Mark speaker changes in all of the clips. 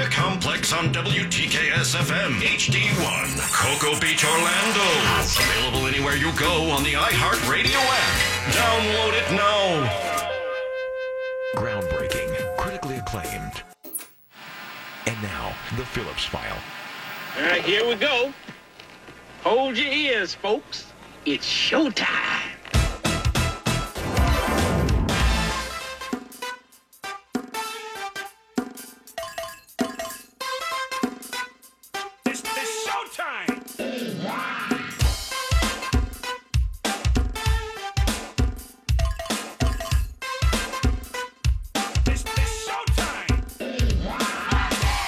Speaker 1: It's on WTKS FM HD1, Cocoa Beach, Orlando. Available anywhere you go on the iHeartRadio app. Download it now.
Speaker 2: Groundbreaking, critically acclaimed. And now, the Phillips File.
Speaker 3: All right, here we go. Hold your ears, folks. It's showtime.
Speaker 4: It's, it's showtime! It's, it's showtime!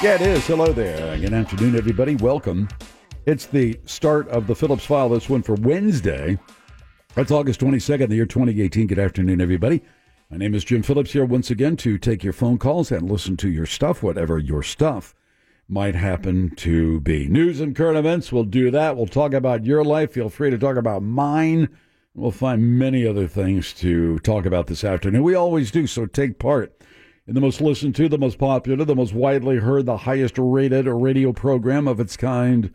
Speaker 5: Yeah, it is. Hello there. Good afternoon, everybody. Welcome. It's the start of the Phillips File. This one for Wednesday. That's August 22nd, the year 2018. Good afternoon, everybody. My name is Jim Phillips here once again to take your phone calls and listen to your stuff, whatever your stuff might happen to be. News and current events, we'll do that. We'll talk about your life. Feel free to talk about mine. We'll find many other things to talk about this afternoon. We always do, so take part in the most listened to, the most popular, the most widely heard, the highest rated radio program of its kind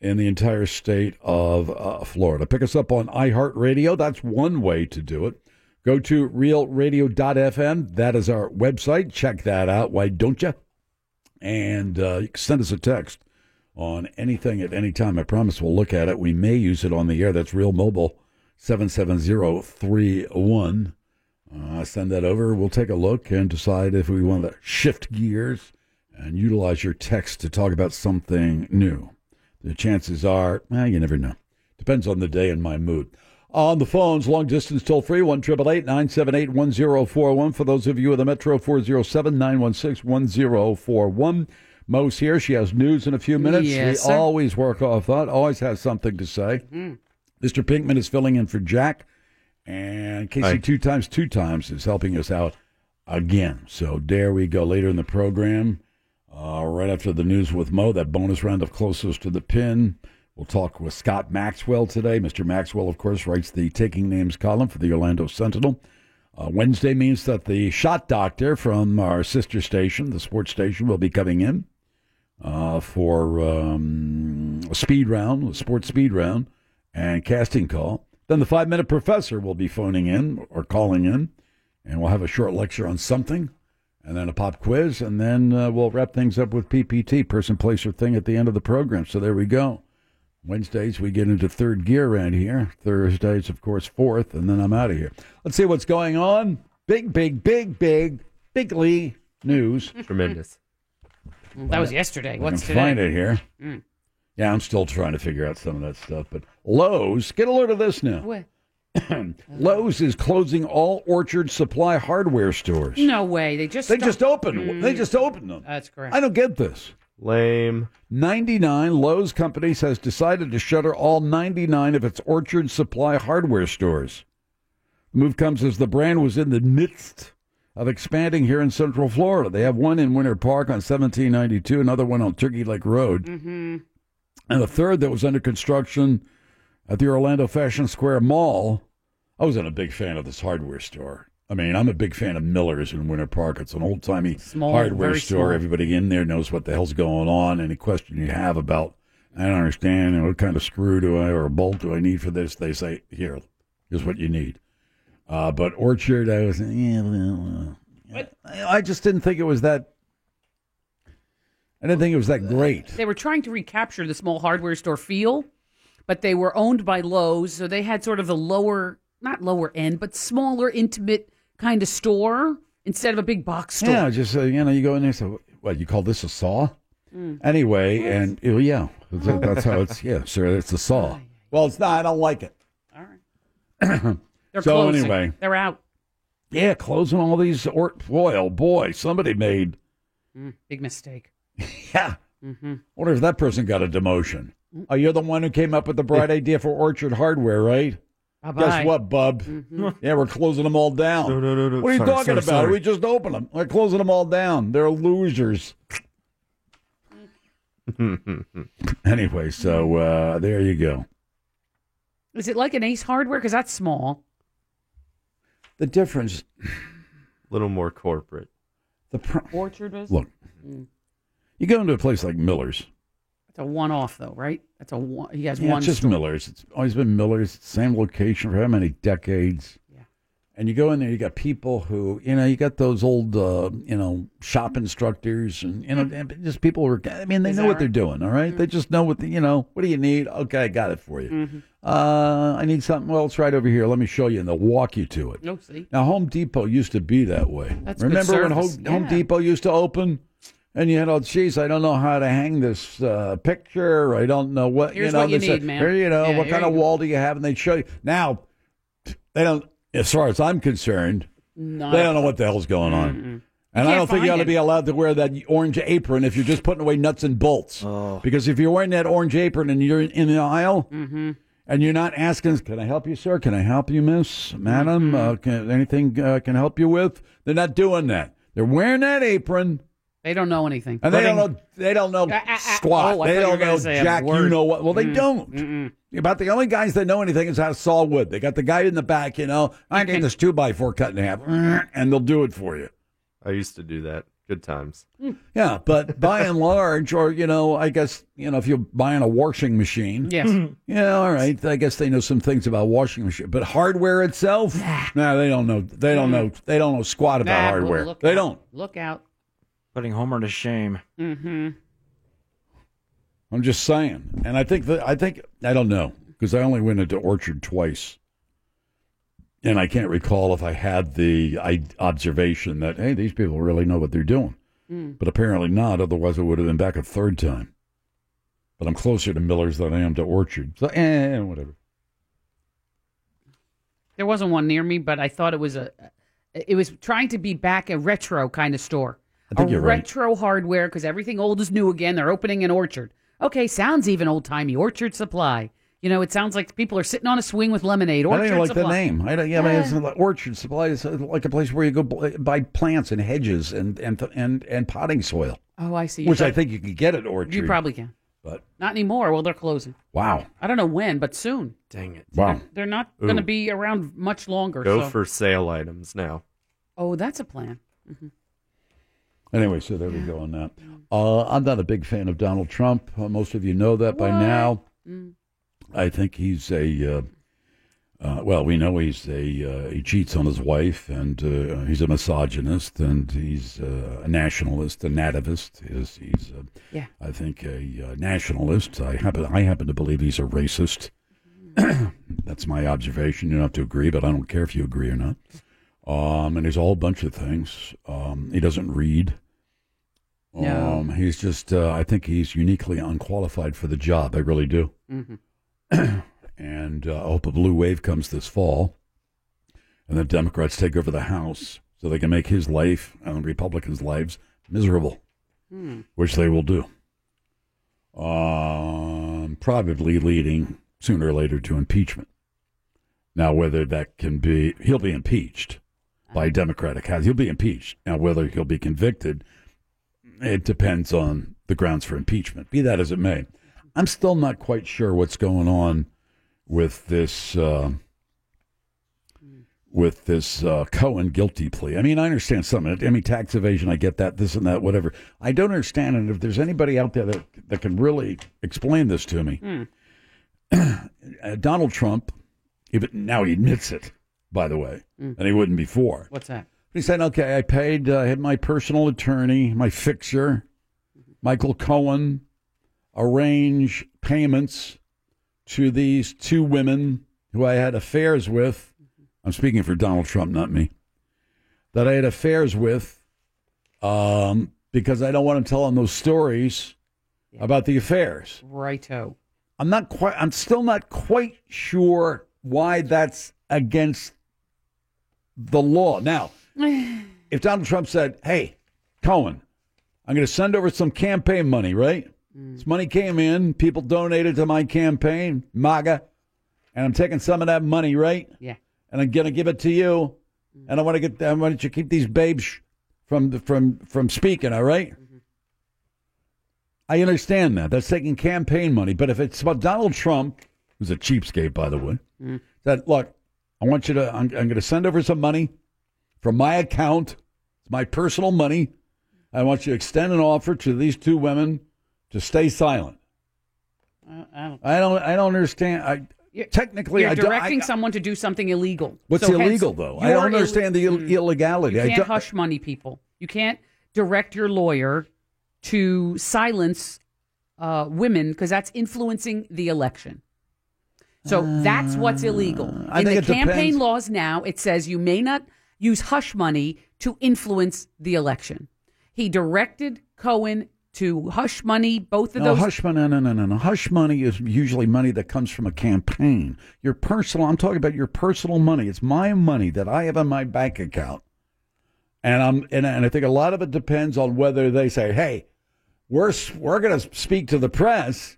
Speaker 5: in the entire state of uh, Florida. Pick us up on iHeartRadio. That's one way to do it. Go to realradio.fm. That is our website. Check that out. Why don't you? And uh, you can send us a text on anything at any time. I promise we'll look at it. We may use it on the air. That's Real Mobile 77031. Uh, send that over. We'll take a look and decide if we want to shift gears and utilize your text to talk about something new. The chances are, well, you never know. Depends on the day and my mood. On the phones, long distance toll free, 1 978 1041. For those of you in the Metro, 407 916 1041. Mo's here. She has news in a few minutes.
Speaker 6: Yes,
Speaker 5: we
Speaker 6: sir.
Speaker 5: always work off that, always has something to say. Mr. Pinkman is filling in for Jack, and Casey two times two times is helping us out again. So there we go. Later in the program, uh, right after the news with Mo, that bonus round of closest to the pin. We'll talk with Scott Maxwell today. Mr. Maxwell, of course, writes the taking names column for the Orlando Sentinel. Uh, Wednesday means that the shot doctor from our sister station, the sports station, will be coming in uh, for um, a speed round, a sports speed round, and casting call. Then the five minute professor will be phoning in or calling in, and we'll have a short lecture on something, and then a pop quiz, and then uh, we'll wrap things up with PPT, person, place, or thing at the end of the program. So there we go. Wednesdays, we get into third gear around here. Thursdays, of course, fourth, and then I'm out of here. Let's see what's going on. Big, big, big, big, bigly news.
Speaker 7: Tremendous.
Speaker 6: That was yesterday. What's
Speaker 5: I
Speaker 6: today? Mm.
Speaker 5: can find it here. Yeah, I'm still trying to figure out some of that stuff. But Lowe's, get a load of this now.
Speaker 6: What?
Speaker 5: Lowe's is closing all Orchard Supply hardware stores.
Speaker 6: No way. They just
Speaker 5: They
Speaker 6: sto-
Speaker 5: just opened. They just opened them.
Speaker 6: That's correct.
Speaker 5: I don't get this.
Speaker 7: Lame.
Speaker 5: 99 Lowe's Companies has decided to shutter all 99 of its Orchard Supply hardware stores. The move comes as the brand was in the midst of expanding here in Central Florida. They have one in Winter Park on 1792, another one on Turkey Lake Road,
Speaker 6: Mm-hmm.
Speaker 5: and a third that was under construction at the Orlando Fashion Square Mall. I wasn't a big fan of this hardware store. I mean, I'm a big fan of Miller's in Winter Park. It's an old timey
Speaker 6: Small,
Speaker 5: hardware
Speaker 6: very
Speaker 5: store.
Speaker 6: small.
Speaker 5: Everybody in there knows what the hell's going on. Any question you have about, I don't understand, and what kind of screw do I or a bolt do I need for this? They say, here, here's what you need. Uh, but Orchard, I was, yeah, well, uh, I I just didn't think it was that. I didn't think it was that great.
Speaker 6: They were trying to recapture the small hardware store feel, but they were owned by Lowe's, so they had sort of a lower, not lower end, but smaller, intimate kind of store instead of a big box store.
Speaker 5: Yeah, just uh, you know, you go in there. So, what you call this a saw?
Speaker 6: Mm.
Speaker 5: Anyway, and oh, yeah, That- that's how it's. Yeah, sir, it's a saw. Well, it's not. I don't like it.
Speaker 6: They're
Speaker 5: So
Speaker 6: closing.
Speaker 5: anyway.
Speaker 6: they're out.
Speaker 5: Yeah, closing all these. Or boy, oh boy, somebody made.
Speaker 6: Mm, Big mistake. Mm-hmm.
Speaker 5: Yeah. Wonder if that person got a demotion. Oh, you're the one who came up with the bright idea for Orchard Hardware, right?
Speaker 6: Bye-bye.
Speaker 5: Guess what, bub? Yeah, we're closing them all down.
Speaker 7: No, no, no, no.
Speaker 5: What are you
Speaker 7: Sorry,
Speaker 5: talking
Speaker 7: sorry,
Speaker 5: about?
Speaker 7: sorry.
Speaker 5: We just opened them. We're closing them all down. They're losers. anyway, so uh, there you go.
Speaker 6: Is it like an Ace Hardware? Because that's small.
Speaker 5: The difference,
Speaker 7: little more corporate.
Speaker 5: the pro-
Speaker 6: Orchard was.
Speaker 5: look. You go into a place like Miller's.
Speaker 6: It's Mm. a one off though, right? That's a one. He has
Speaker 5: Yeah,
Speaker 6: one.
Speaker 5: it's just
Speaker 6: store.
Speaker 5: Miller's. It's always been Miller's, same location for how many decades? Yeah. And you go in there, you got people who, you know, you got those old, uh, you know, shop instructors and, you know, and just people who are, I mean, they know what they're doing, all right?
Speaker 6: Mm-hmm.
Speaker 5: They just know what, the, you know, what do you need? Okay, I got it for you. Uh, I need something. Well, it's right over here. Let me show you. And they'll walk you to it.
Speaker 6: No, Oh, see,
Speaker 5: Now, Home Depot used to be that way.
Speaker 6: That's good
Speaker 5: Remember when Home,
Speaker 6: service.
Speaker 5: Home
Speaker 6: Yeah.
Speaker 5: Depot used to open? And you had all, geez, I don't know how to hang this uh, picture. or I don't know what you
Speaker 6: Here's
Speaker 5: know.
Speaker 6: what you
Speaker 5: this, uh,
Speaker 6: need, ma'am.
Speaker 5: Here, you know,
Speaker 6: Yeah,
Speaker 5: what
Speaker 6: here
Speaker 5: kind of
Speaker 6: you go.
Speaker 5: wall do you have? And they show you. Now, they don't. As far as I'm concerned,
Speaker 6: no.
Speaker 5: they don't know what the hell's going on. And I
Speaker 6: Mm. Can't
Speaker 5: don't think you
Speaker 6: find
Speaker 5: ought to
Speaker 6: it.
Speaker 5: be allowed to wear that orange apron if you're just putting away nuts and bolts.
Speaker 6: Oh.
Speaker 5: Because if you're wearing that orange apron and you're in the aisle
Speaker 6: Mm-hmm.
Speaker 5: and you're not asking, can I help you, sir? Can I help you, miss, madam?
Speaker 6: Mm-hmm.
Speaker 5: Uh, can, anything uh, can I help you with? They're not doing that. They're wearing that apron
Speaker 6: They don't know anything.
Speaker 5: and they don't know, they don't know
Speaker 6: Ah, ah, ah.
Speaker 5: squat.
Speaker 6: Oh, I
Speaker 5: they
Speaker 6: thought you were
Speaker 5: don't
Speaker 6: gonna
Speaker 5: know
Speaker 6: say a
Speaker 5: jack. You
Speaker 6: word. Mm.
Speaker 5: know what? Well, they don't. About the only guys that know anything is how to saw wood. They got the guy in the back, you know, I need this two by four cut in half, and they'll do it for you.
Speaker 7: I used to do that. Good times.
Speaker 5: Yeah, but by and large, or you know, I guess you know if you're buying a washing machine,
Speaker 6: Yes.
Speaker 5: yeah, all right, I guess they know some things about washing machine, but hardware itself, no, they don't know. They don't know. They don't know squat about
Speaker 6: Nah,
Speaker 5: hardware.
Speaker 6: look
Speaker 5: They
Speaker 6: out.
Speaker 5: don't.
Speaker 6: Look out. Mm-hmm.
Speaker 8: Putting Homer to shame.
Speaker 5: I'm just saying, and I think that I think I don't know because I only went into Orchard twice, and I can't recall if I had the I, observation that hey, these people really know what they're doing,
Speaker 6: Mm.
Speaker 5: but apparently not. Otherwise, I would have been back a third time. But I'm closer to Miller's than I am to Orchard, so eh, whatever.
Speaker 6: There wasn't one near me, but I thought it was a. It was trying to be back a retro kind of store.
Speaker 5: I think
Speaker 6: a
Speaker 5: you're right.
Speaker 6: retro hardware because everything old is new again. They're opening an orchard. Okay, sounds even old timey. Orchard Supply. You know, it sounds like people are sitting on a swing with lemonade.
Speaker 5: I
Speaker 6: Orchard
Speaker 5: don't even like
Speaker 6: Supply.
Speaker 5: the name. I don't, yeah, I mean, it's like Orchard Supply is uh, like a place where you go bu- buy plants and hedges and and and, and potting soil,
Speaker 6: Oh, I see. You
Speaker 5: which I
Speaker 6: thought-
Speaker 5: think you could get at Orchard.
Speaker 6: you probably can.
Speaker 5: but
Speaker 6: Not anymore. Well, they're closing.
Speaker 5: wow,
Speaker 6: I don't know when, but soon.
Speaker 7: Dang it.
Speaker 5: wow.
Speaker 6: They're not going to be around much longer.
Speaker 7: Go
Speaker 6: so.
Speaker 7: for sale items now.
Speaker 6: Oh, that's a plan. Mm-hmm.
Speaker 5: Anyway, so there we go on that. Uh, I'm not a big fan of Donald Trump. Uh, most of you know that by
Speaker 6: What?
Speaker 5: now. I think he's a. Uh, uh, well, we know he's a uh, he cheats on his wife, and uh, he's a misogynist, and he's uh, a nationalist, a nativist. He's, he's uh,
Speaker 6: Mm-hmm. Yeah.
Speaker 5: I think a uh, nationalist. I happen I happen to believe he's a racist. That's my observation. You don't have to agree, but I don't care if you agree or not. Um, and there's a whole bunch of things. Um, he doesn't read.
Speaker 6: No.
Speaker 5: Um, he's just. Uh, I think he's uniquely unqualified for the job. I really do. and uh, I hope a blue wave comes this fall, and the Democrats take over the House so they can make his life and Republicans' lives miserable, which they will do. Um, probably leading sooner or later to impeachment. Now, whether that can be, he'll be impeached by Democratic House. He'll be impeached. Now, whether he'll be convicted, it depends on the grounds for impeachment, be that as it may. I'm still not quite sure what's going on with this. Uh, with this uh, Cohen guilty plea. I mean, I understand some of it. I mean, tax evasion, I get that, this and that, whatever. I don't understand, and if there's anybody out there that, that can really explain this to me, uh, Donald Trump, even now he admits it, by the way, and he wouldn't before.
Speaker 6: What's that?
Speaker 5: He said, okay, I paid, uh, I had my personal attorney, my fixer, Michael Cohen, arrange payments to these two women who I had affairs with. I'm speaking for Donald Trump, not me. That I had affairs with um, because I don't want to tell them those stories about the affairs.
Speaker 6: Righto.
Speaker 5: I'm not quite. I'm still not quite sure why that's against the law. Now, if Donald Trump said, "Hey, Cohen, I'm going to send over some campaign money," right? This money came in. People donated to my campaign, MAGA, and I'm taking some of that money, right?
Speaker 6: Yeah.
Speaker 5: And I'm going to give it to you.
Speaker 6: Mm-hmm.
Speaker 5: And I want to get. I want you to keep these babes from the, from from speaking. All right?
Speaker 6: Mm-hmm.
Speaker 5: I understand that. That's taking campaign money. But if it's about Donald Trump, who's a cheapskate, by the way,
Speaker 6: Mm.
Speaker 5: that look, I want you to, I'm, I'm going to send over some money from my account. It's my personal money. I want you to extend an offer to these two women to stay silent.
Speaker 6: I, I don't,
Speaker 5: I don't. I don't understand. I,
Speaker 6: You're-
Speaker 5: technically,
Speaker 6: you're
Speaker 5: I don't- I-
Speaker 6: directing someone to do something illegal.
Speaker 5: what's
Speaker 6: So hence,
Speaker 5: illegal though? I don't
Speaker 6: you're ill-
Speaker 5: understand the Ill- illegality.
Speaker 6: You
Speaker 5: I
Speaker 6: can't
Speaker 5: don't-
Speaker 6: hush money people. You can't direct your lawyer to silence uh, women because that's influencing the election. So that's what's illegal.
Speaker 5: Ah, I
Speaker 6: In the
Speaker 5: think it depends.
Speaker 6: campaign laws now, it says you may not use hush money to influence the election. He directed Cohen to hush money, both of
Speaker 5: No,
Speaker 6: those.
Speaker 5: hush money. No, no, no, no, no. Hush money is usually money that comes from a campaign. Your personal. I'm talking about your personal money. It's my money that I have in my bank account, and I'm and, and I think a lot of it depends on whether they say, "Hey, we're s- we're going to speak to the press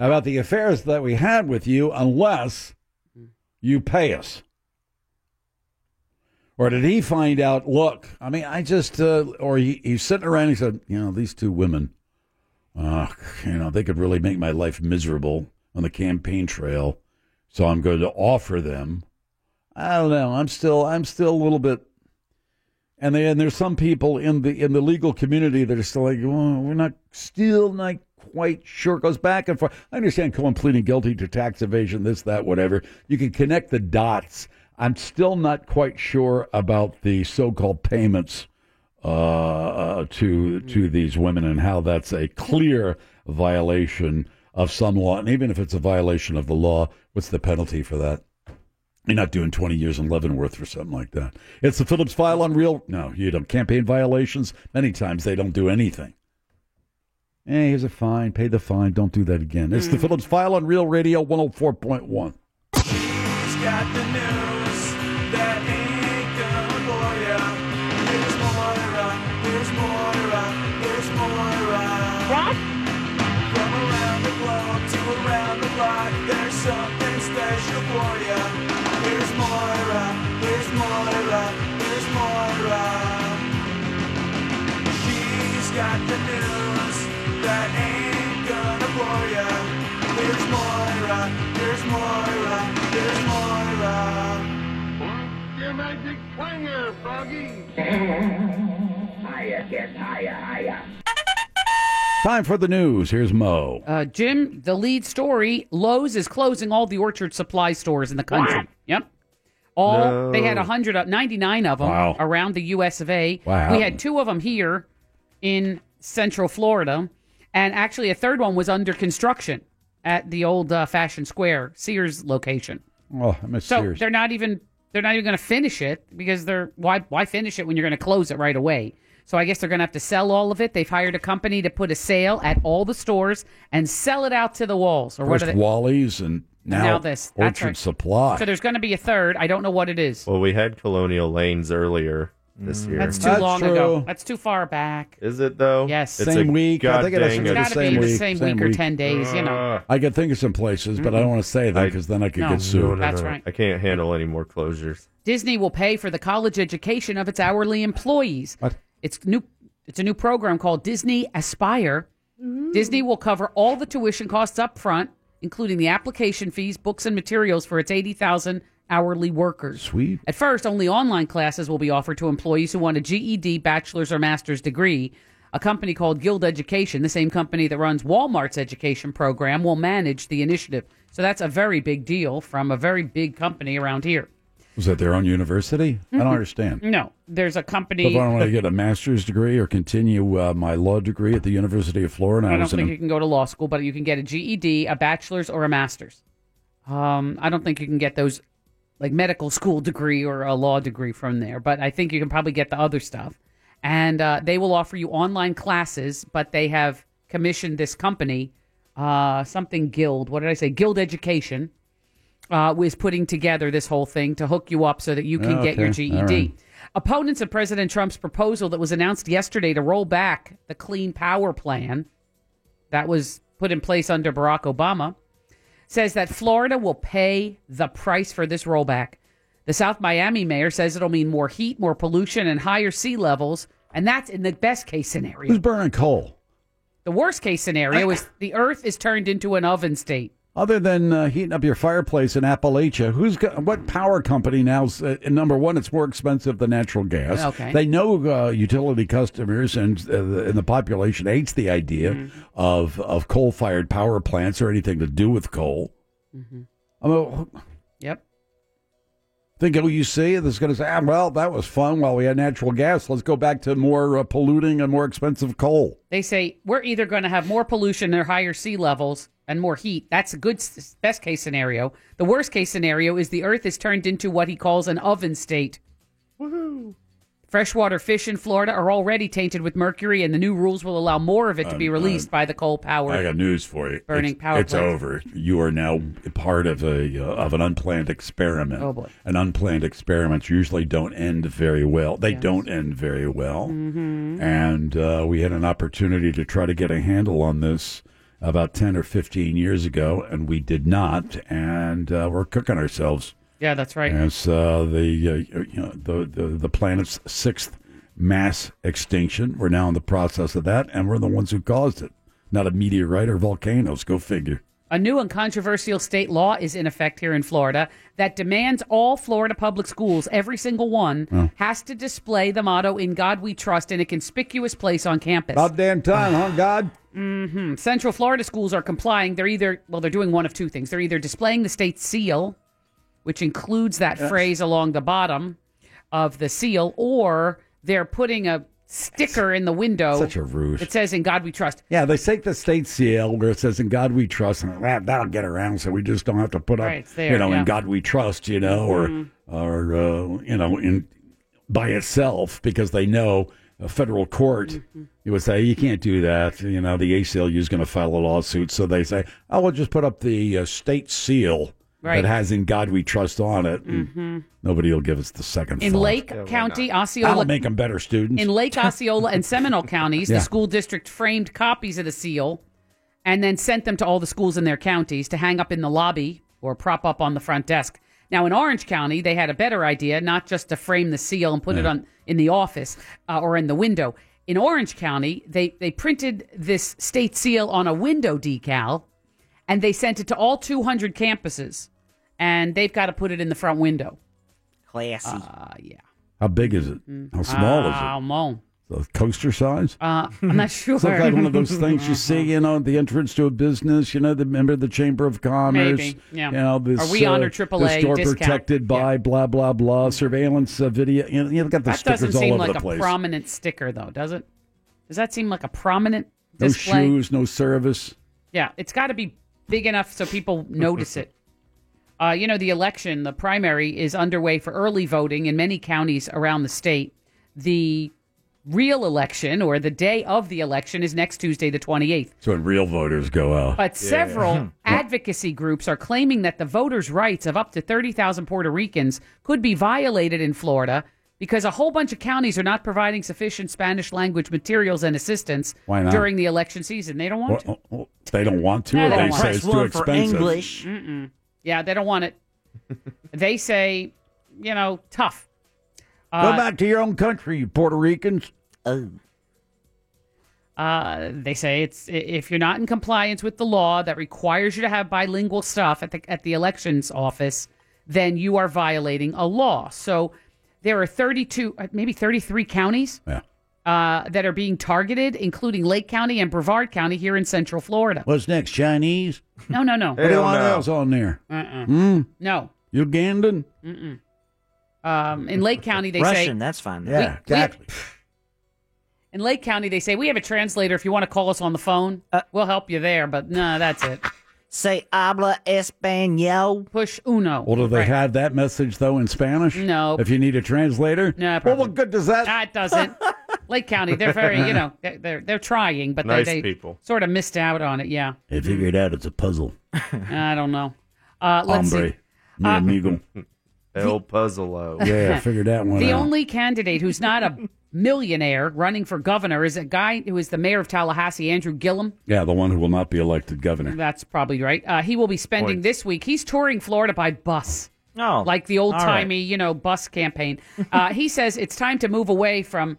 Speaker 5: about the affairs that we had with you, unless
Speaker 6: Mm.
Speaker 5: you pay us." Or did he find out? Look, I mean, I just, uh, or he, he's sitting around. And he said, you know, these two women, uh, you know, they could really make my life miserable on the campaign trail. So I'm going to offer them. I don't know. I'm still, I'm still a little bit. And then there's some people in the in the legal community that are still like, well, we're not still not quite sure. It goes back and forth. I understand Cohen pleading guilty to tax evasion, this, that, whatever. You can connect the dots. I'm still not quite sure about the so-called payments uh, to to these women and how that's a clear violation of some law. And even if it's a violation of the law, what's the penalty for that? You're not doing 20 years in Leavenworth or something like that. It's the Phillips file on real. No, you don't. Campaign violations, many times they don't do anything. Hey, here's a fine. Pay the fine. Don't do that again. It's
Speaker 7: Hmm.
Speaker 5: the Phillips file on Real Radio 104.1.
Speaker 4: He's got the news that ain't gonna bore ya. Here's Moira, here's Moira, here's Moira. What? From around the globe to around the block, there's something special for ya. Here's Moira, here's Moira, here's Moira. She's got the news that ain't gonna bore ya. Here's Moira, here's Moira, here's Moira.
Speaker 3: Your magic twanger, Froggy.
Speaker 5: Time for the news. Here's Mo.
Speaker 6: Uh, Jim, the lead story: Lowe's is closing all the orchard supply stores in the country. Yep, all
Speaker 7: No.
Speaker 6: they had 199 of them
Speaker 5: Wow.
Speaker 6: around the U.S. of A.
Speaker 5: Wow.
Speaker 6: We had two of them here in Central Florida, and actually a third one was under construction at the old uh, Fashion Square Sears location.
Speaker 5: Oh, I miss
Speaker 6: So
Speaker 5: Sears.
Speaker 6: they're not even they're not even going to finish it because they're why why finish it when you're going to close it right away. So I guess they're going to have to sell all of it. They've hired a company to put a sale at all the stores and sell it out to the walls or what
Speaker 5: First
Speaker 6: are they?
Speaker 5: Wally's and now,
Speaker 6: Now this. That's
Speaker 5: Orchard
Speaker 6: right.
Speaker 5: Supply.
Speaker 6: So there's going to be a third. I don't know what it is.
Speaker 7: Well, we had Colonial Lanes earlier this year.
Speaker 6: Mm, That's too
Speaker 5: That's
Speaker 6: long ago.
Speaker 5: true.
Speaker 6: That's too far back.
Speaker 7: Is it though?
Speaker 6: Yes.
Speaker 7: It's
Speaker 5: Same
Speaker 7: a
Speaker 5: week. I think it has
Speaker 7: goddamn Uh,
Speaker 5: to
Speaker 6: It's got to
Speaker 5: the
Speaker 6: be
Speaker 5: same
Speaker 6: the
Speaker 5: week,
Speaker 6: same,
Speaker 5: same
Speaker 6: week, or
Speaker 5: week.
Speaker 6: ten days. You know.
Speaker 5: I could think of some places, but I don't want to say them
Speaker 7: I-
Speaker 5: because then I could
Speaker 6: No.
Speaker 5: get sued.
Speaker 7: No, no,
Speaker 6: That's
Speaker 7: no.
Speaker 6: right.
Speaker 7: I can't handle any more closures.
Speaker 6: Disney will pay for the college education of its hourly employees.
Speaker 5: What?
Speaker 6: It's new. It's a new program called Disney Aspire. Disney will cover all the tuition costs up front, including the application fees, books, and materials for its 80,000 hourly workers.
Speaker 5: Sweet.
Speaker 6: At first, only online classes will be offered to employees who want a GED, bachelor's, or master's degree. A company called Guild Education, the same company that runs Walmart's education program, will manage the initiative. So that's a very big deal from a very big company around here.
Speaker 5: Was that their own university? I
Speaker 6: Mm-hmm.
Speaker 5: don't understand.
Speaker 6: No, there's a company.
Speaker 5: If I want to get a master's degree or continue uh, my law degree at the University of Florida,
Speaker 6: I don't
Speaker 5: was in
Speaker 6: think you can go to law school, but you can get a GED, a bachelor's, or a master's. Um, I don't think you can get those like medical school degree or a law degree from there, but I think you can probably get the other stuff. And uh, they will offer you online classes, but they have commissioned this company, uh, something Guild. What did I say? Guild Education uh, was putting together this whole thing to hook you up so that you can
Speaker 5: Oh,
Speaker 6: get your
Speaker 5: okay.
Speaker 6: GED.
Speaker 5: All right.
Speaker 6: Opponents of President Trump's proposal that was announced yesterday to roll back the Clean Power Plan that was put in place under Barack Obama says that Florida will pay the price for this rollback. The South Miami mayor says it'll mean more heat, more pollution, and higher sea levels. And that's in the best case scenario.
Speaker 5: who's burning coal?
Speaker 6: The worst case scenario is the earth is turned into an oven state.
Speaker 5: Other than uh, heating up your fireplace in Appalachia, who's got, what power company now's uh, number one? It's more expensive than natural gas.
Speaker 9: Okay.
Speaker 5: They know uh, utility customers and uh, the- and the population hates the idea
Speaker 6: Mm-hmm.
Speaker 5: of of coal fired power plants or anything to do with coal. I mean,
Speaker 6: Mm-hmm. Yep.
Speaker 5: think OUC that's going to say, ah, well, that was fun while we had natural gas. Let's go back to more uh, polluting and more expensive coal.
Speaker 6: They say we're either going to have more pollution or higher sea levels and more heat. That's a good s- best case scenario. The worst case scenario is the Earth is turned into what he calls an oven state.
Speaker 10: Woohoo.
Speaker 6: Freshwater fish in Florida are already tainted with mercury, and the new rules will allow more of it to be
Speaker 5: Um,
Speaker 6: released by the coal power.
Speaker 5: I got news for you.
Speaker 6: Burning
Speaker 5: it's,
Speaker 6: power
Speaker 5: It's
Speaker 6: plants.
Speaker 5: over. You are now part of a uh, of an unplanned experiment.
Speaker 6: Oh, boy.
Speaker 5: And unplanned experiments usually don't end very well. They
Speaker 6: Yes.
Speaker 5: don't end very well.
Speaker 6: Mhm.
Speaker 5: And uh, we had an opportunity to try to get a handle on this about ten or fifteen years ago, and we did not. And uh, we're cooking ourselves.
Speaker 6: Yeah, that's right.
Speaker 5: It's uh, the, uh, you know, the the the planet's sixth mass extinction. We're now in the process of that, and we're the ones who caused it, not a meteorite or volcanoes. Go figure.
Speaker 6: A new and controversial state law is in effect here in Florida that demands all Florida public schools, every single one,
Speaker 5: Oh.
Speaker 6: has to display the motto "In God We Trust" in a conspicuous place on campus.
Speaker 5: About damn time, huh, God?
Speaker 6: hmm Central Florida schools are complying. They're either well, they're doing one of two things. They're either displaying the state seal, which includes that
Speaker 11: Yes.
Speaker 6: phrase along the bottom of the seal, or they're putting a sticker in the window
Speaker 5: Such a ruse.
Speaker 6: that says "In God We Trust."
Speaker 5: Yeah, they take the state seal where it says "In God We Trust," and that, that'll get around. So we just don't have to put up,
Speaker 6: Right, it's there,
Speaker 5: you know,
Speaker 6: yeah.
Speaker 5: "In God We Trust," you know, or
Speaker 6: Mhm.
Speaker 5: or uh, you know, in by itself because they know a federal court
Speaker 6: Mm-hmm.
Speaker 5: you would say you can't do that. You know, the ACLU is going to file a lawsuit, so they say, "Oh, we'll just put up the uh, state seal
Speaker 6: Right.
Speaker 5: that has "In God We Trust" on it." and
Speaker 6: Mhm.
Speaker 5: Nobody will give us the second
Speaker 6: In
Speaker 5: thought.
Speaker 6: Lake County, Osceola
Speaker 5: That'll make them better students.
Speaker 6: In Lake Osceola and Seminole counties,
Speaker 5: Yeah.
Speaker 6: the school district framed copies of the seal and then sent them to all the schools in their counties to hang up in the lobby or prop up on the front desk. Now in Orange County, they had a better idea, not just to frame the seal and put it
Speaker 11: Yeah.
Speaker 6: on in the office uh, or in the window. In Orange County, they they printed this state seal on a window decal and they sent it to all 200 campuses and they've got to put it in the front window.
Speaker 12: Classy.
Speaker 6: Uh, yeah.
Speaker 5: How big is it? How small is it?
Speaker 6: Ah, Mon.
Speaker 5: The coaster size?
Speaker 6: Uh, I'm not sure. Uh-huh.
Speaker 5: It's like one of those things you see, you know, at the entrance to a business, you know, the member of the Chamber of Commerce.
Speaker 6: Maybe, yeah.
Speaker 5: You know, this,
Speaker 6: Are we on
Speaker 5: uh,
Speaker 6: our AAA
Speaker 5: this store
Speaker 6: discount? Mm-hmm.
Speaker 5: protected by blah, blah, blah, surveillance uh, video. You know, you've got the
Speaker 6: That doesn't
Speaker 5: stickers all
Speaker 6: seem
Speaker 5: over
Speaker 6: like
Speaker 5: the
Speaker 6: a
Speaker 5: place.
Speaker 6: prominent sticker, though, does it? Does that seem like a prominent
Speaker 5: no
Speaker 6: display?
Speaker 5: shoes, no service.
Speaker 6: Yeah, it's got to be big enough so people notice it. Uh, you know, the election, the primary is underway for early voting in many counties around the state. The real election or the day of the election is next Tuesday, the 28th.
Speaker 5: So when real voters go out.
Speaker 6: But several
Speaker 5: Hmm.
Speaker 6: advocacy groups are claiming that the voters' rights of up to 30,000 Puerto Ricans could be violated in Florida because a whole bunch of counties are not providing sufficient Spanish language materials and assistance
Speaker 5: Why not?
Speaker 6: during the election season. They don't want
Speaker 5: Well,
Speaker 6: to.
Speaker 5: oh, oh, they don't want to,
Speaker 6: No,
Speaker 5: or
Speaker 6: they
Speaker 5: they
Speaker 6: don't want
Speaker 5: say
Speaker 6: to.
Speaker 5: it's too expensive.
Speaker 6: Mm-mm. Yeah, they don't want it. they say, you know, tough.
Speaker 5: go back to your own country, you Puerto Ricans. Oh.
Speaker 6: Uh, they say it's i- if you're not in compliance with the law that requires you to have bilingual stuff at the at the elections office, then you are violating a law. So there are 32, uh, maybe 33 counties
Speaker 5: Yeah.
Speaker 6: uh, that are being targeted, including Lake County and Brevard County here in Central Florida.
Speaker 5: What's next, Chinese?
Speaker 6: No, no, no.
Speaker 5: What do you want else on there?
Speaker 6: Oh. Uh-uh.
Speaker 5: Mm?
Speaker 6: No.
Speaker 5: Ugandan?
Speaker 6: Mm-mm. Um, in Lake County, they say
Speaker 8: Russian, that's fine.
Speaker 6: Yeah, We- we- exactly. In Lake County, they say we have a translator. If you want to call us on the phone,
Speaker 8: Uh,
Speaker 6: we'll help you there. But no, that's it.
Speaker 12: Say habla español.
Speaker 6: Push uno.
Speaker 5: Well, do they
Speaker 6: Right.
Speaker 5: have that message though in Spanish?
Speaker 6: No.
Speaker 5: If you need a translator,
Speaker 6: No,
Speaker 5: well, what good does that?
Speaker 6: That doesn't. Lake County, they're very, you know, they're they're, they're trying, but
Speaker 5: Nice
Speaker 6: they, they
Speaker 5: people.
Speaker 6: sort of missed out on it. Yeah,
Speaker 5: They figured out it's a puzzle.
Speaker 6: I don't know. Uh, let's
Speaker 5: Hombre,
Speaker 6: see. Uh,
Speaker 5: mi amigo.
Speaker 7: El Puzzle.
Speaker 5: Yeah, I figured that one
Speaker 6: The
Speaker 7: uh,
Speaker 5: out.
Speaker 6: only candidate who's not a millionaire running for governor is a guy who is the mayor of Tallahassee, Andrew Gillum.
Speaker 5: yeah, the one who will not be elected governor.
Speaker 6: That's probably right. Uh, he will be spending
Speaker 5: Points.
Speaker 6: this week. He's touring Florida by bus.
Speaker 8: Oh,
Speaker 6: like the old timey,
Speaker 8: all
Speaker 6: you know, bus campaign. Uh, he says it's time to move away from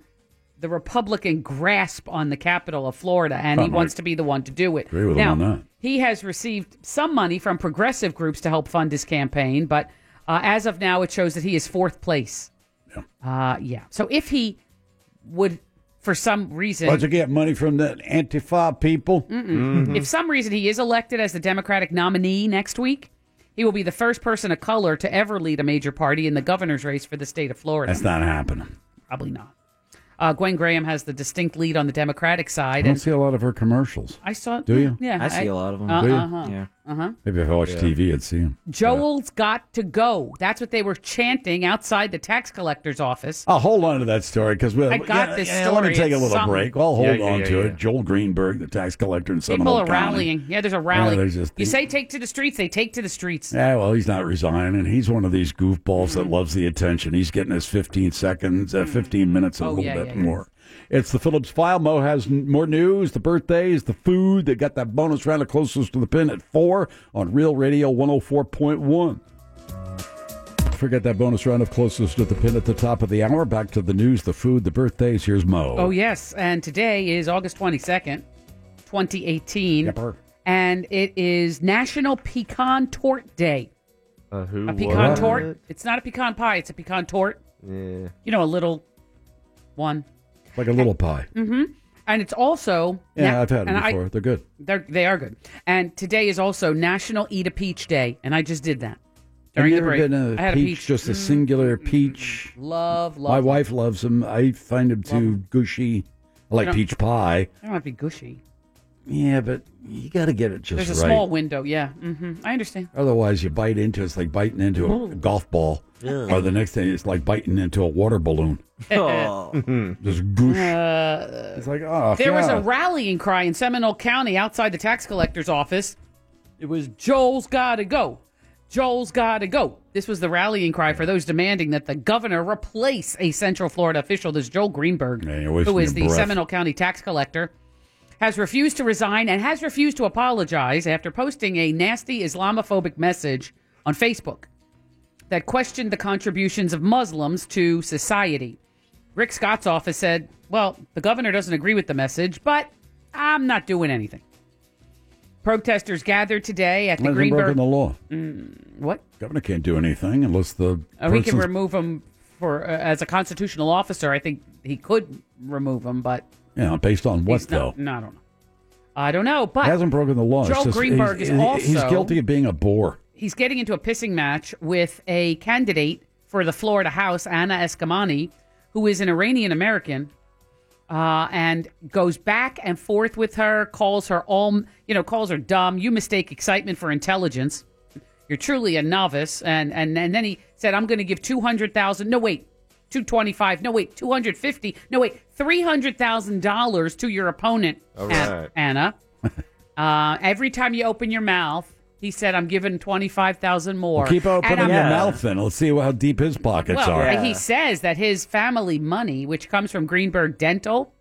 Speaker 6: the Republican grasp on the capital of Florida, and he
Speaker 5: Right.
Speaker 6: wants to be the one to do it.
Speaker 5: Agree with him
Speaker 6: now,
Speaker 5: on that.
Speaker 6: He has received some money from progressive groups to help fund his campaign, but uh, as of now, it shows that he is fourth place. Yeah. Uh, yeah. So if he would, for some reason,
Speaker 5: Why'd you get money from the Antifa people?
Speaker 6: Mm-mm.
Speaker 5: Mm-hmm.
Speaker 6: If some reason he is elected as the Democratic nominee next week, he will be the first person of color to ever lead a major party in the governor's race for the state of Florida.
Speaker 5: That's not happening.
Speaker 6: Probably not. Uh, Gwen Graham has the distinct lead on the Democratic
Speaker 5: I
Speaker 6: side,
Speaker 5: don't
Speaker 6: and
Speaker 5: see a lot of her commercials.
Speaker 6: I saw.
Speaker 5: Do you?
Speaker 6: Yeah, Uh,
Speaker 5: Do you?
Speaker 6: Uh-huh. Uh-huh.
Speaker 5: Maybe if I watched
Speaker 6: Yeah.
Speaker 5: TV, I'd see them.
Speaker 6: Joel's got to go. That's what they were chanting outside the tax collector's office.
Speaker 5: I'll hold on to that story because we'll.
Speaker 6: I got
Speaker 5: yeah,
Speaker 6: this
Speaker 5: yeah, Let me
Speaker 6: story.
Speaker 5: take a
Speaker 6: It's
Speaker 5: little
Speaker 6: something.
Speaker 5: break. I'll hold
Speaker 6: Yeah, yeah,
Speaker 5: on
Speaker 6: yeah,
Speaker 5: to
Speaker 6: yeah.
Speaker 5: it. Joel Greenberg, the tax collector in Seminole
Speaker 6: People are
Speaker 5: County.
Speaker 6: rallying. Yeah, there's a rally.
Speaker 5: there's just
Speaker 6: you
Speaker 5: the-
Speaker 6: say take to the streets, they take to the streets.
Speaker 5: Yeah, well, he's not resigning. He's one of these goofballs
Speaker 6: Mm-hmm.
Speaker 5: that loves the attention. He's getting his 15 seconds, uh, 15 minutes, a
Speaker 6: Oh,
Speaker 5: little
Speaker 6: yeah,
Speaker 5: bit
Speaker 6: yeah, yeah.
Speaker 5: more. It's the Phillips File. Mo has n- more news, the birthdays, the food. They got that bonus round of closest to the pin at 4 on Real Radio 104.1. Forget that bonus round of closest to the pin at the top of the hour. Back to the news, the food, the birthdays. Here's Mo.
Speaker 6: Oh, yes. And today is August 22nd, 2018.
Speaker 5: Yepper.
Speaker 6: And it is National Pecan Tort Day.
Speaker 7: Uh, who?
Speaker 6: A pecan
Speaker 7: what?
Speaker 6: tort. It's not a pecan pie, it's a pecan tort.
Speaker 7: Yeah.
Speaker 6: You know, a little one.
Speaker 5: Like a little pie.
Speaker 6: hmm And it's also.
Speaker 5: Yeah,
Speaker 6: na-
Speaker 5: I've had them
Speaker 6: and I-
Speaker 5: before. They're good.
Speaker 6: they're, they are good. And today is also National Eat a Peach Day. And I just did that
Speaker 5: I've
Speaker 6: during the
Speaker 5: never
Speaker 6: break.
Speaker 5: been a
Speaker 6: I had
Speaker 5: peach,
Speaker 6: a peach.
Speaker 5: just a
Speaker 6: Mm,
Speaker 5: singular peach.
Speaker 6: Love, love.
Speaker 5: My wife loves them. I find them too gushy. I
Speaker 6: I
Speaker 5: like
Speaker 6: don't-
Speaker 5: peach pie.
Speaker 6: I don't have to be gushy.
Speaker 5: Yeah, but you got to get it just
Speaker 6: There's a
Speaker 5: right.
Speaker 6: small window. Yeah. hmm I understand.
Speaker 5: Otherwise, you bite into it's like biting into a
Speaker 6: Ooh.
Speaker 5: golf ball,
Speaker 6: Ugh.
Speaker 5: or the next thing it's like biting into a water balloon.
Speaker 6: Oh.
Speaker 5: just goosh.
Speaker 6: Uh,
Speaker 5: it's like oh,
Speaker 6: there was a
Speaker 5: God.
Speaker 6: rallying cry in Seminole County outside the tax collector's office. It was Joel's gotta go. Joel's gotta go. This was the rallying cry for those demanding that the governor replace a Central Florida official. This Joel Greenberg,
Speaker 5: you're wasting
Speaker 6: who is the
Speaker 5: your breath.
Speaker 6: Seminole County tax collector, has refused to resign and has refused to apologize after posting a nasty Islamophobic message on Facebook that questioned the contributions of Muslims to society. Rick Scott's office said, Well, the governor doesn't agree with the message, but I'm not doing anything. Protesters gathered today at the
Speaker 5: Hasn't
Speaker 6: Greenberg.
Speaker 5: broken the law.
Speaker 6: Mm, what?
Speaker 5: Governor can't do anything unless the
Speaker 6: Uh, we can
Speaker 5: person's-
Speaker 6: remove him for uh, as a constitutional officer. I think he could remove him, but
Speaker 5: yeah, based on what
Speaker 6: he's
Speaker 5: though?
Speaker 6: not. No, I don't know. I don't know, but
Speaker 5: hasn't broken the law. It's
Speaker 6: Joel
Speaker 5: just-
Speaker 6: Greenberg
Speaker 5: he's-
Speaker 6: is also
Speaker 5: he's guilty of being a bore.
Speaker 6: he's getting into a pissing match with a candidate for the Florida House, Anna Eskamani, who is an Iranian American, uh, and goes back and forth with her, calls her all, you know, calls her dumb. You mistake excitement for intelligence. You're truly a novice, and and and then he said, "I'm going to give two hundred thousand. No wait." 225 no wait 250 no wait $300000 to your opponent
Speaker 7: All
Speaker 6: An-
Speaker 7: right.
Speaker 6: anna uh, every time you open your mouth, he said, "I'm giving twenty five thousand more."
Speaker 5: Well, keep opening
Speaker 6: And
Speaker 5: your
Speaker 6: I'm-
Speaker 5: mouth, then let's see how deep his pockets
Speaker 6: Well,
Speaker 5: are.
Speaker 6: he says that his family money, which comes from Greenberg Dental,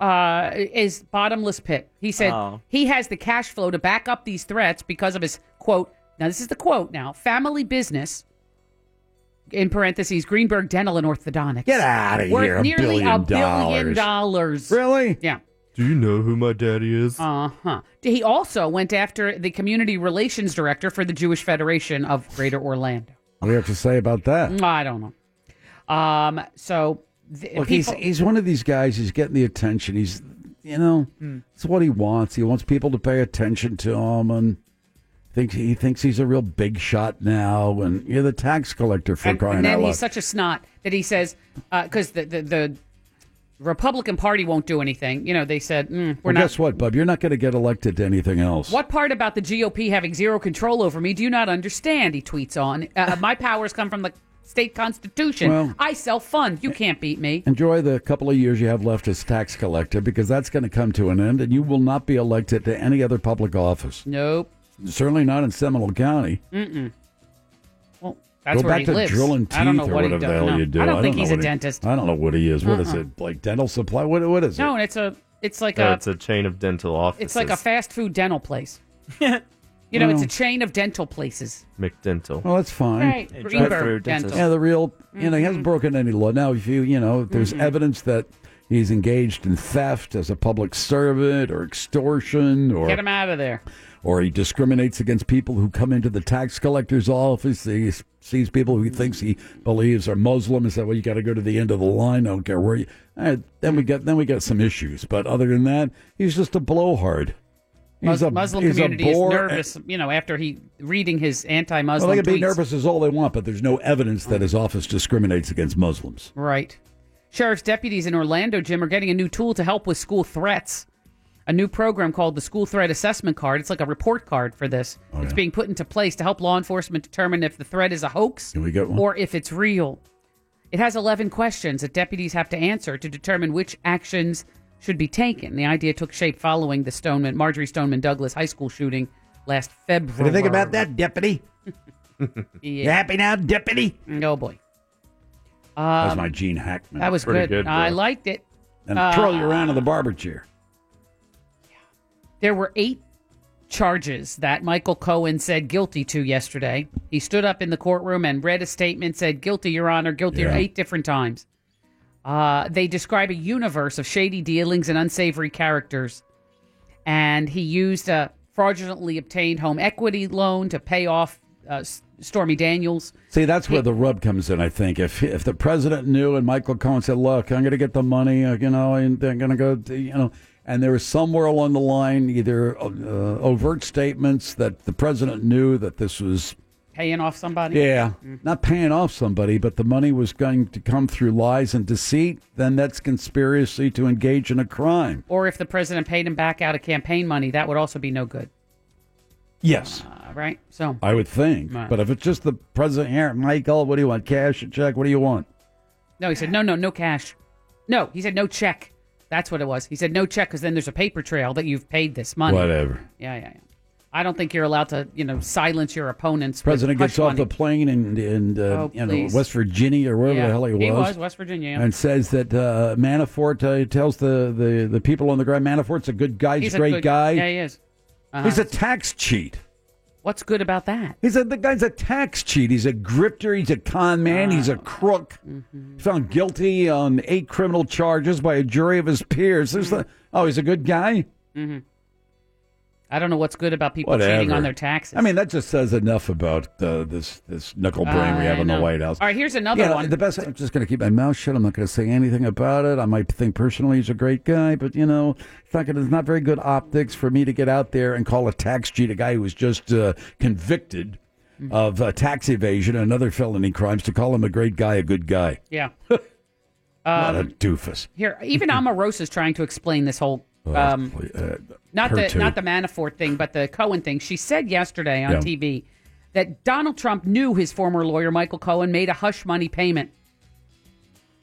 Speaker 6: uh, is bottomless pit. He said
Speaker 9: Oh.
Speaker 6: he has the cash flow to back up these threats because of his quote. Now this is the quote. Now family business. In parentheses, Greenberg Dental and Orthodontics.
Speaker 5: Get outta
Speaker 6: Worth
Speaker 5: here, a
Speaker 6: nearly
Speaker 5: billion
Speaker 6: a billion dollars.
Speaker 5: Really?
Speaker 6: Yeah.
Speaker 7: Do you know who my daddy is?
Speaker 6: Uh
Speaker 5: Uh-huh.
Speaker 6: huh. He also went after the community relations director for the Jewish Federation of Greater Orlando. Mm,
Speaker 5: What do you have to say about that?
Speaker 6: I don't know. Um. So th-
Speaker 5: Look, he's
Speaker 6: people,
Speaker 5: he's one of these guys. He's getting the attention. He's you know,
Speaker 6: Mm.
Speaker 5: it's what he wants. He wants people to pay attention to him, and thinks he thinks he's a real big shot now. And you're the tax collector for
Speaker 6: and,
Speaker 5: crying
Speaker 6: and then
Speaker 5: out loud.
Speaker 6: he's such a snot that he says, because the, the the Republican Party won't do anything. You know, they said mm, we're
Speaker 5: well,
Speaker 6: not.
Speaker 5: guess what, Bub? You're not going to get elected to anything else.
Speaker 6: What part about the GOP having zero control over me do you not understand? He tweets on. Uh, my powers come from the state constitution.
Speaker 5: Well-
Speaker 6: I self fund. You can't beat me.
Speaker 5: Enjoy the couple of years you have left as tax collector because that's going to come to an end, and you will not be elected to any other public office.
Speaker 6: Nope.
Speaker 5: Certainly not in Seminole County.
Speaker 6: Mm-mm. Well, that's
Speaker 5: Go
Speaker 6: where
Speaker 5: back
Speaker 6: he
Speaker 5: to
Speaker 6: lives.
Speaker 5: drilling teeth
Speaker 6: I don't know
Speaker 5: or
Speaker 6: what he
Speaker 5: whatever the
Speaker 6: does.
Speaker 5: hell
Speaker 6: No.
Speaker 5: you do.
Speaker 6: I don't think
Speaker 5: know
Speaker 6: he's a
Speaker 5: what he-
Speaker 6: dentist.
Speaker 5: I don't know what he is. What is
Speaker 6: Uh-uh.
Speaker 5: it? Like dental supply? What, what is it?
Speaker 6: No, and it's a it's like
Speaker 7: No,
Speaker 6: a
Speaker 7: it's a chain of dental offices.
Speaker 6: it's like a fast food dental place. You know,
Speaker 5: Well.
Speaker 6: it's a chain of dental places.
Speaker 7: McDental.
Speaker 5: Well, that's fine.
Speaker 6: Right. Hey, Greenberg drive-through dentist. dental. Mm-hmm.
Speaker 5: Yeah, the real, you know, he hasn't broken any law. Now, if you, you know, if there's
Speaker 6: Mhm.
Speaker 5: evidence that he's engaged in theft as a public servant or extortion or
Speaker 6: Get him out of there.
Speaker 5: or he discriminates against people who come into the tax collector's office. He s- sees people who he thinks he believes are Muslim and said, "Well, you got to go to the end of the line. I don't care where you." All right, then we get then we get some issues. But other than that, he's just a blowhard. He's
Speaker 6: Mus-
Speaker 5: a
Speaker 6: Muslim
Speaker 5: he's a
Speaker 6: community is
Speaker 5: bore-
Speaker 6: nervous, you know, after he reading his anti-Muslim
Speaker 5: Well, they can be
Speaker 6: tweets.
Speaker 5: nervous as all they want, but there's no evidence that his office discriminates against Muslims.
Speaker 6: Right. Sheriff's deputies in Orlando, Jim, are getting a new tool to help with school threats. A new program called the School Threat Assessment Card. It's like a report card for this.
Speaker 5: Oh,
Speaker 6: It's being put into place to help law enforcement determine if the threat is a hoax
Speaker 5: Can we get one?
Speaker 6: or if it's real. It has 11 questions that deputies have to answer to determine which actions should be taken. The idea took shape following the Stoneman, Marjorie Stoneman Douglas High School shooting last February.
Speaker 9: Anything about that, deputy? You happy now, deputy?
Speaker 6: No, Oh, boy. Um,
Speaker 5: That's my Gene Hackman.
Speaker 6: That was good. I liked it.
Speaker 5: And
Speaker 6: Uh,
Speaker 5: twirl you around in the barber chair.
Speaker 6: There were eight charges that Michael Cohen said guilty to yesterday. He stood up in the courtroom and read a statement, said, Guilty, Your Honor, guilty,
Speaker 10: Yeah.
Speaker 6: eight different times. Uh, they describe a universe of shady dealings and unsavory characters. And he used a fraudulently obtained home equity loan to pay off uh, S- Stormy Daniels.
Speaker 5: See, that's where the rub comes in. I think if if the president knew and Michael Cohen said, "Look, I'm going to get the money," uh, you know, and they're going to go, to, you know, and there was somewhere along the line either uh, overt statements that the president knew that this was,
Speaker 6: Paying off somebody?
Speaker 5: yeah, not paying off somebody, but the money was going to come through lies and deceit. Then that's conspiracy to engage in a crime.
Speaker 6: Or if the president paid him back out of campaign money, that would also be no good,
Speaker 5: Yes.
Speaker 6: uh, right? So
Speaker 5: I would think,
Speaker 6: Right.
Speaker 5: but if it's just the president here, Michael, what do you want? Cash, a check? What do you want?
Speaker 6: No, he said, no, no, no cash. No, he said, no check. That's what it was. He said, no check because then there's a paper trail that you've paid this money.
Speaker 5: Whatever.
Speaker 6: Yeah, yeah, yeah. I don't think you're allowed to, you know, silence your opponents. with
Speaker 5: president
Speaker 6: hush
Speaker 5: gets off
Speaker 6: money.
Speaker 5: the plane in in uh,
Speaker 6: Oh,
Speaker 5: you know,
Speaker 6: please.
Speaker 5: West Virginia or wherever
Speaker 6: Yeah,
Speaker 5: the hell he was.
Speaker 6: he was, West Virginia, yeah.
Speaker 5: and says that uh, Manafort uh, tells the, the the people on the ground Manafort's a good guy, he's, a great
Speaker 6: good-
Speaker 5: guy.
Speaker 6: Yeah, he is. Uh-huh.
Speaker 5: He's a tax cheat.
Speaker 6: What's good about that?
Speaker 5: He's a, the guy's a tax cheat. He's a grifter. He's a con man. he's a crook. Found guilty on eight criminal charges by a jury of his peers. There's the, oh, he's a good guy.
Speaker 6: hmm I don't know what's good about people
Speaker 5: Whatever.
Speaker 6: cheating on their taxes.
Speaker 5: I mean, that just says enough about uh, this this knuckle brain we have
Speaker 6: I
Speaker 5: in the
Speaker 6: know.
Speaker 5: White House.
Speaker 6: All right, here's another
Speaker 5: Yeah,
Speaker 6: one.
Speaker 5: The best. I'm just going to keep my mouth shut. I'm not going to say anything about it. I might think personally he's a great guy, but you know, it's not, gonna, it's not very good optics for me to get out there and call a tax cheat a guy who was just uh, convicted
Speaker 6: Mm-hmm.
Speaker 5: of uh, tax evasion and other felony crimes to call him a great guy, a good guy.
Speaker 6: yeah.
Speaker 5: What a
Speaker 6: um,
Speaker 5: doofus.
Speaker 6: here, even Omarosa is trying to explain this whole
Speaker 5: Oh,
Speaker 6: um,
Speaker 5: uh,
Speaker 6: not
Speaker 5: her
Speaker 6: the
Speaker 5: too.
Speaker 6: not the Manafort thing, but the Cohen thing. She said yesterday on
Speaker 5: Yeah.
Speaker 6: TV that Donald Trump knew his former lawyer Michael Cohen made a hush money payment,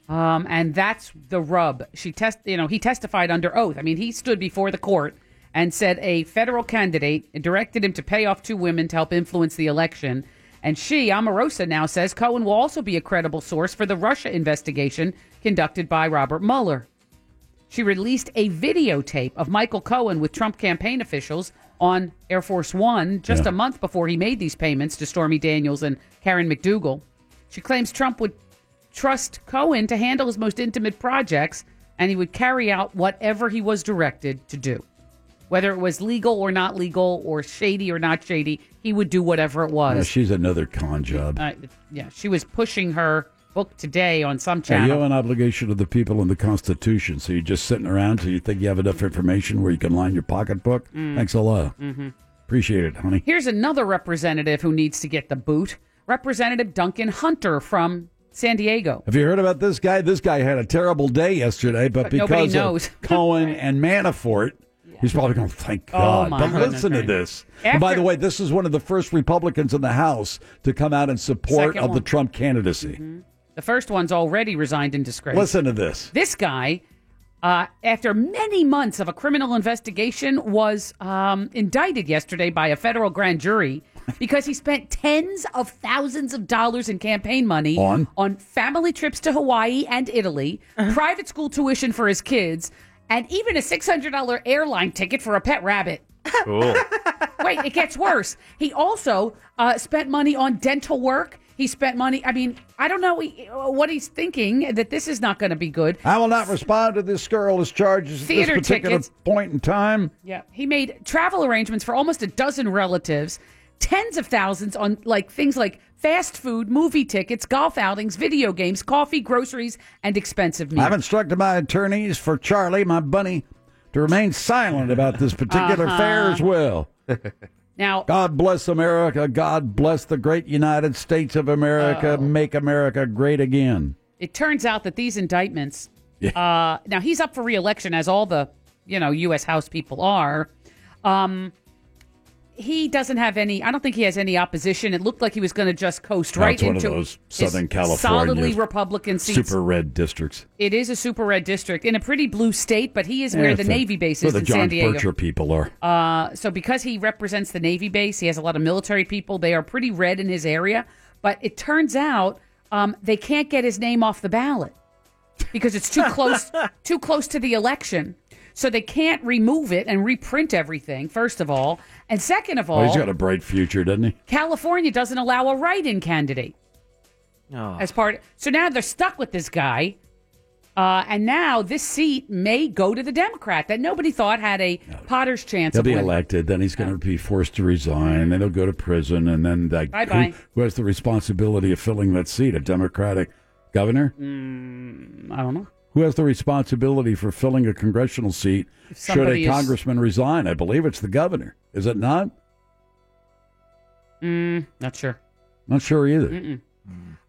Speaker 6: um, and that's the rub. She test, you know, he testified under oath. I mean, he stood before the court and said a federal candidate directed him to pay off two women to help influence the election. And she, Omarosa, now says Cohen will also be a credible source for the Russia investigation conducted by Robert Mueller. She released a videotape of Michael Cohen with Trump campaign officials on Air Force One just
Speaker 11: Yeah.
Speaker 6: a month before he made these payments to Stormy Daniels and Karen McDougal. She claims Trump would trust Cohen to handle his most intimate projects and he would carry out whatever he was directed to do. Whether it was legal or not legal or shady or not shady, he would do whatever it
Speaker 5: Yeah,
Speaker 6: was.
Speaker 5: she's another con job.
Speaker 6: Uh, yeah, she was pushing her book today on some
Speaker 5: Yeah, you
Speaker 6: channel.
Speaker 5: have an obligation to the people and the Constitution, so you're just sitting around till you think you have enough information where you can line your pocketbook.
Speaker 6: Mm.
Speaker 5: Thanks a lot.
Speaker 6: Mhm.
Speaker 5: Appreciate it, honey.
Speaker 6: Here's another representative who needs to get the boot Representative Duncan Hunter from San Diego.
Speaker 5: Have you heard about this guy? This guy had a terrible day yesterday, but,
Speaker 6: But nobody
Speaker 5: because
Speaker 6: knows.
Speaker 5: of Cohen and Manafort, he's probably going, thank
Speaker 6: Oh,
Speaker 5: God.
Speaker 6: my
Speaker 5: but
Speaker 6: goodness
Speaker 5: listen to this. and by
Speaker 6: After-
Speaker 5: the way, this is one of the first Republicans in the House to come out in support
Speaker 6: Second
Speaker 5: of the
Speaker 6: one. Mm-hmm.
Speaker 5: Trump candidacy.
Speaker 6: The first one's already resigned in disgrace.
Speaker 5: Listen to this.
Speaker 6: This guy, uh, after many months of a criminal investigation, was um, indicted yesterday by a federal grand jury because he spent tens of thousands of dollars in campaign money
Speaker 13: On?
Speaker 6: family trips to Hawaii and Italy, private school tuition for his kids, and even a $600 airline ticket for a pet rabbit.
Speaker 7: Cool.
Speaker 6: Wait, it gets worse. He also uh, spent money on dental work. He spent money. I mean, I don't know he- uh, what he's thinking that this is not going to be good.
Speaker 5: I will not respond to this scurrilous charges at
Speaker 6: Theater
Speaker 5: this particular
Speaker 6: tickets.
Speaker 5: point in time.
Speaker 6: Yeah, he made travel arrangements for almost a dozen relatives, tens of thousands on like things like fast food, movie tickets, golf outings, video games, coffee, groceries, and expensive meals.
Speaker 5: I've instructed my attorneys for Charlie, my bunny, to remain silent about this particular
Speaker 6: Uh-huh.
Speaker 5: affair as well.
Speaker 6: Now,
Speaker 5: God bless America. God bless the great United States of America. Make America great again.
Speaker 6: It turns out that these indictments. Uh, now he's up for reelection, as all the you know U.S. House people are. Um, he doesn't have any. I don't think he has any opposition. It looked like he was going to just coast
Speaker 5: Now
Speaker 6: right
Speaker 5: it's
Speaker 6: into
Speaker 5: one of those Southern
Speaker 6: his
Speaker 5: California
Speaker 6: solidly Republican seats.
Speaker 5: Super red districts.
Speaker 6: It is a super red district in a pretty blue state, but he is where
Speaker 5: Yeah,
Speaker 6: the
Speaker 5: it's a-
Speaker 6: Navy base
Speaker 5: where
Speaker 6: is
Speaker 5: the
Speaker 6: in
Speaker 5: John
Speaker 6: San Diego.
Speaker 5: Bircher people are.
Speaker 6: Uh, so because he represents the Navy base, he has a lot of military people. They are pretty red in his area, but it turns out um, they can't get his name off the ballot because it's too close, too close to the election. So they can't remove it and reprint everything. First of all, and second of all,
Speaker 5: Oh, he's got a bright future, doesn't he?
Speaker 6: California doesn't allow a write-in candidate
Speaker 5: Ah.
Speaker 6: as part. So now they're stuck with this guy, uh, and now this seat may go to the Democrat that nobody thought had a Potter's chance.
Speaker 5: He'll
Speaker 6: of
Speaker 5: be
Speaker 6: winning.
Speaker 5: elected, then he's going to be forced to resign, and then he'll go to prison, and then like,
Speaker 6: Bye-bye.
Speaker 5: Who, who has the responsibility of filling that seat? A Democratic governor?
Speaker 6: Mm, I don't know.
Speaker 5: Who has the responsibility for filling a congressional seat should
Speaker 6: somebody
Speaker 5: a
Speaker 6: is-
Speaker 5: congressman resign? I believe it's the governor. Is it not?
Speaker 6: Mm, not sure.
Speaker 5: Not sure either.
Speaker 6: Mm-mm.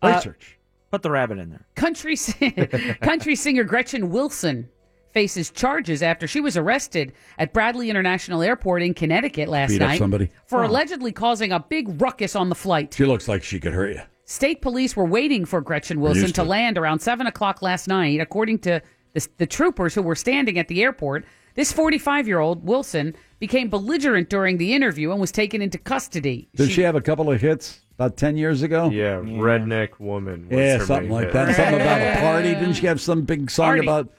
Speaker 6: Uh,
Speaker 5: Research.
Speaker 8: Put the rabbit in there.
Speaker 6: Country sing- country singer Gretchen Wilson faces charges after she was arrested at Bradley International Airport in Connecticut last
Speaker 5: Beat up
Speaker 6: night
Speaker 5: somebody.
Speaker 6: for allegedly causing a big ruckus on the flight.
Speaker 5: She looks like she could hurt you.
Speaker 6: State police were waiting for Gretchen Wilson
Speaker 5: Used
Speaker 6: to land around 7 o'clock last night, according to the, the troopers who were standing at the airport. This 45 year old Wilson became belligerent during the interview and was taken into custody.
Speaker 5: Did she, have a couple of hits about 10 years ago?
Speaker 7: Yeah, redneck woman. Was
Speaker 5: Yeah,
Speaker 7: her
Speaker 5: something
Speaker 7: main
Speaker 5: like
Speaker 7: hit.
Speaker 5: that. Something about a party. Didn't she have some big song
Speaker 7: Party.
Speaker 5: about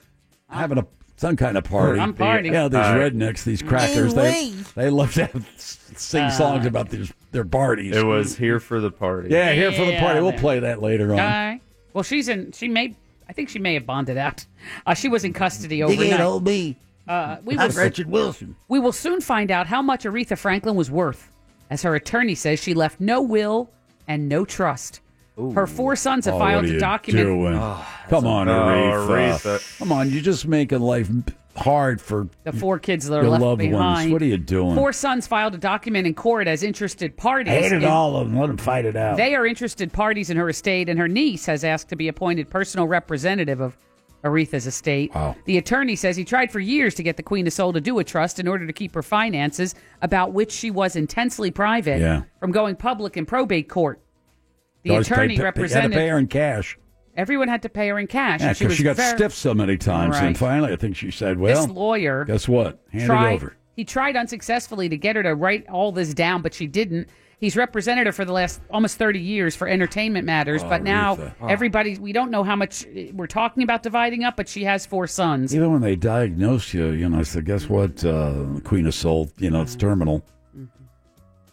Speaker 5: having a some kind of party?
Speaker 7: I'm partying.
Speaker 5: Yeah, these
Speaker 7: All right.
Speaker 5: rednecks, these crackers, they
Speaker 7: Ooh-wee.
Speaker 5: they love to have, sing
Speaker 7: Uh,
Speaker 5: songs about these their parties.
Speaker 7: It was here for the party.
Speaker 5: Yeah, here for the
Speaker 6: Yeah,
Speaker 5: party. We'll
Speaker 6: man.
Speaker 5: play that later on.
Speaker 6: Okay. Well, she's in. She may. I think she may have bonded out. Uh, she was in custody overnight.
Speaker 5: old me.
Speaker 6: Uh, we
Speaker 5: I'm
Speaker 6: will,
Speaker 5: Gretchen Wilson.
Speaker 6: We will soon find out how much Aretha Franklin was worth, as her attorney says she left no will and no trust. Her four sons have
Speaker 5: Oh, what
Speaker 6: filed
Speaker 5: are
Speaker 6: a
Speaker 5: you
Speaker 6: document. Ah.
Speaker 5: doing? Come on,
Speaker 7: Oh,
Speaker 5: Aretha.
Speaker 7: Aretha.
Speaker 5: Come on, you're just making life hard for
Speaker 6: The four kids that are
Speaker 5: your
Speaker 6: left
Speaker 5: loved ones.
Speaker 6: behind.
Speaker 5: What are you doing?
Speaker 6: Four sons filed a document in court as interested parties.
Speaker 5: Hated
Speaker 6: in-
Speaker 5: all of them. Let them fight it out.
Speaker 6: They are interested parties in her estate, and her niece has asked to be appointed personal representative of Aretha's estate. The attorney says he tried for years to get the Queen of Soul to do a trust in order to keep her finances, about which she was intensely private,
Speaker 5: Yeah.
Speaker 6: from going public in probate court. The
Speaker 5: Always
Speaker 6: attorney
Speaker 5: pay- pay-
Speaker 6: represented
Speaker 5: Had to pay her in cash.
Speaker 6: everyone had to pay her in cash.
Speaker 5: Yeah,
Speaker 6: and
Speaker 5: because
Speaker 6: was
Speaker 5: she got
Speaker 6: very-
Speaker 5: stiffed so many times,
Speaker 6: Right.
Speaker 5: and finally, I think she said,
Speaker 6: This
Speaker 5: "Well,
Speaker 6: lawyer
Speaker 5: guess what? Hand
Speaker 6: tried,
Speaker 5: it over."
Speaker 6: He tried unsuccessfully to get her to write all this down, but she didn't. He's represented her for the last almost 30 years for entertainment matters, but now
Speaker 5: Aretha. Oh.
Speaker 6: everybody, we don't know how much we're talking about dividing up, but she has four sons.
Speaker 5: Even when they diagnosed you, you know, I said, "Guess what? Uh, Queen of Soul, you know, it's terminal.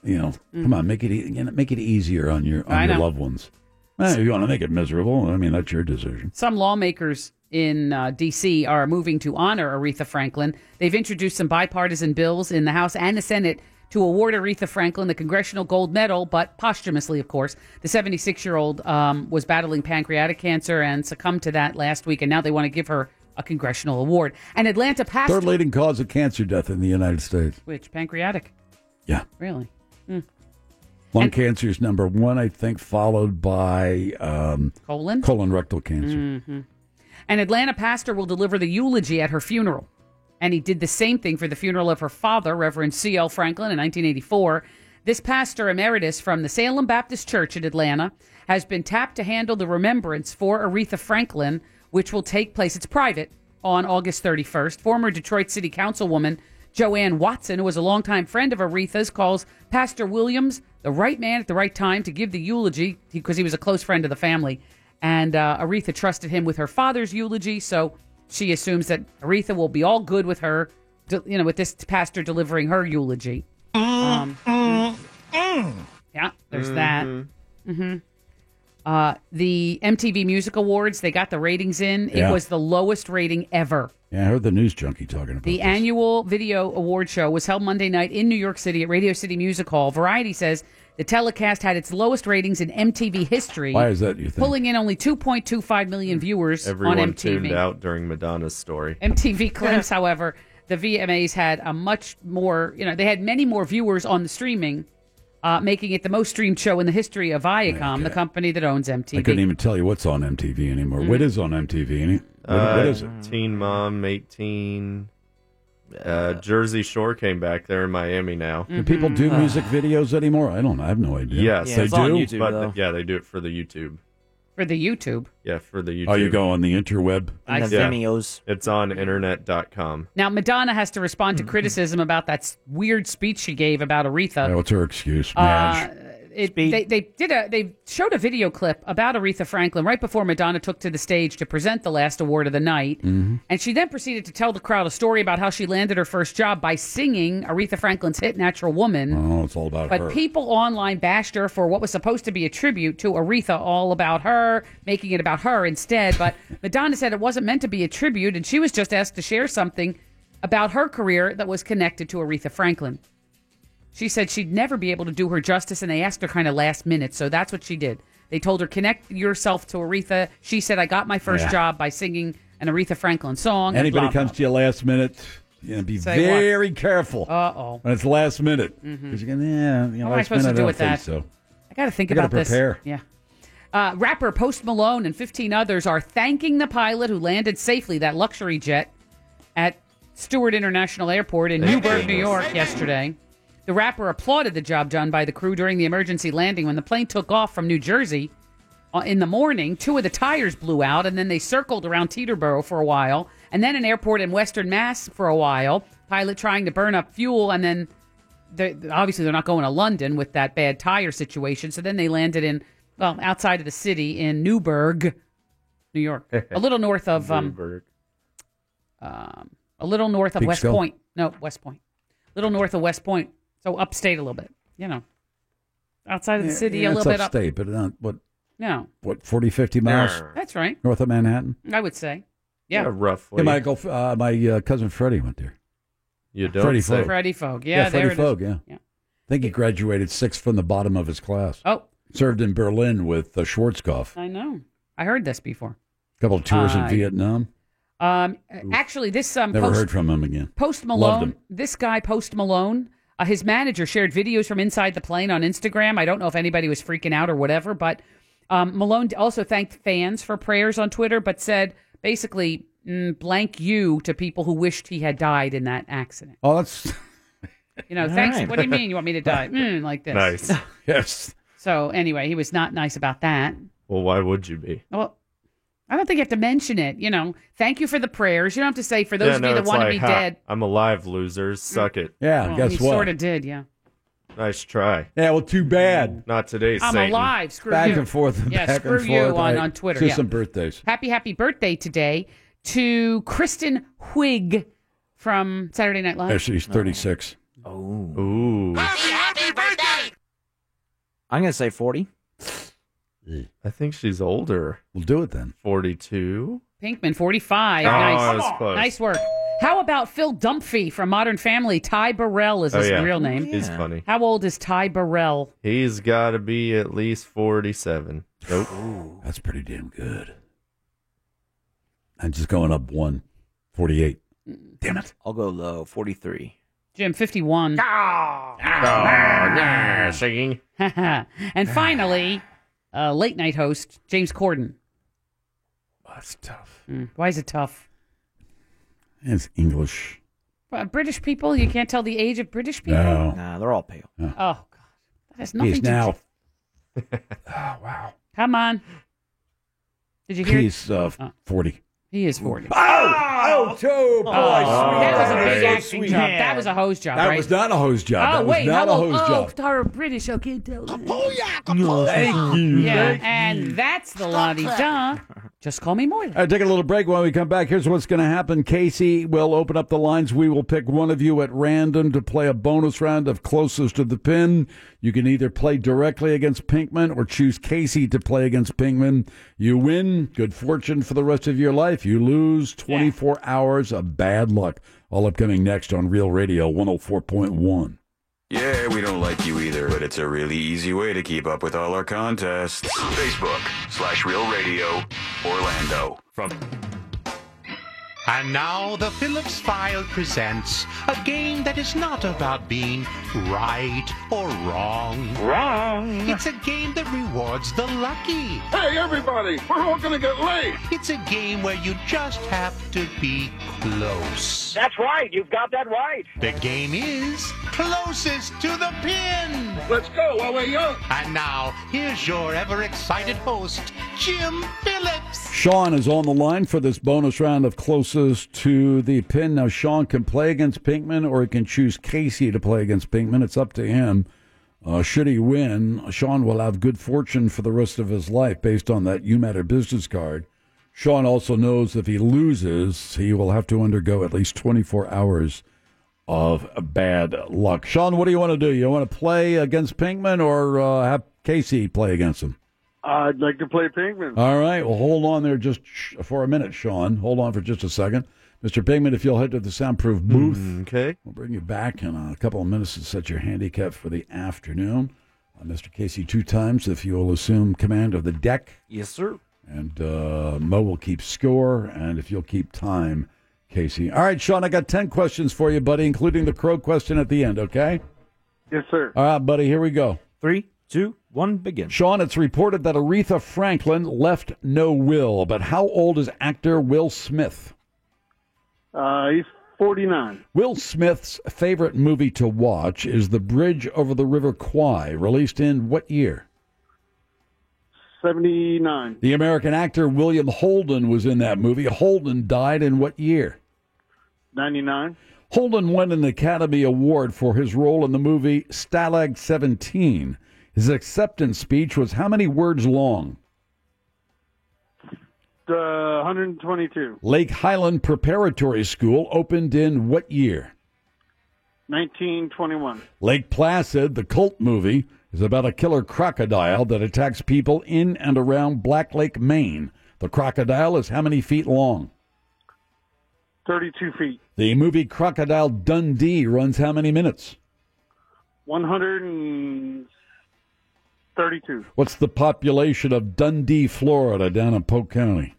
Speaker 5: You know, come on, make it e- you know, make it easier on your
Speaker 6: Mm-hmm. I
Speaker 5: on your
Speaker 6: know.
Speaker 5: loved ones. Eh, you want to make it miserable? I mean, that's your decision."
Speaker 6: Some lawmakers in uh, D.C. are moving to honor Aretha Franklin. They've introduced some bipartisan bills in the House and the Senate to award Aretha Franklin the Congressional Gold Medal, but posthumously, of course. The 76 year old um, was battling pancreatic cancer and succumbed to that last week, and now they want to give her a congressional award. And Atlanta passed.
Speaker 5: Third leading cause of cancer death in the United States.
Speaker 6: Which? Pancreatic?
Speaker 5: Yeah.
Speaker 6: Really? Hmm.
Speaker 5: Lung cancer is number one, I think, followed by um,
Speaker 6: Colon?
Speaker 5: colon rectal cancer.
Speaker 6: hmm An Atlanta pastor will deliver the eulogy at her funeral. And he did the same thing for the funeral of her father, Reverend C.L. Franklin, in 1984. This pastor emeritus from the Salem Baptist Church in Atlanta has been tapped to handle the remembrance for Aretha Franklin, which will take place, it's private, on August 31st. Former Detroit City Councilwoman Joanne Watson, who was a longtime friend of Aretha's, calls Pastor Williams the right man at the right time to give the eulogy because he was a close friend of the family. And uh, Aretha trusted him with her father's eulogy, so she assumes that Aretha will be all good with her, de- you know, with this pastor delivering her eulogy. Um, mm-hmm. Yeah, there's
Speaker 7: Mm-hmm.
Speaker 4: Mhm.
Speaker 6: that. hmm Uh, the MTV Music Awards, they got the ratings in.
Speaker 5: Yeah.
Speaker 6: It was the lowest rating ever.
Speaker 5: Yeah, I heard the news junkie talking about.
Speaker 6: The annual video award show was held Monday night in New York City at Radio City Music Hall. Variety says the telecast had its lowest ratings in MTV history.
Speaker 7: Why is that, you think?
Speaker 6: Pulling in only 2.25 million viewers
Speaker 7: Everyone
Speaker 6: on MTV.
Speaker 7: tuned out during Madonna's story.
Speaker 6: MTV claims, however, the VMAs had a much more, you know, they had many more viewers on the streaming, uh, making it the most streamed show in the history of Viacom, the company that owns
Speaker 5: I couldn't
Speaker 6: MTV.
Speaker 5: even tell you what's on MTV anymore.
Speaker 6: Mhm.
Speaker 5: What is on MTV? Any? What,
Speaker 7: Uh,
Speaker 5: what is it?
Speaker 7: Teen Mom, 18. Uh, Jersey Shore came back. They're in Miami now.
Speaker 6: mm-hmm.
Speaker 5: Do people do
Speaker 6: Uh.
Speaker 5: music videos anymore? I don't. know. I have no idea.
Speaker 7: Yes,
Speaker 5: they do.
Speaker 7: but yeah, they do it for the YouTube.
Speaker 6: For the YouTube.
Speaker 7: Yeah, for the YouTube.
Speaker 5: Oh, you go on the interweb.
Speaker 6: I And the see.
Speaker 7: Vimeos. It's on internet.com.
Speaker 6: Now, Madonna has to respond to
Speaker 5: Mm-hmm.
Speaker 6: criticism about that s- weird speech she gave about Aretha.
Speaker 5: Yeah, what's her excuse?
Speaker 6: Uh,
Speaker 5: Madge.
Speaker 6: it, they, they did a they showed a video clip about Aretha Franklin right before Madonna took to the stage to present the last award of the night,
Speaker 5: Mm-hmm.
Speaker 4: Mhm.
Speaker 6: and she then proceeded to tell the crowd a story about how she landed her first job by singing Aretha Franklin's hit "Natural Woman."
Speaker 5: oh, it's all about
Speaker 6: But
Speaker 5: her.
Speaker 6: people online bashed her for what was supposed to be a tribute to Aretha, all about her, making it about her instead. But Madonna said it wasn't meant to be a tribute, and she was just asked to share something about her career that was connected to Aretha Franklin. She said she'd never be able to do her justice, and they asked her kind of last minute, so that's what she did. They told her, connect yourself to Aretha. She said, I got my first
Speaker 5: Yeah.
Speaker 6: job by singing an Aretha Franklin song. and
Speaker 5: Anybody
Speaker 6: blah,
Speaker 5: comes to you last minute, you know, be
Speaker 6: Say what?
Speaker 5: very careful.
Speaker 6: Uh oh.
Speaker 5: When it's last minute, because
Speaker 6: Mhm.
Speaker 5: you can, yeah, you
Speaker 6: What am
Speaker 5: know,
Speaker 6: I
Speaker 5: last
Speaker 6: supposed
Speaker 5: minute,
Speaker 6: to do
Speaker 5: I
Speaker 6: with
Speaker 5: don't
Speaker 6: that?
Speaker 5: think so.
Speaker 6: I got to think
Speaker 5: I gotta
Speaker 6: about this.
Speaker 5: prepare.
Speaker 6: Yeah. Uh, rapper Post Malone and 15 others are thanking the pilot who landed safely that luxury jet at Stewart International Airport in
Speaker 4: Thank
Speaker 6: Newburgh,
Speaker 4: you.
Speaker 6: New York, yesterday. The rapper applauded the job done by the crew during the emergency landing when the plane took off from New Jersey. uh, In the morning, two of the tires blew out, and then they circled around Teterboro for a while, and then an airport in Western Mass for a while. Pilot trying to burn up fuel, and then they obviously they're not going to London with that bad tire situation. So then they landed in well outside of the city in Newburgh, New York, a little north of um, um a little north of
Speaker 4: Peekskill?
Speaker 6: West Point. No, West Point, a little north of West Point. So upstate a little bit, you know, outside of the
Speaker 5: Yeah,
Speaker 6: city a
Speaker 5: yeah,
Speaker 6: little
Speaker 5: it's
Speaker 6: bit up.
Speaker 5: upstate, but not what.
Speaker 6: No.
Speaker 5: What 40, 50 miles?
Speaker 6: That's right.
Speaker 5: North of Manhattan.
Speaker 6: I would say, yeah,
Speaker 5: Yeah, my uncle- uh, my uh, cousin Freddie went there.
Speaker 7: You don't
Speaker 5: Freddie
Speaker 7: say.
Speaker 5: Fogg.
Speaker 6: Freddie Fogg. Yeah, there
Speaker 5: Freddie
Speaker 6: it is.
Speaker 5: Fogg. Yeah.
Speaker 6: Yeah.
Speaker 5: I think he graduated sixth from the bottom of his class.
Speaker 6: Oh.
Speaker 5: Served in Berlin with uh, Schwarzkopf.
Speaker 6: I know. I heard this before.
Speaker 5: A couple of tours
Speaker 6: Uh,
Speaker 5: in Vietnam.
Speaker 6: Um, actually, this um,
Speaker 5: Never
Speaker 6: post-
Speaker 5: heard from him again.
Speaker 6: Post
Speaker 5: Loved
Speaker 6: Malone,
Speaker 5: him.
Speaker 6: this guy, Post Malone, uh, his manager shared videos from inside the plane on Instagram. I don't know if anybody was freaking out or whatever, but um, Malone also thanked fans for prayers on Twitter, but said basically mm, blank you to people who wished he had died in that accident.
Speaker 5: Oh, that's
Speaker 6: You know,
Speaker 5: All
Speaker 6: thanks.
Speaker 5: right.
Speaker 6: What do you mean? You want me to die? Mm, like this.
Speaker 7: Nice.
Speaker 5: yes.
Speaker 6: So anyway, he was not nice about that.
Speaker 7: Well, why would you be?
Speaker 6: Well, I don't think you have to mention it. You know, thank you for the prayers. You don't have to say for those
Speaker 7: Yeah,
Speaker 6: of
Speaker 7: no,
Speaker 6: you that
Speaker 7: it's
Speaker 6: want
Speaker 7: like,
Speaker 6: to be
Speaker 7: "Ha,
Speaker 6: dead. Mm. Oh,
Speaker 7: I'm alive, losers. Suck it.
Speaker 6: Well, he sort of did, yeah.
Speaker 7: Nice try.
Speaker 5: Yeah, well, too bad.
Speaker 7: Not today,
Speaker 6: I'm
Speaker 7: Satan.
Speaker 6: alive. Screw
Speaker 5: back
Speaker 6: you.
Speaker 5: and forth. And
Speaker 6: yeah,
Speaker 5: back
Speaker 6: screw
Speaker 5: and
Speaker 6: you
Speaker 5: forth.
Speaker 6: on,
Speaker 5: I-
Speaker 6: on Twitter.
Speaker 5: Just
Speaker 6: yeah.
Speaker 5: some birthdays.
Speaker 6: Happy, happy birthday today to Kristen Wiig from Saturday Night Live. Uh,
Speaker 5: Yeah, she's 36.
Speaker 8: Oh.
Speaker 7: Ooh.
Speaker 8: I'm going to say 40.
Speaker 7: I think she's older.
Speaker 5: We'll do it then.
Speaker 7: 42.
Speaker 6: Pinkman, 45.
Speaker 7: Oh, I
Speaker 6: nice.
Speaker 7: was close.
Speaker 6: Nice work. How about Phil Dumphy from Modern Family? Ty Burrell is
Speaker 7: Oh,
Speaker 6: his
Speaker 7: yeah.
Speaker 6: real name.
Speaker 7: He's Yeah. funny.
Speaker 6: How old is Ty Burrell?
Speaker 7: He's got to be at least 47. Nope.
Speaker 5: That's pretty damn good. I'm just going up one, 48. Damn it.
Speaker 8: I'll go low, 43.
Speaker 6: Jim, 51.
Speaker 5: Oh,
Speaker 7: singing.
Speaker 6: and finally, uh, late night host, James Corden. Hmm,
Speaker 5: That's tough.
Speaker 6: Why is it tough?
Speaker 5: It's English.
Speaker 6: Uh, British people, you can't tell the age of British people?
Speaker 5: No.
Speaker 8: Nah, they're all pale.
Speaker 6: Oh, God. That has nothing
Speaker 5: He's
Speaker 6: to
Speaker 5: now,
Speaker 6: Come on. Did you hear? Oh.
Speaker 5: he's uh, 40.
Speaker 6: He is 40.
Speaker 5: Oh, oh, two boys.
Speaker 6: that was a
Speaker 5: sweetheart.
Speaker 6: big
Speaker 5: So
Speaker 6: acting
Speaker 5: sweet.
Speaker 6: job. That was a hose job,
Speaker 5: That
Speaker 6: right?
Speaker 5: was not a hose job.
Speaker 6: Oh,
Speaker 5: that was
Speaker 6: wait,
Speaker 5: not
Speaker 6: how
Speaker 5: a hose
Speaker 6: old?
Speaker 5: job.
Speaker 6: Oh, are British. I can't tell.
Speaker 5: Thank you.
Speaker 6: Yeah,
Speaker 5: Thank
Speaker 6: and that's the
Speaker 5: Star
Speaker 6: la di da. Just call me Moira.
Speaker 5: All right, take a little break when we come back. Here's what's going to happen. Casey will open up the lines. We will pick one of you at random to play a bonus round of closest to the pin. You can either play directly against Pinkman or choose Casey to play against Pinkman. You win, good fortune for the rest of your life. You lose, 24 hours of bad luck. All upcoming next on Real Radio 104.1.
Speaker 10: Yeah, we don't like you either, but it's a really easy way to keep up with all our contests. Facebook slash Real Radio Orlando. From
Speaker 11: And now the Phillips File presents a game that is not about being right or wrong. Wrong. It's a game that rewards the lucky. Hey, everybody, we're all gonna get late. It's a game where you just have to be close. That's right. You've got that right. The game is closest to the pin. Let's go while we're young. And now here's your ever-excited host, Jim Phillips.
Speaker 5: Sean is on the line for this bonus round of closest to the pin. Now, Sean can play against Pinkman or he can choose Casey to play against Pinkman. It's up to him. Uh, should he win, Sean will have good fortune for the rest of his life based on that You Matter business card. Sean also knows if he loses, he will have to undergo at least 24 hours of bad luck. Sean, what do you want to do? You want to play against Pinkman or uh, have Casey play against him?
Speaker 13: I'd like to play Pinkman.
Speaker 5: All right. Well, hold on there just sh- for a minute, Sean. Hold on for just a second. Mr. Pigman, if you'll head to the soundproof booth, okay. we'll bring you back in a couple of minutes to set your handicap for the afternoon. Uh, Mr. Casey, two times if you'll assume command of the deck.
Speaker 8: Yes, sir.
Speaker 5: And uh, Mo will keep score, and if you'll keep time, Casey. All right, Sean, I got 10 questions for you, buddy, including the crow question at the end, okay?
Speaker 13: Yes, sir.
Speaker 5: All right, buddy, here we go.
Speaker 8: Three, two, one, begin.
Speaker 5: Sean, it's reported that Aretha Franklin left no will, but how old is actor Will Smith?
Speaker 13: Uh, he's 49.
Speaker 5: Will Smith's favorite movie to watch is The Bridge Over the River Kwai, released in what year?
Speaker 13: 79.
Speaker 5: The American actor William Holden was in that movie. Holden died in what year?
Speaker 13: 99.
Speaker 5: Holden won an Academy Award for his role in the movie Stalag 17. His acceptance speech was how many words long?
Speaker 13: Uh, 122.
Speaker 5: Lake Highland Preparatory School opened in what year?
Speaker 13: 1921.
Speaker 5: Lake Placid, the cult movie, is about a killer crocodile that attacks people in and around Black Lake, Maine. The crocodile is how many feet long?
Speaker 13: 32 feet.
Speaker 5: The movie Crocodile Dundee runs how many minutes?
Speaker 13: 132.
Speaker 5: What's the population of Dundee, Florida, down in Polk County?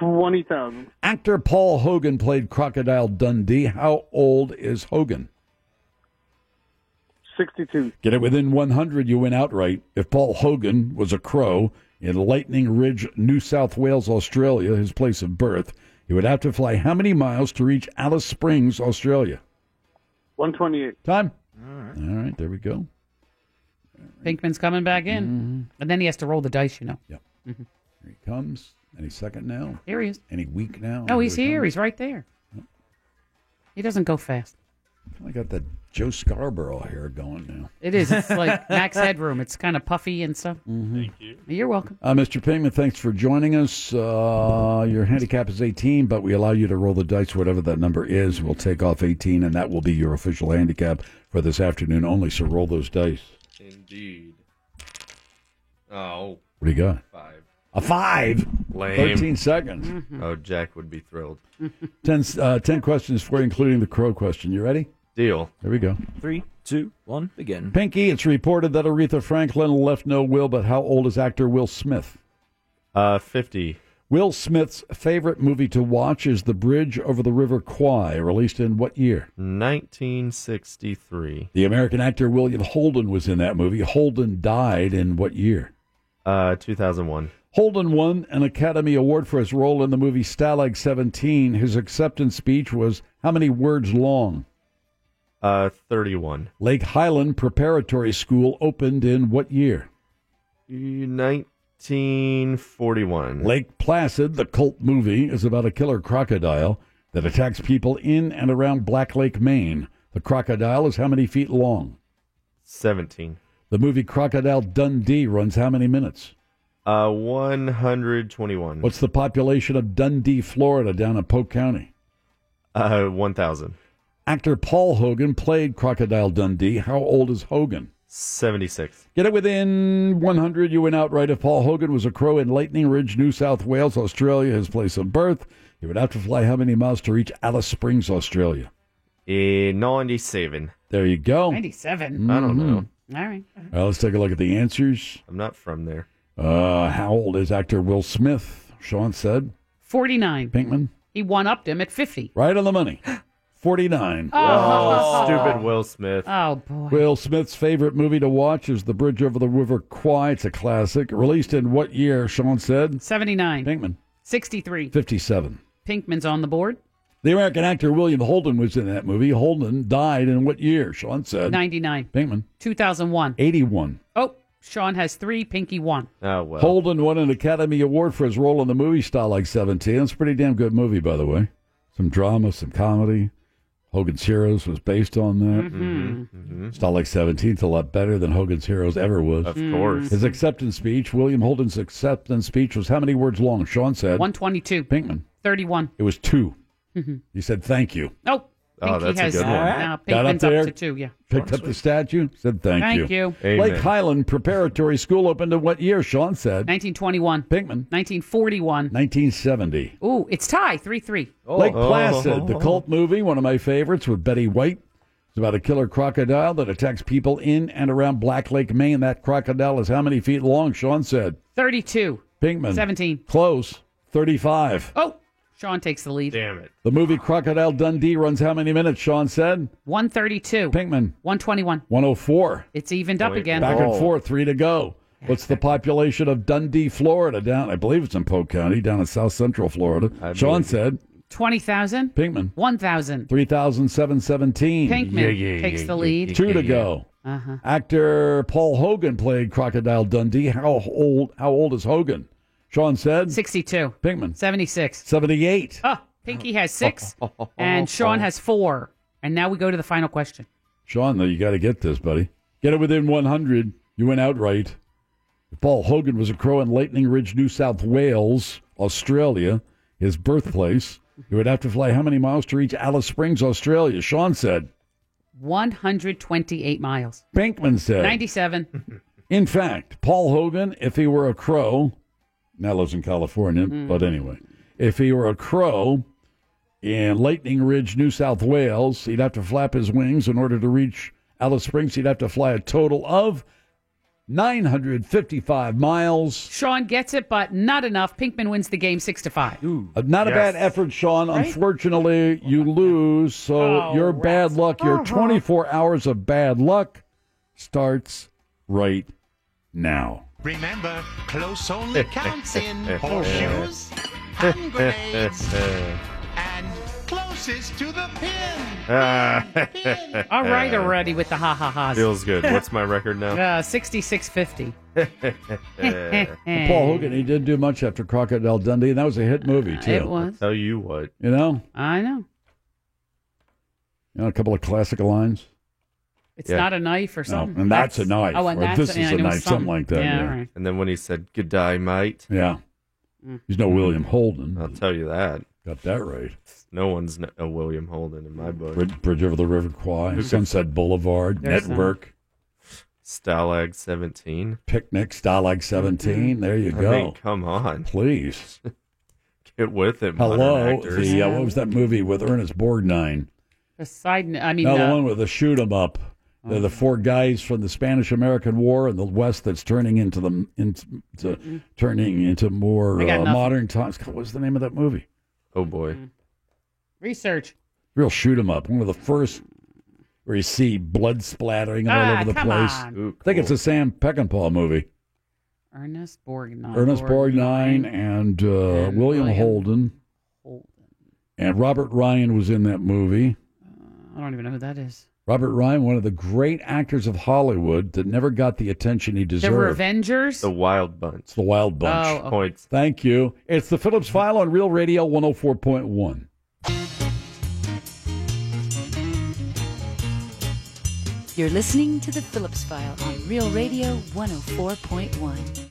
Speaker 13: 20,000.
Speaker 5: Actor Paul Hogan played Crocodile Dundee. How old is Hogan?
Speaker 13: 62.
Speaker 5: Get it within 100, you win outright. If Paul Hogan was a crow in Lightning Ridge, New South Wales, Australia, his place of birth, he would have to fly how many miles to reach Alice Springs, Australia?
Speaker 13: 128.
Speaker 5: Time? All right, there we go.
Speaker 6: Pinkman's coming back in, and then he has to roll the dice. You know.
Speaker 5: Yeah. Here he comes. Any second now?
Speaker 6: Here Mm-hmm. he is.
Speaker 5: Any week now?
Speaker 6: Oh, he's here. He's right there. He doesn't go fast.
Speaker 5: I got that Joe Scarborough hair going now.
Speaker 6: It is. It's like Max Headroom. It's kind of puffy and stuff.
Speaker 5: Thank
Speaker 6: you. You're welcome.
Speaker 5: Uh, Mr. Payman, thanks for joining us. Uh, your handicap is 18, but we allow you to roll the dice, whatever that number is. We'll take off 18, and that will be your official handicap for this afternoon only. So roll those dice.
Speaker 7: Indeed. Oh.
Speaker 5: What do you got?
Speaker 7: Five.
Speaker 5: A five.
Speaker 7: Lame.
Speaker 5: 13 seconds.
Speaker 7: Oh, Jack would be thrilled.
Speaker 5: Ten, uh, 10 questions for you, including the crow question. You ready?
Speaker 7: Deal.
Speaker 5: Here we go.
Speaker 7: Mm-hmm.
Speaker 8: Three, two, one, begin.
Speaker 5: Pinky, it's reported that Aretha Franklin left no will, but how old is actor Will Smith?
Speaker 7: Uh, 50.
Speaker 5: Will Smith's favorite movie to watch is The Bridge Over the River Kwai, released in what year?
Speaker 7: 1963.
Speaker 5: The American actor William Holden was in that movie. Holden died in what year?
Speaker 7: Uh, 2001.
Speaker 5: Holden won an Academy Award for his role in the movie Stalag 17. His acceptance speech was how many words long?
Speaker 7: Uh, 31.
Speaker 5: Lake Highland Preparatory School opened in what year?
Speaker 7: 1941.
Speaker 5: Lake Placid, the cult movie, is about a killer crocodile that attacks people in and around Black Lake, Maine. The crocodile is how many feet long?
Speaker 7: 17.
Speaker 5: The movie Crocodile Dundee runs how many minutes?
Speaker 7: Uh, 121.
Speaker 5: What's the population of Dundee, Florida, down in Polk County?
Speaker 7: Uh, 1,000.
Speaker 5: Actor Paul Hogan played Crocodile Dundee. How old is Hogan?
Speaker 7: 76.
Speaker 5: Get it within 100. You went outright. If Paul Hogan was a crow in Lightning Ridge, New South Wales, Australia, his place of birth, he would have to fly how many miles to reach Alice Springs, Australia?
Speaker 7: Uh, 97.
Speaker 5: There you go.
Speaker 6: 97.
Speaker 7: I don't know.
Speaker 5: Mm-hmm.
Speaker 6: All right.
Speaker 5: All right, let's take a look at the answers.
Speaker 7: I'm not from there.
Speaker 5: Uh, how old is actor Will Smith? Sean said
Speaker 6: 49.
Speaker 5: Pinkman.
Speaker 6: He one upped him at 50.
Speaker 5: Right on the money. 49.
Speaker 7: Oh, stupid Will Smith.
Speaker 6: Oh, boy.
Speaker 5: Will Smith's favorite movie to watch is The Bridge Over the River Kwai. It's a classic. Released in what year, Sean said?
Speaker 6: 79.
Speaker 5: Pinkman.
Speaker 6: 63.
Speaker 5: 57.
Speaker 6: Pinkman's on the board.
Speaker 5: The American actor William Holden was in that movie. Holden died in what year, Sean said?
Speaker 6: 99.
Speaker 5: Pinkman.
Speaker 6: 2001.
Speaker 5: 81.
Speaker 6: Oh, Sean has three. Pinky one.
Speaker 7: Oh, well.
Speaker 5: Holden won an Academy Award for his role in the movie Style Like 17. It's a pretty damn good movie, by the way. Some drama, some comedy. Hogan's Heroes was based on that.
Speaker 6: Mhm.
Speaker 5: Style Like 17 's a lot better than Hogan's Heroes ever was.
Speaker 7: Of course.
Speaker 5: His acceptance speech, William Holden's acceptance speech, was how many words long? Sean said
Speaker 6: 122.
Speaker 5: Pinkman.
Speaker 6: 31.
Speaker 5: It was two.
Speaker 6: Mhm.
Speaker 5: He said thank you.
Speaker 6: Oh, Pinky has now
Speaker 5: Got up
Speaker 6: Pinkman's up,
Speaker 5: there,
Speaker 6: to two. Yeah.
Speaker 5: picked up the statue, said thank,
Speaker 6: Thank you. Amen.
Speaker 5: Lake Highland Preparatory School opened in what year? Sean said
Speaker 6: 1921.
Speaker 5: Pinkman.
Speaker 6: 1941.
Speaker 5: 1970.
Speaker 6: Ooh, it's tie. 3 3.
Speaker 5: Lake Placid,
Speaker 6: Oh.
Speaker 5: the cult movie, one of my favorites with Betty White. It's about a killer crocodile that attacks people in and around Black Lake, Maine. That crocodile is how many feet long? Sean said
Speaker 6: 32.
Speaker 5: Pinkman.
Speaker 6: 17.
Speaker 5: Close. 35.
Speaker 6: Oh, Sean takes the lead.
Speaker 7: Damn it.
Speaker 5: The movie Crocodile Dundee runs how many minutes? Sean said
Speaker 6: 132.
Speaker 5: Pinkman.
Speaker 6: 121.
Speaker 5: 104.
Speaker 6: It's evened up again.
Speaker 5: Back and forth, three to go. What's the population of Dundee, Florida? Down, I believe it's in Polk County, down in South Central Florida. Sean said
Speaker 6: 20,000.
Speaker 5: Pinkman.
Speaker 6: 1,000.
Speaker 5: three thousand seven seventeen.
Speaker 6: Pinkman Yeah, yeah, takes yeah, the yeah, lead.
Speaker 5: Two
Speaker 6: yeah,
Speaker 5: to
Speaker 6: yeah.
Speaker 5: go.
Speaker 6: Uh-huh.
Speaker 5: Actor Paul Hogan played Crocodile Dundee. How old? How old is Hogan? Sean said
Speaker 6: 62.
Speaker 5: Pinkman
Speaker 6: 76.
Speaker 5: 78.
Speaker 6: Oh, Pinky has six,
Speaker 5: Oh,
Speaker 6: and Sean has four. And now we go to the final question.
Speaker 5: Sean, though, you got to get this, buddy. Get it within 100. You went outright. If Paul Hogan was a crow in Lightning Ridge, New South Wales, Australia, his birthplace. He would have to fly how many miles to reach Alice Springs, Australia? Sean said.
Speaker 6: 128 miles.
Speaker 5: Bankman said.
Speaker 6: 97.
Speaker 5: In fact, Paul Hogan, if he were a crow, now lives in California,
Speaker 6: Mm.
Speaker 5: but anyway, if he were a crow in Lightning Ridge, New South Wales, he'd have to flap his wings in order to reach Alice Springs. He'd have to fly a total of 955 miles.
Speaker 6: Sean gets it, but not enough. Pinkman wins the game six to five.
Speaker 5: Uh, Not a
Speaker 6: Yes.
Speaker 5: bad effort, Sean.
Speaker 6: Right?
Speaker 5: Unfortunately, you lose, so
Speaker 6: Oh,
Speaker 5: your bad luck, your
Speaker 6: Uh-huh.
Speaker 5: 24 hours of bad luck starts right now.
Speaker 11: Remember, close only counts in horseshoes, hand grenades, and closest to the pin.
Speaker 6: All right, already with the ha ha ha's.
Speaker 7: Feels good. What's my record now?
Speaker 6: Uh, 6650.
Speaker 5: And Paul Hogan, he didn't do much after Crocodile Dundee, and that was a hit movie too.
Speaker 6: It was.
Speaker 7: Tell you what.
Speaker 5: You know,
Speaker 6: I know.
Speaker 5: you know, a couple of classic lines.
Speaker 6: It's not a knife or something.
Speaker 5: and that's a knife,
Speaker 6: Oh, and
Speaker 5: or
Speaker 6: that's
Speaker 5: this
Speaker 6: and
Speaker 5: is
Speaker 6: I
Speaker 5: a
Speaker 6: know
Speaker 5: knife, something like that,
Speaker 6: Yeah,
Speaker 5: yeah.
Speaker 6: all right. Mm.
Speaker 7: And then when he said, good day, mate.
Speaker 5: Yeah. He's no William Holden.
Speaker 7: I'll tell you that.
Speaker 5: Got that right.
Speaker 7: No one's n- a William Holden in my book.
Speaker 5: Bridge, Bridge over the River Kwai,
Speaker 7: Who could-
Speaker 5: Sunset Boulevard,
Speaker 7: There's some.
Speaker 5: Network,
Speaker 7: Stalag 17.
Speaker 5: Picnic, Stalag 17. There you
Speaker 7: I
Speaker 5: go.
Speaker 7: mean, come on.
Speaker 5: Please.
Speaker 7: Get with it, modern
Speaker 5: Hello.
Speaker 7: actors.
Speaker 5: The, uh, what was that movie with Ernest Borgnine?
Speaker 6: The side, n- I mean,
Speaker 5: no, the
Speaker 6: uh,
Speaker 5: one with the shoot 'em up. They're the four guys from the Spanish-American War in the West that's turning into the into, turning into more
Speaker 6: I got
Speaker 5: uh,
Speaker 6: nothing. Mm.
Speaker 5: modern times. God, What was the name of that movie?
Speaker 7: Oh boy,
Speaker 6: research.
Speaker 5: real shoot 'em up. One of the first where you see blood splattering all
Speaker 6: Ah,
Speaker 5: over the
Speaker 6: come
Speaker 5: place.
Speaker 6: on.
Speaker 5: I think it's a Sam Peckinpah movie.
Speaker 6: Ernest Borgnine.
Speaker 5: Ernest Borgnine and, uh, William Holden. And Robert Ryan was in that movie.
Speaker 6: I don't even know who that is.
Speaker 5: Robert Ryan, one of the great actors of Hollywood that never got the attention he
Speaker 6: The
Speaker 5: deserved.
Speaker 6: Revengers?
Speaker 7: The Wild Bunch.
Speaker 5: It's the Wild Bunch.
Speaker 6: Oh, okay. Points.
Speaker 5: Thank you. It's the Phillips File on Real Radio 104.1.
Speaker 14: You're
Speaker 15: oh
Speaker 14: listening to The Phillips File on Real Radio 104.1.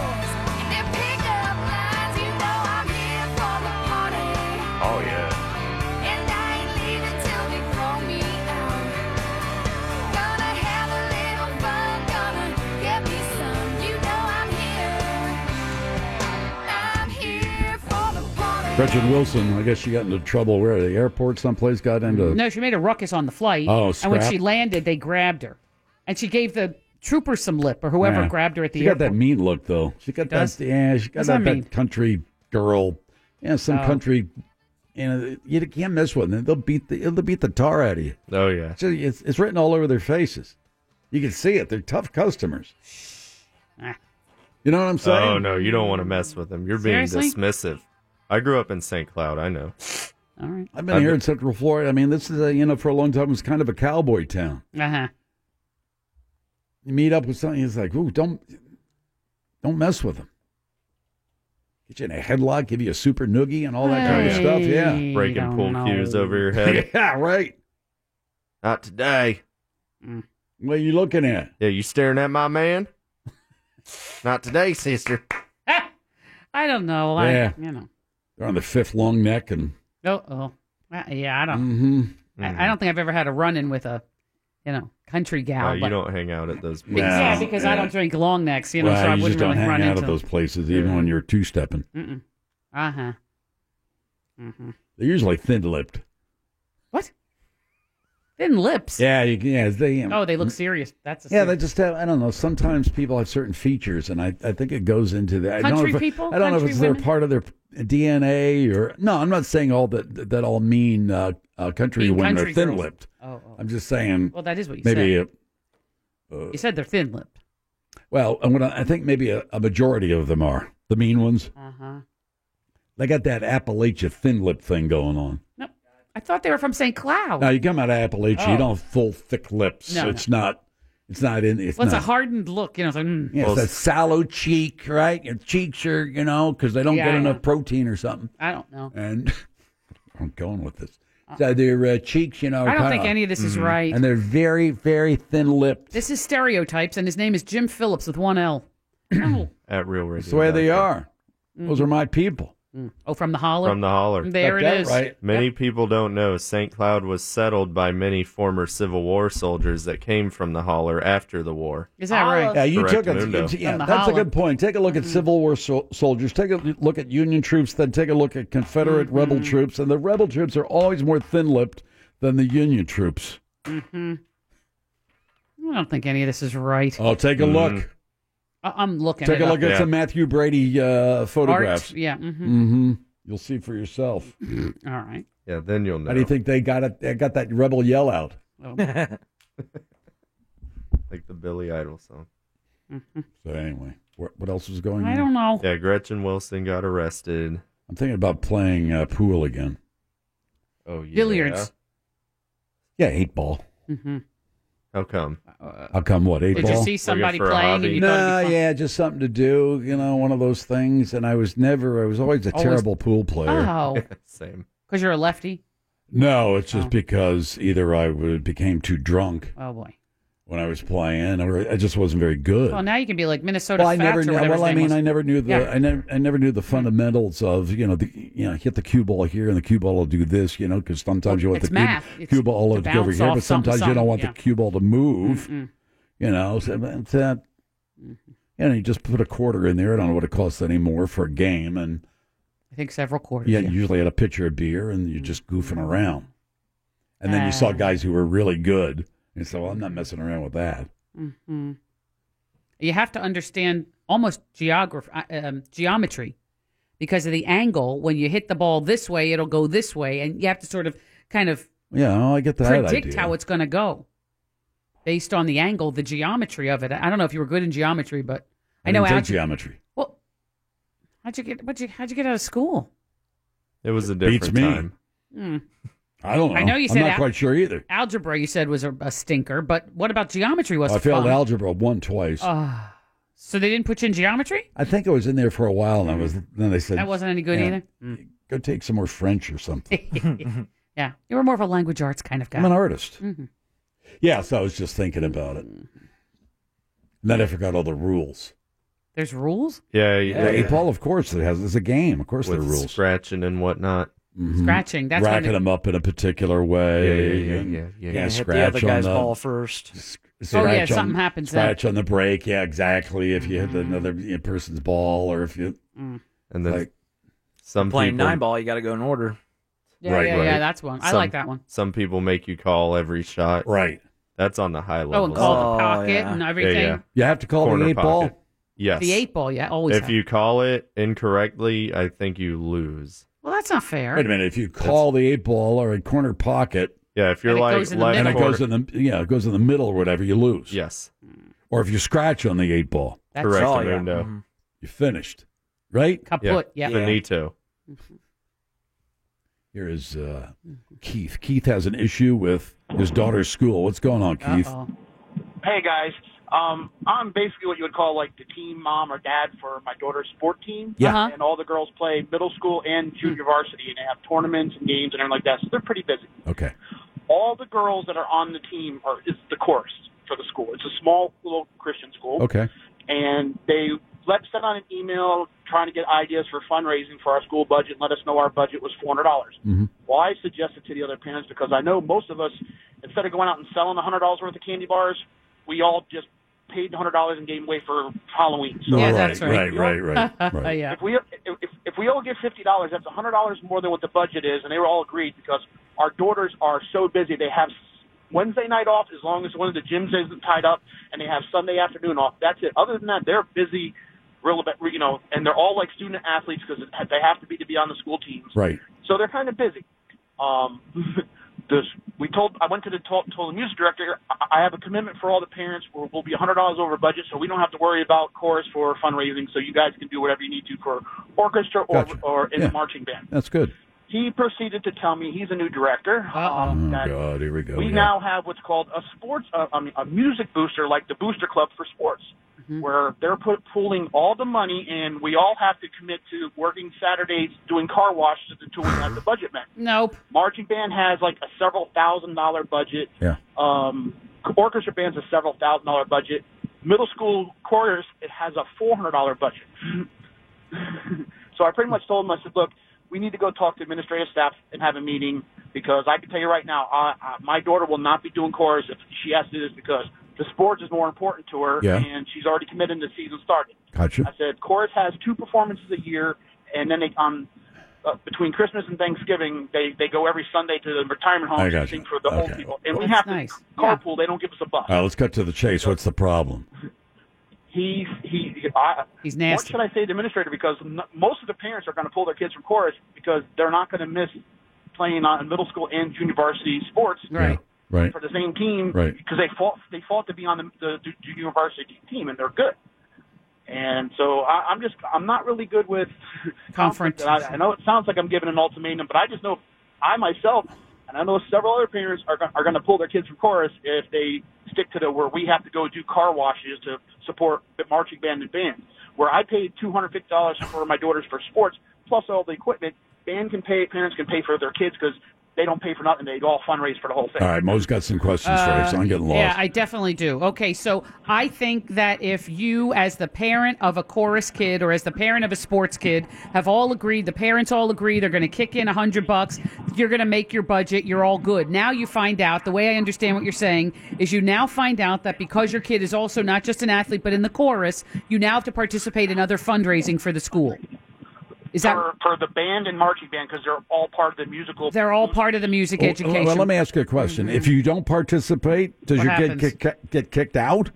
Speaker 10: oh,
Speaker 5: Gretchen Wilson, I guess she got into trouble. Where the airport, someplace, got into.
Speaker 6: No, she made a ruckus on the flight.
Speaker 5: Oh,
Speaker 6: And when
Speaker 5: scrap.
Speaker 6: she landed, they grabbed her. And she gave the trooper some lip or whoever
Speaker 5: Yeah.
Speaker 6: grabbed her at the
Speaker 5: She got
Speaker 6: airport.
Speaker 5: that mean look though. She got
Speaker 6: Does?
Speaker 5: that. Yeah, she got
Speaker 6: What's that
Speaker 5: that, that
Speaker 6: mean?
Speaker 5: country girl. Yeah, some
Speaker 6: Oh.
Speaker 5: country. You know, you can't miss one. They'll beat the they'll beat the tar out of you.
Speaker 7: Oh yeah.
Speaker 5: So it's, it's written all over their faces. You can see it. They're tough customers. You know what I'm saying?
Speaker 7: Oh no, you don't want to mess with them. You're being
Speaker 5: Seriously?
Speaker 7: dismissive. I grew up in St. Cloud. I know.
Speaker 6: All right.
Speaker 5: I've been here in Central Florida. I mean, this is a, you know for a long time it was kind of a cowboy town.
Speaker 6: Uh huh.
Speaker 5: You meet up with something, it's like, ooh, don't don't mess with them. Get you in a headlock, give you a super noogie, and all that kind of
Speaker 7: Hey,
Speaker 5: stuff. Yeah,
Speaker 7: you Breaking don't pool know. cues over your head.
Speaker 5: yeah, right.
Speaker 7: Not today.
Speaker 6: Mm.
Speaker 5: What are you looking at?
Speaker 7: Yeah, you staring at my man? Not today, sister.
Speaker 6: Ah! I don't know. I,
Speaker 5: Yeah.
Speaker 6: You know.
Speaker 5: They're on the fifth long neck, and
Speaker 6: Oh, oh. I- yeah, I don't.
Speaker 5: Mhm.
Speaker 6: Oh. I, I don't think I've ever had a run in with a, you know, country gal.
Speaker 7: No, Uh, you
Speaker 6: but-
Speaker 7: don't hang out at those
Speaker 6: Be-
Speaker 7: places.
Speaker 6: yeah, because I don't drink long necks, you know, so
Speaker 5: Well,
Speaker 6: I
Speaker 5: you just
Speaker 6: wouldn't
Speaker 5: don't
Speaker 6: really
Speaker 5: hang
Speaker 6: run
Speaker 5: out
Speaker 6: into
Speaker 5: at those places, even when you're two stepping.
Speaker 6: Mm-mm. Uh huh. Mm-hmm.
Speaker 5: They're usually thin lipped.
Speaker 6: Thin lips.
Speaker 5: Yeah, you, can- yeah, they. um, mm,
Speaker 6: Oh, they look serious. That's a
Speaker 5: Mm-hmm. Yeah, they
Speaker 6: serious-
Speaker 5: just have. I don't know. Sometimes people have certain features, and I, I think it goes into that. I don't
Speaker 6: Country
Speaker 5: know if,
Speaker 6: people?
Speaker 5: I don't know if
Speaker 6: Country
Speaker 5: it's
Speaker 6: women?
Speaker 5: they're part of their DNA or no. I'm not saying all that that all mean uh, uh, country
Speaker 6: Mean
Speaker 5: women
Speaker 6: country
Speaker 5: are thin
Speaker 6: girls.
Speaker 5: lipped.
Speaker 6: Oh, oh.
Speaker 5: I'm just saying.
Speaker 6: Well, that is what you
Speaker 5: maybe
Speaker 6: said.
Speaker 5: It, uh,
Speaker 6: you said they're thin lipped.
Speaker 5: well, and what I, I think maybe a, a majority of them are the mean ones.
Speaker 6: Uh huh.
Speaker 5: They got that Appalachia thin lip thing going on.
Speaker 6: No, I thought they were from St. Cloud.
Speaker 5: Now you come out of Appalachia,
Speaker 6: Oh.
Speaker 5: you don't have full thick lips.
Speaker 6: No,
Speaker 5: it's not. It's not in. It's
Speaker 6: well, it's
Speaker 5: not.
Speaker 6: a hardened look, you know. It's like, mm.
Speaker 5: Yeah, it's a sallow cheek, right? Your cheeks are, you know, because they don't
Speaker 6: Yeah,
Speaker 5: get
Speaker 6: I
Speaker 5: enough
Speaker 6: know.
Speaker 5: protein or something.
Speaker 6: I don't know.
Speaker 5: And I'm going with this. So their uh, cheeks, you know.
Speaker 6: I don't
Speaker 5: kinda-
Speaker 6: think any of this
Speaker 7: Mm.
Speaker 6: is right.
Speaker 5: And they're very, very thin-lipped.
Speaker 6: This is stereotypes, and his name is Jim Phillips with one L.
Speaker 7: At real radio.
Speaker 5: That's the way they are. Those
Speaker 6: Mm.
Speaker 5: are my people.
Speaker 6: Oh, from the holler.
Speaker 7: From the holler.
Speaker 6: There it is.
Speaker 7: Many people don't know St. Cloud was settled by many former Civil War soldiers that came from the holler after the war.
Speaker 6: Is that right?
Speaker 5: Yeah, you
Speaker 7: Correct,
Speaker 5: took a,
Speaker 7: Mundo.
Speaker 5: yeah,
Speaker 6: From the Mm-hmm.
Speaker 5: that's a
Speaker 6: holler.
Speaker 5: good point. Take a look at Civil War sol- soldiers. Take a look at Union troops. Then take a look at Confederate
Speaker 6: Mm-hmm.
Speaker 5: rebel troops. And the rebel troops are always more thin-lipped than the Union troops.
Speaker 6: hmm I don't think any of this is right.
Speaker 5: Oh, take a look.
Speaker 6: I- I'm looking.
Speaker 5: Take
Speaker 6: it
Speaker 5: a look
Speaker 6: up.
Speaker 5: at some Matthew Brady uh, photographs.
Speaker 6: Art, yeah, mhm.
Speaker 5: Mm-hmm. You'll see for yourself.
Speaker 6: All right.
Speaker 7: Yeah, then you'll know.
Speaker 5: How do you think they got it? They got that rebel yell out.
Speaker 6: Well,
Speaker 7: Like the Billy Idol song.
Speaker 6: Mm-hmm.
Speaker 5: So anyway, what, what else was going on?
Speaker 6: I don't know.
Speaker 7: Mm. Yeah, Gretchen Wilson got arrested.
Speaker 5: I'm thinking about playing uh, pool again.
Speaker 7: Oh, yeah.
Speaker 6: Billiards.
Speaker 5: Yeah, eight ball.
Speaker 6: hmm
Speaker 7: How come?
Speaker 5: How come what eight
Speaker 6: Did
Speaker 5: ball?
Speaker 6: you see somebody
Speaker 7: for a
Speaker 6: playing? And
Speaker 7: hobby.
Speaker 6: you
Speaker 5: no,
Speaker 6: thought it'd be fun?
Speaker 5: yeah, just something to do. You know, one of those things. And I was never. I was always a
Speaker 6: Always-
Speaker 5: terrible pool player.
Speaker 6: Oh,
Speaker 7: Same.
Speaker 6: because you're a lefty.
Speaker 5: No, it's just because either I would, became too drunk
Speaker 6: Oh boy.
Speaker 5: when I was playing, or I just wasn't very good.
Speaker 6: Well, now you can be like Minnesota
Speaker 5: well, I
Speaker 6: Fats
Speaker 5: never
Speaker 6: or
Speaker 5: knew.
Speaker 6: whatever. his
Speaker 5: Well, I
Speaker 6: name
Speaker 5: mean,
Speaker 6: was.
Speaker 5: I never knew the.
Speaker 6: Yeah.
Speaker 5: I never. I never knew the fundamentals of you know the you know hit the cue ball here and the cue ball will do this you know because sometimes you want
Speaker 6: It's
Speaker 5: the cue-
Speaker 6: math.
Speaker 5: cue,
Speaker 6: It's
Speaker 5: ball
Speaker 6: to
Speaker 5: to go over
Speaker 6: bounce
Speaker 5: here,
Speaker 6: off
Speaker 5: but
Speaker 6: something,
Speaker 5: sometimes you don't
Speaker 6: something,
Speaker 5: want
Speaker 6: yeah.
Speaker 5: the cue ball to move.
Speaker 6: Mm-mm.
Speaker 5: You know, so it's, uh, you know, you just put a quarter in there. I don't know what it costs anymore for a game, and
Speaker 6: I think several quarters.
Speaker 5: yeah, you usually had a pitcher of beer and you're just goofing around, and then you saw
Speaker 6: Ah.
Speaker 5: guys who were really good, and so well, I'm not messing around with that.
Speaker 6: hmm You have to understand almost geography, um, geometry, because of the angle. When you hit the ball this way, it'll go this way, and you have to sort of kind of
Speaker 5: Yeah, oh, I get that
Speaker 6: predict
Speaker 5: idea.
Speaker 6: how it's going to go based on the angle, the geometry of it. I don't know if you were good in geometry, but I, know
Speaker 5: didn't
Speaker 6: how
Speaker 5: take geometry.
Speaker 6: Well, how'd you get? What you? How'd you get out of school?
Speaker 7: It was a different
Speaker 5: Beats me.
Speaker 7: time.
Speaker 6: Hmm.
Speaker 5: I don't know.
Speaker 6: I know you
Speaker 5: I'm
Speaker 6: said
Speaker 5: not
Speaker 6: al-
Speaker 5: quite sure either.
Speaker 6: Algebra, you said, was a, a stinker, but what about geometry? Was
Speaker 5: Oh, I failed
Speaker 6: fun?
Speaker 5: algebra one twice.
Speaker 6: Ah. so they didn't put you in geometry.
Speaker 5: I think I was in there for a while, and I was. Then they said
Speaker 6: Mm-hmm. That wasn't any good
Speaker 5: yeah,
Speaker 6: either.
Speaker 7: Mm.
Speaker 5: Go take some more French or something.
Speaker 6: yeah, you were more of a language arts kind of guy.
Speaker 5: I'm an artist.
Speaker 6: Mhm.
Speaker 5: Yeah, so I was just thinking about it. And then I forgot all the rules.
Speaker 6: There's rules,
Speaker 7: Yeah,
Speaker 5: Yeah, eight ball, of course, it has. It's a game, of course.
Speaker 7: With
Speaker 5: there are rules,
Speaker 7: scratching and whatnot.
Speaker 5: Mhm.
Speaker 6: scratching. That's
Speaker 5: racking
Speaker 6: what
Speaker 5: them up in a particular way.
Speaker 7: Yeah, yeah, yeah,
Speaker 5: and-
Speaker 7: yeah, yeah.
Speaker 5: yeah,
Speaker 7: You're gonna hit the
Speaker 5: scratch
Speaker 8: other guy's
Speaker 5: on the,
Speaker 8: ball first.
Speaker 5: Scratch
Speaker 6: Oh, yeah,
Speaker 5: on,
Speaker 6: something happens then.
Speaker 5: Scratch on the break. Yeah, exactly. If you hit another person's ball, or if you
Speaker 6: Mm.
Speaker 7: and then
Speaker 5: like
Speaker 7: Some
Speaker 8: Playing
Speaker 7: people,
Speaker 8: nine ball, you got to go in order.
Speaker 6: Yeah, yeah, yeah, that's one. I
Speaker 7: Some-
Speaker 6: like that one.
Speaker 7: Some people make you call every shot.
Speaker 5: Right.
Speaker 7: That's on the high level.
Speaker 6: Oh, and call the
Speaker 7: stuff.
Speaker 6: pocket and everything.
Speaker 5: You have to call the
Speaker 7: Corner
Speaker 5: eight ball?
Speaker 7: pocket. Yes.
Speaker 6: The eight ball, yeah, always.
Speaker 7: if
Speaker 6: have.
Speaker 7: you call it incorrectly, I think you lose.
Speaker 6: well, that's not fair.
Speaker 5: Wait a minute. If you call the eight ball or a corner pocket,
Speaker 7: yeah, if you're
Speaker 6: And it like goes in the left
Speaker 5: and it
Speaker 6: middle.
Speaker 5: goes in the yeah, it goes in the middle or whatever, you lose.
Speaker 7: Yes.
Speaker 5: Or if you scratch on the eight ball,
Speaker 6: That's- Correct, Oh, yeah.
Speaker 7: Raimundo.
Speaker 5: Mhm. You're finished, right?
Speaker 6: Kaput, Yeah. yeah.
Speaker 7: Finito.
Speaker 5: Here is uh, Keith. Keith has an issue with his daughter's school. What's going on, Keith?
Speaker 14: Hey guys, um, I'm basically what you would call like the team mom or dad for my daughter's sport team.
Speaker 5: Yeah. Uh-huh.
Speaker 14: And all the girls play middle school and junior varsity, and they have tournaments and games and everything like that. So they're pretty busy.
Speaker 5: Okay.
Speaker 14: All the girls that are on the team are is the chorus for the school. It's a small little Christian school.
Speaker 5: Okay.
Speaker 14: And they let sent out an email trying to get ideas for fundraising for our school budget. and Let us know our budget was four hundred dollars.
Speaker 5: Mm-hmm.
Speaker 14: Well, I suggest it to the other parents because I know most of us, instead of going out and selling $100 worth of candy bars, we all just paid $100 and gave them away for Halloween.
Speaker 5: Yeah, Right, that's right. right, right, right,
Speaker 4: Uh,
Speaker 5: right.
Speaker 14: If we if, if- if we all give $50, that's $100 more than what the budget is, and they were all agreed because our daughters are so busy. They have Wednesday night off as long as one of the gyms isn't tied up, and they have Sunday afternoon off. That's it. Other than that, they're busy, real, you know, and they're all like student athletes because they have to be to be on the school teams.
Speaker 5: Right.
Speaker 14: So they're kind of busy. Um, this we told I went to the told, told the music director I, I have a commitment for all the parents. We'll, we'll be hundred dollars over budget, so we don't have to worry about chorus for fundraising. So you guys can do whatever you need to for orchestra or
Speaker 5: Gotcha.
Speaker 14: or in
Speaker 5: Yeah.
Speaker 14: the marching band.
Speaker 5: That's good.
Speaker 14: He proceeded to tell me he's a new director.
Speaker 5: Oh
Speaker 14: Um, that
Speaker 5: God, here we go.
Speaker 14: we
Speaker 5: yeah.
Speaker 14: now have what's called a sports, uh, I mean, a music booster, like the Booster Club for sports,
Speaker 6: Mm-hmm.
Speaker 14: where they're put, pooling all the money, and we all have to commit to working Saturdays doing car washes until we have the budget met.
Speaker 6: Nope.
Speaker 14: Marching band has like a several thousand dollar budget.
Speaker 5: Yeah.
Speaker 14: Um, orchestra band's a several thousand dollar budget. Middle school chorus, it has a four hundred dollar budget. So I pretty much told him, I said, look, we need to go talk to administrative staff and have a meeting because I can tell you right now, I, I, my daughter will not be doing chorus if she has to do this because the sports is more important to her
Speaker 5: Yeah.
Speaker 14: and she's already committed and the season started.
Speaker 5: Gotcha.
Speaker 14: I said, chorus has two performances a year and then they on uh, between Christmas and Thanksgiving, they, they go every Sunday to the retirement
Speaker 5: I
Speaker 14: home to
Speaker 5: gotcha.
Speaker 14: sing for the old
Speaker 5: Okay.
Speaker 14: people. And we have to carpool. They don't give us a bus.
Speaker 5: All right, let's cut to the chase. What's the problem?
Speaker 14: He's he. I,
Speaker 6: He's
Speaker 14: nasty. What should I say to the administrator? Because n- most of the parents are going to pull their kids from chorus because they're not going to miss playing on middle school and junior varsity sports.
Speaker 5: Right. Right.
Speaker 14: For the same team.
Speaker 5: Right.
Speaker 14: Because they fought they fought to be on the, the, the junior varsity team and they're good. And so I, I'm just I'm not really good with
Speaker 6: Conference.
Speaker 14: I, I know it sounds like I'm giving an ultimatum, but I just know I myself and I know several other parents are gon- are going to pull their kids from chorus if they stick to the where we have to go do car washes to support the marching band and band. Where I paid two hundred fifty dollars for my daughters for sports plus all the equipment, band can pay parents can pay for their kids because they don't pay for nothing. They all fundraise for the whole thing.
Speaker 5: All right, Mo's got some questions for you, so I'm getting
Speaker 6: Uh,
Speaker 5: lost.
Speaker 6: Yeah, I definitely do. Okay, so I think that if you, as the parent of a chorus kid or as the parent of a sports kid, have all agreed, the parents all agree, they're going to kick in a hundred bucks, you're going to make your budget, you're all good. Now you find out the way I understand what you're saying is you now find out that because your kid is also not just an athlete but in the chorus, you now have to participate in other fundraising for the school. Is that
Speaker 14: for, for the band and marching band because they're all part of the musical.
Speaker 6: they're all part of the music
Speaker 5: Oh, Well,
Speaker 6: education?
Speaker 5: Well, let me ask you a question. If you don't participate, does
Speaker 6: What
Speaker 5: your
Speaker 6: happens?
Speaker 5: kid get, get kicked out?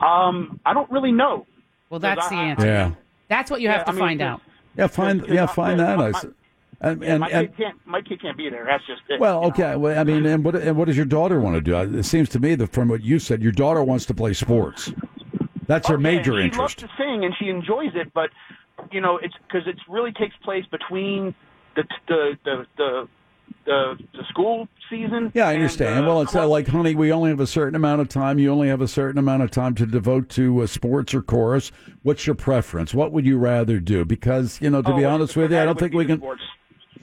Speaker 14: Um, I don't really know.
Speaker 6: Well, that's the answer.
Speaker 5: Yeah.
Speaker 6: That's what you
Speaker 14: Yeah,
Speaker 6: have to
Speaker 14: I mean,
Speaker 6: find out.
Speaker 5: Yeah, find yeah, find that. I, s- and,
Speaker 14: Yeah,
Speaker 5: and,
Speaker 14: my
Speaker 5: and
Speaker 14: kid can't. My kid can't be there. That's just it.
Speaker 5: well, okay. Well, I mean, and what and what does your daughter want to do? I- It seems to me that from what you said, your daughter wants to play sports. That's her major
Speaker 14: she
Speaker 5: interest.
Speaker 14: Oh, loves to sing and she enjoys it, but you know, it's because it really takes place between the the the the the, the school season.
Speaker 5: Yeah, I
Speaker 14: and,
Speaker 5: understand.
Speaker 14: uh,
Speaker 5: well, it's uh, like, honey, we only have a certain amount of time. You only have a certain amount of time to devote to uh, sports or chorus. What's your preference? What would you rather do? Because you know, to be honest with you, I don't think we can.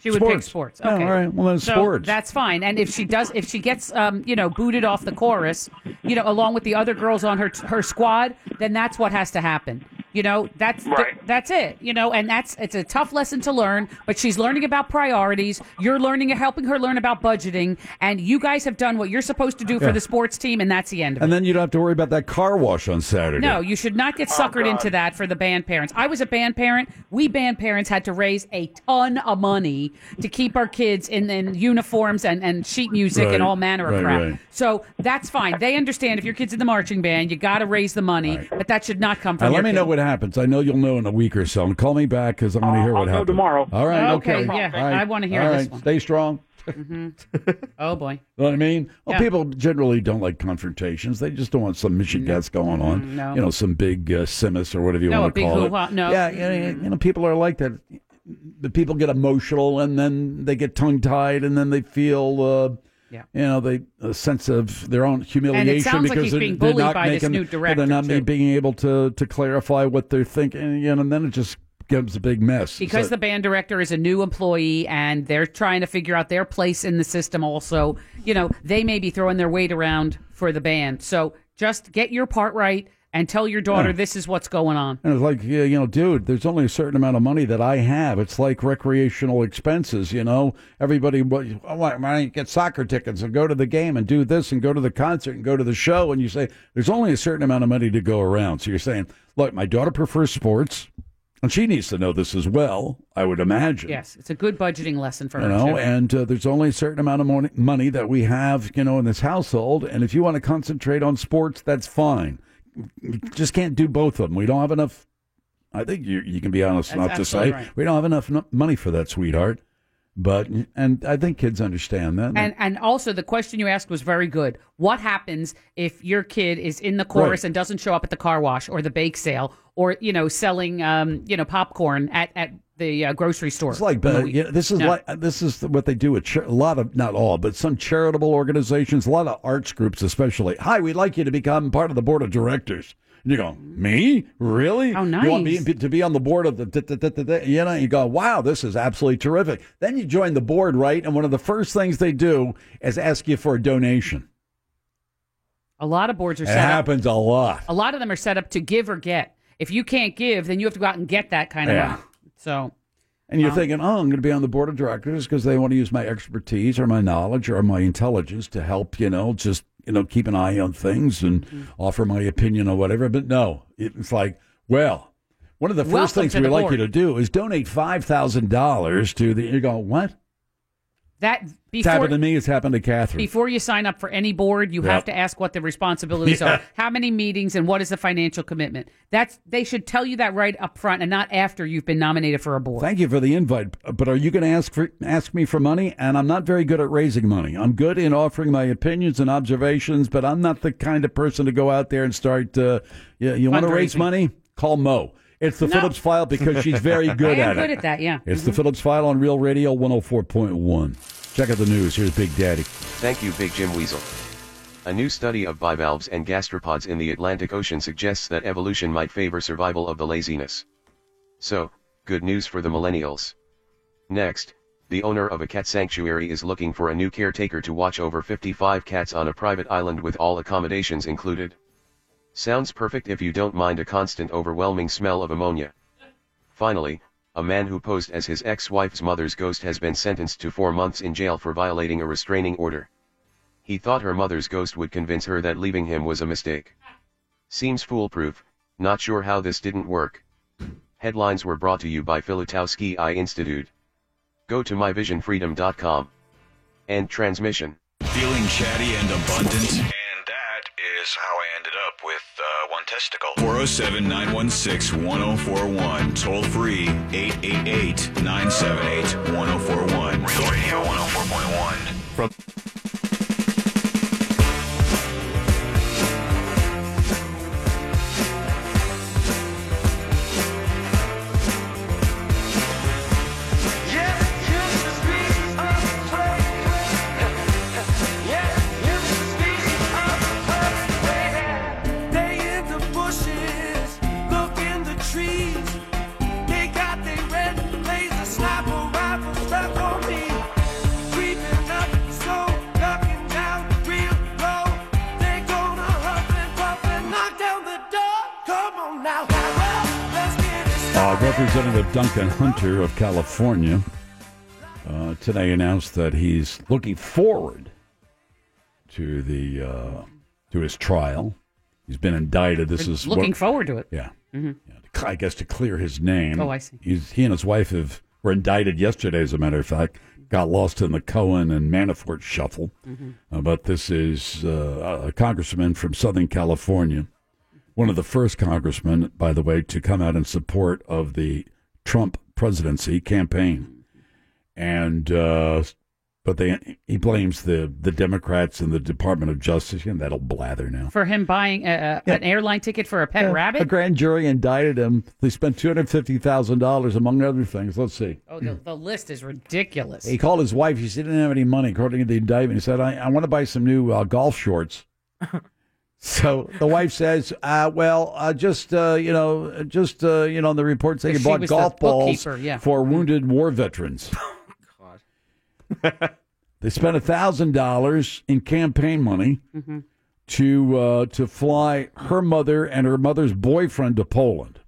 Speaker 6: She would pick
Speaker 5: Sports.
Speaker 6: sports.
Speaker 5: Yeah,
Speaker 6: Okay.
Speaker 5: all right. Well, then
Speaker 6: so
Speaker 5: sports.
Speaker 6: That's fine. And if she does, if she gets, um, you know, booted off the chorus, you know, along with the other girls on her her squad, then that's what has to happen. You know, that's th-
Speaker 16: Right.
Speaker 6: that's it. You know, and that's it's a tough lesson to learn, but she's learning about priorities. You're learning helping her learn about budgeting, and you guys have done what you're supposed to do
Speaker 5: Yeah.
Speaker 6: for the sports team, and that's the end of it.
Speaker 5: And then you don't have to worry about that car wash on Saturday.
Speaker 6: No, you should not get
Speaker 5: Oh,
Speaker 6: suckered into that for the band parents. I was a band parent. We band parents had to raise a ton of money to keep our kids in, in uniforms and, and sheet music
Speaker 17: Right,
Speaker 6: and all manner of
Speaker 17: right,
Speaker 6: crap.
Speaker 17: right.
Speaker 6: So that's fine. They understand if your kid's in the marching band, you got to raise the money, but that should not come from.
Speaker 5: Now, let
Speaker 6: your
Speaker 5: me
Speaker 6: kid.
Speaker 5: know what happens. I know you'll know in a week or so. And call me back because I want to hear what
Speaker 6: I'll know
Speaker 5: happens.
Speaker 6: tomorrow.
Speaker 5: All right.
Speaker 6: Okay,
Speaker 5: Okay.
Speaker 6: yeah,
Speaker 5: All right.
Speaker 6: I wanna hear
Speaker 5: All
Speaker 6: this
Speaker 5: right,
Speaker 6: one.
Speaker 5: Stay strong.
Speaker 6: Mhm. oh boy.
Speaker 5: You know what I mean? Well,
Speaker 6: Yeah.
Speaker 5: people generally don't like confrontations. They just don't want some Michigets going on.
Speaker 6: No.
Speaker 5: You know, some big uh, simus or whatever you
Speaker 6: no, a
Speaker 5: want to
Speaker 6: big
Speaker 5: call
Speaker 6: hoo
Speaker 5: it.
Speaker 6: ha. No.
Speaker 5: Yeah, yeah, you know, people are like that. The people get emotional and then they get tongue tied and then they feel, uh,
Speaker 6: Yeah.
Speaker 5: you know, they a sense of their own humiliation
Speaker 6: sounds like
Speaker 5: because
Speaker 6: he's
Speaker 5: they're,
Speaker 6: being
Speaker 5: they're
Speaker 6: bullied
Speaker 5: not
Speaker 6: by this
Speaker 5: making,
Speaker 6: new
Speaker 5: yeah,
Speaker 6: director,
Speaker 5: they're not
Speaker 6: too.
Speaker 5: being able to to clarify what they're thinking, you know, and then it just becomes a big mess.
Speaker 6: Because
Speaker 5: So-
Speaker 6: the band director is a new employee and they're trying to figure out their place in the system, also, you know, they may be throwing their weight around for the band. So just get your part right and tell your daughter
Speaker 5: Yeah.
Speaker 6: this is what's going on.
Speaker 5: And it's like, yeah, you know, dude, there's only a certain amount of money that I have. It's like recreational expenses, you know. Everybody, well, you- oh, I I get soccer tickets and go to the game and do this and go to the concert and go to the show. And you say, there's only a certain amount of money to go around. So you're saying, look, my daughter prefers sports, and she needs to know this as well, I would imagine.
Speaker 6: Yes, it's a good budgeting lesson for
Speaker 5: You
Speaker 6: her.
Speaker 5: know,
Speaker 6: too.
Speaker 5: and uh, there's only a certain amount of money, money that we have, you know, in this household. And if you want to concentrate on sports, that's fine. You just can't do both of them. We don't have enough. I think you you can be honest
Speaker 18: That's
Speaker 5: enough to say
Speaker 18: absolutely right.
Speaker 5: we don't have enough n- money for that, sweetheart. But and I think kids understand that.
Speaker 6: And and also the question you asked was very good. What happens if your kid is in the chorus
Speaker 5: Right.
Speaker 6: and doesn't show up at the car wash or the bake sale or you know selling um you know popcorn at at the uh, grocery store?
Speaker 5: It's like, but yeah, this is
Speaker 6: No.
Speaker 5: like uh, this is what they do at cha- a lot of not all, but some charitable organizations, a lot of arts groups, especially. Hi, we'd like you to become part of the board of directors. And you go, me? Really? Oh, You want me
Speaker 18: nice.
Speaker 5: to be on the board of the, da- da- da- da- da- you know, you go, wow, this is absolutely terrific. Then you join the board, right? And one of the first things they do is ask you for a donation.
Speaker 6: a lot of boards are
Speaker 5: It
Speaker 6: set up.
Speaker 5: happens a lot.
Speaker 6: A lot of them are set up to give or get. If you can't give, then you have to go out and get that kind of
Speaker 5: Yeah.
Speaker 6: money. So
Speaker 5: And you're
Speaker 6: Um,
Speaker 5: thinking, oh, I'm going to be on the board of directors because they want to use my expertise or my knowledge or my intelligence to help, you know, just, you know, keep an eye on things and
Speaker 18: Mm-hmm.
Speaker 5: offer my opinion or whatever. But no, it's like, well, one of the first
Speaker 18: Welcome
Speaker 5: things
Speaker 18: to
Speaker 5: we
Speaker 18: the
Speaker 5: like you
Speaker 18: board.
Speaker 5: to do is donate $5,000 to the, you go, what?
Speaker 6: that
Speaker 5: it's
Speaker 6: before
Speaker 5: happened to me. It's happened to Catherine.
Speaker 6: before you sign up for any board, you
Speaker 5: Yeah.
Speaker 6: have to ask what the responsibilities
Speaker 5: Yeah.
Speaker 6: are, how many meetings, and what is the financial commitment. That's they should tell you that right up front and not after you've been nominated for a board.
Speaker 5: Thank you for the invite, but are you going to ask for ask me for money? And I'm not very good at raising money. I'm good in offering my opinions and observations, but I'm not the kind of person to go out there and start. Uh, you you want to raise
Speaker 6: Fundraising.
Speaker 5: money? Call Mo. It's the
Speaker 6: No.
Speaker 5: Phillips file because she's very good
Speaker 6: I am
Speaker 5: at
Speaker 6: good
Speaker 5: it.
Speaker 6: at that, yeah. Mm-hmm.
Speaker 5: It's the Phillips file on Real Radio 104.1. Check out the news. Here's Big Daddy.
Speaker 19: Thank you, Big Jim Weasel. A new study of bivalves and gastropods in the Atlantic Ocean suggests that evolution might favor survival of the laziness. So, good news for the millennials. Next, the owner of a cat sanctuary is looking for a new caretaker to watch over 55 cats on a private island with all accommodations included. Sounds perfect if you don't mind a constant overwhelming smell of ammonia. Finally, a man who posed as his ex-wife's mother's ghost has been sentenced to four months in jail for violating a restraining order. He thought her mother's ghost would convince her that leaving him was a mistake. Seems foolproof, not sure how this didn't work. Headlines were brought to you by Filatowski Eye Institute. Go to myvisionfreedom.com. End transmission.
Speaker 10: Feeling chatty and abundant?
Speaker 18: And that is how I ended up with uh, one testicle.
Speaker 10: 407 916 1041. Toll free 888 978 1041. Real Radio 104.1.
Speaker 7: From
Speaker 4: They in the bushes, look in the trees. They got their red laser sniper rifles stuck on me. Creeping up so
Speaker 5: Uh, Representative Duncan Hunter of California uh, today announced that he's looking forward to the uh, to his trial. He's been indicted. This is what-
Speaker 6: looking forward to it.
Speaker 5: Yeah.
Speaker 6: Mhm.
Speaker 5: I guess to clear his name.
Speaker 6: Oh, I see.
Speaker 5: He's, he and his wife have were indicted yesterday, as a matter of fact. Got lost in the Cohen and Manafort shuffle.
Speaker 6: Mm-hmm.
Speaker 4: Mhm.
Speaker 5: Uh, but this is uh, a congressman from Southern California, one of the first congressmen, by the way, to come out in support of the Trump presidency campaign. And uh, but they he blames the the Democrats and the Department of Justice, and that'll blather now.
Speaker 6: For him buying a, a- an airline ticket for a pet
Speaker 5: Yeah,
Speaker 6: rabbit?
Speaker 5: A grand jury indicted him. They spent two hundred fifty thousand dollars, among other things. Let's see.
Speaker 6: Oh, the, the list is ridiculous.
Speaker 5: He called his wife. He said he didn't have any money, according to the indictment. He said, "I, I want to buy some new uh, golf shorts." so the wife says, uh, "Well, uh, just uh, you know, just uh, you know, the report said
Speaker 6: If
Speaker 5: you
Speaker 6: she
Speaker 5: bought
Speaker 6: was the
Speaker 5: golf balls
Speaker 6: bookkeeper, yeah. Oh,
Speaker 5: for wounded war veterans." they spent a thousand dollars in campaign money
Speaker 6: Mm-hmm.
Speaker 4: Mhm.
Speaker 5: to uh, to fly her mother and her mother's boyfriend to Poland.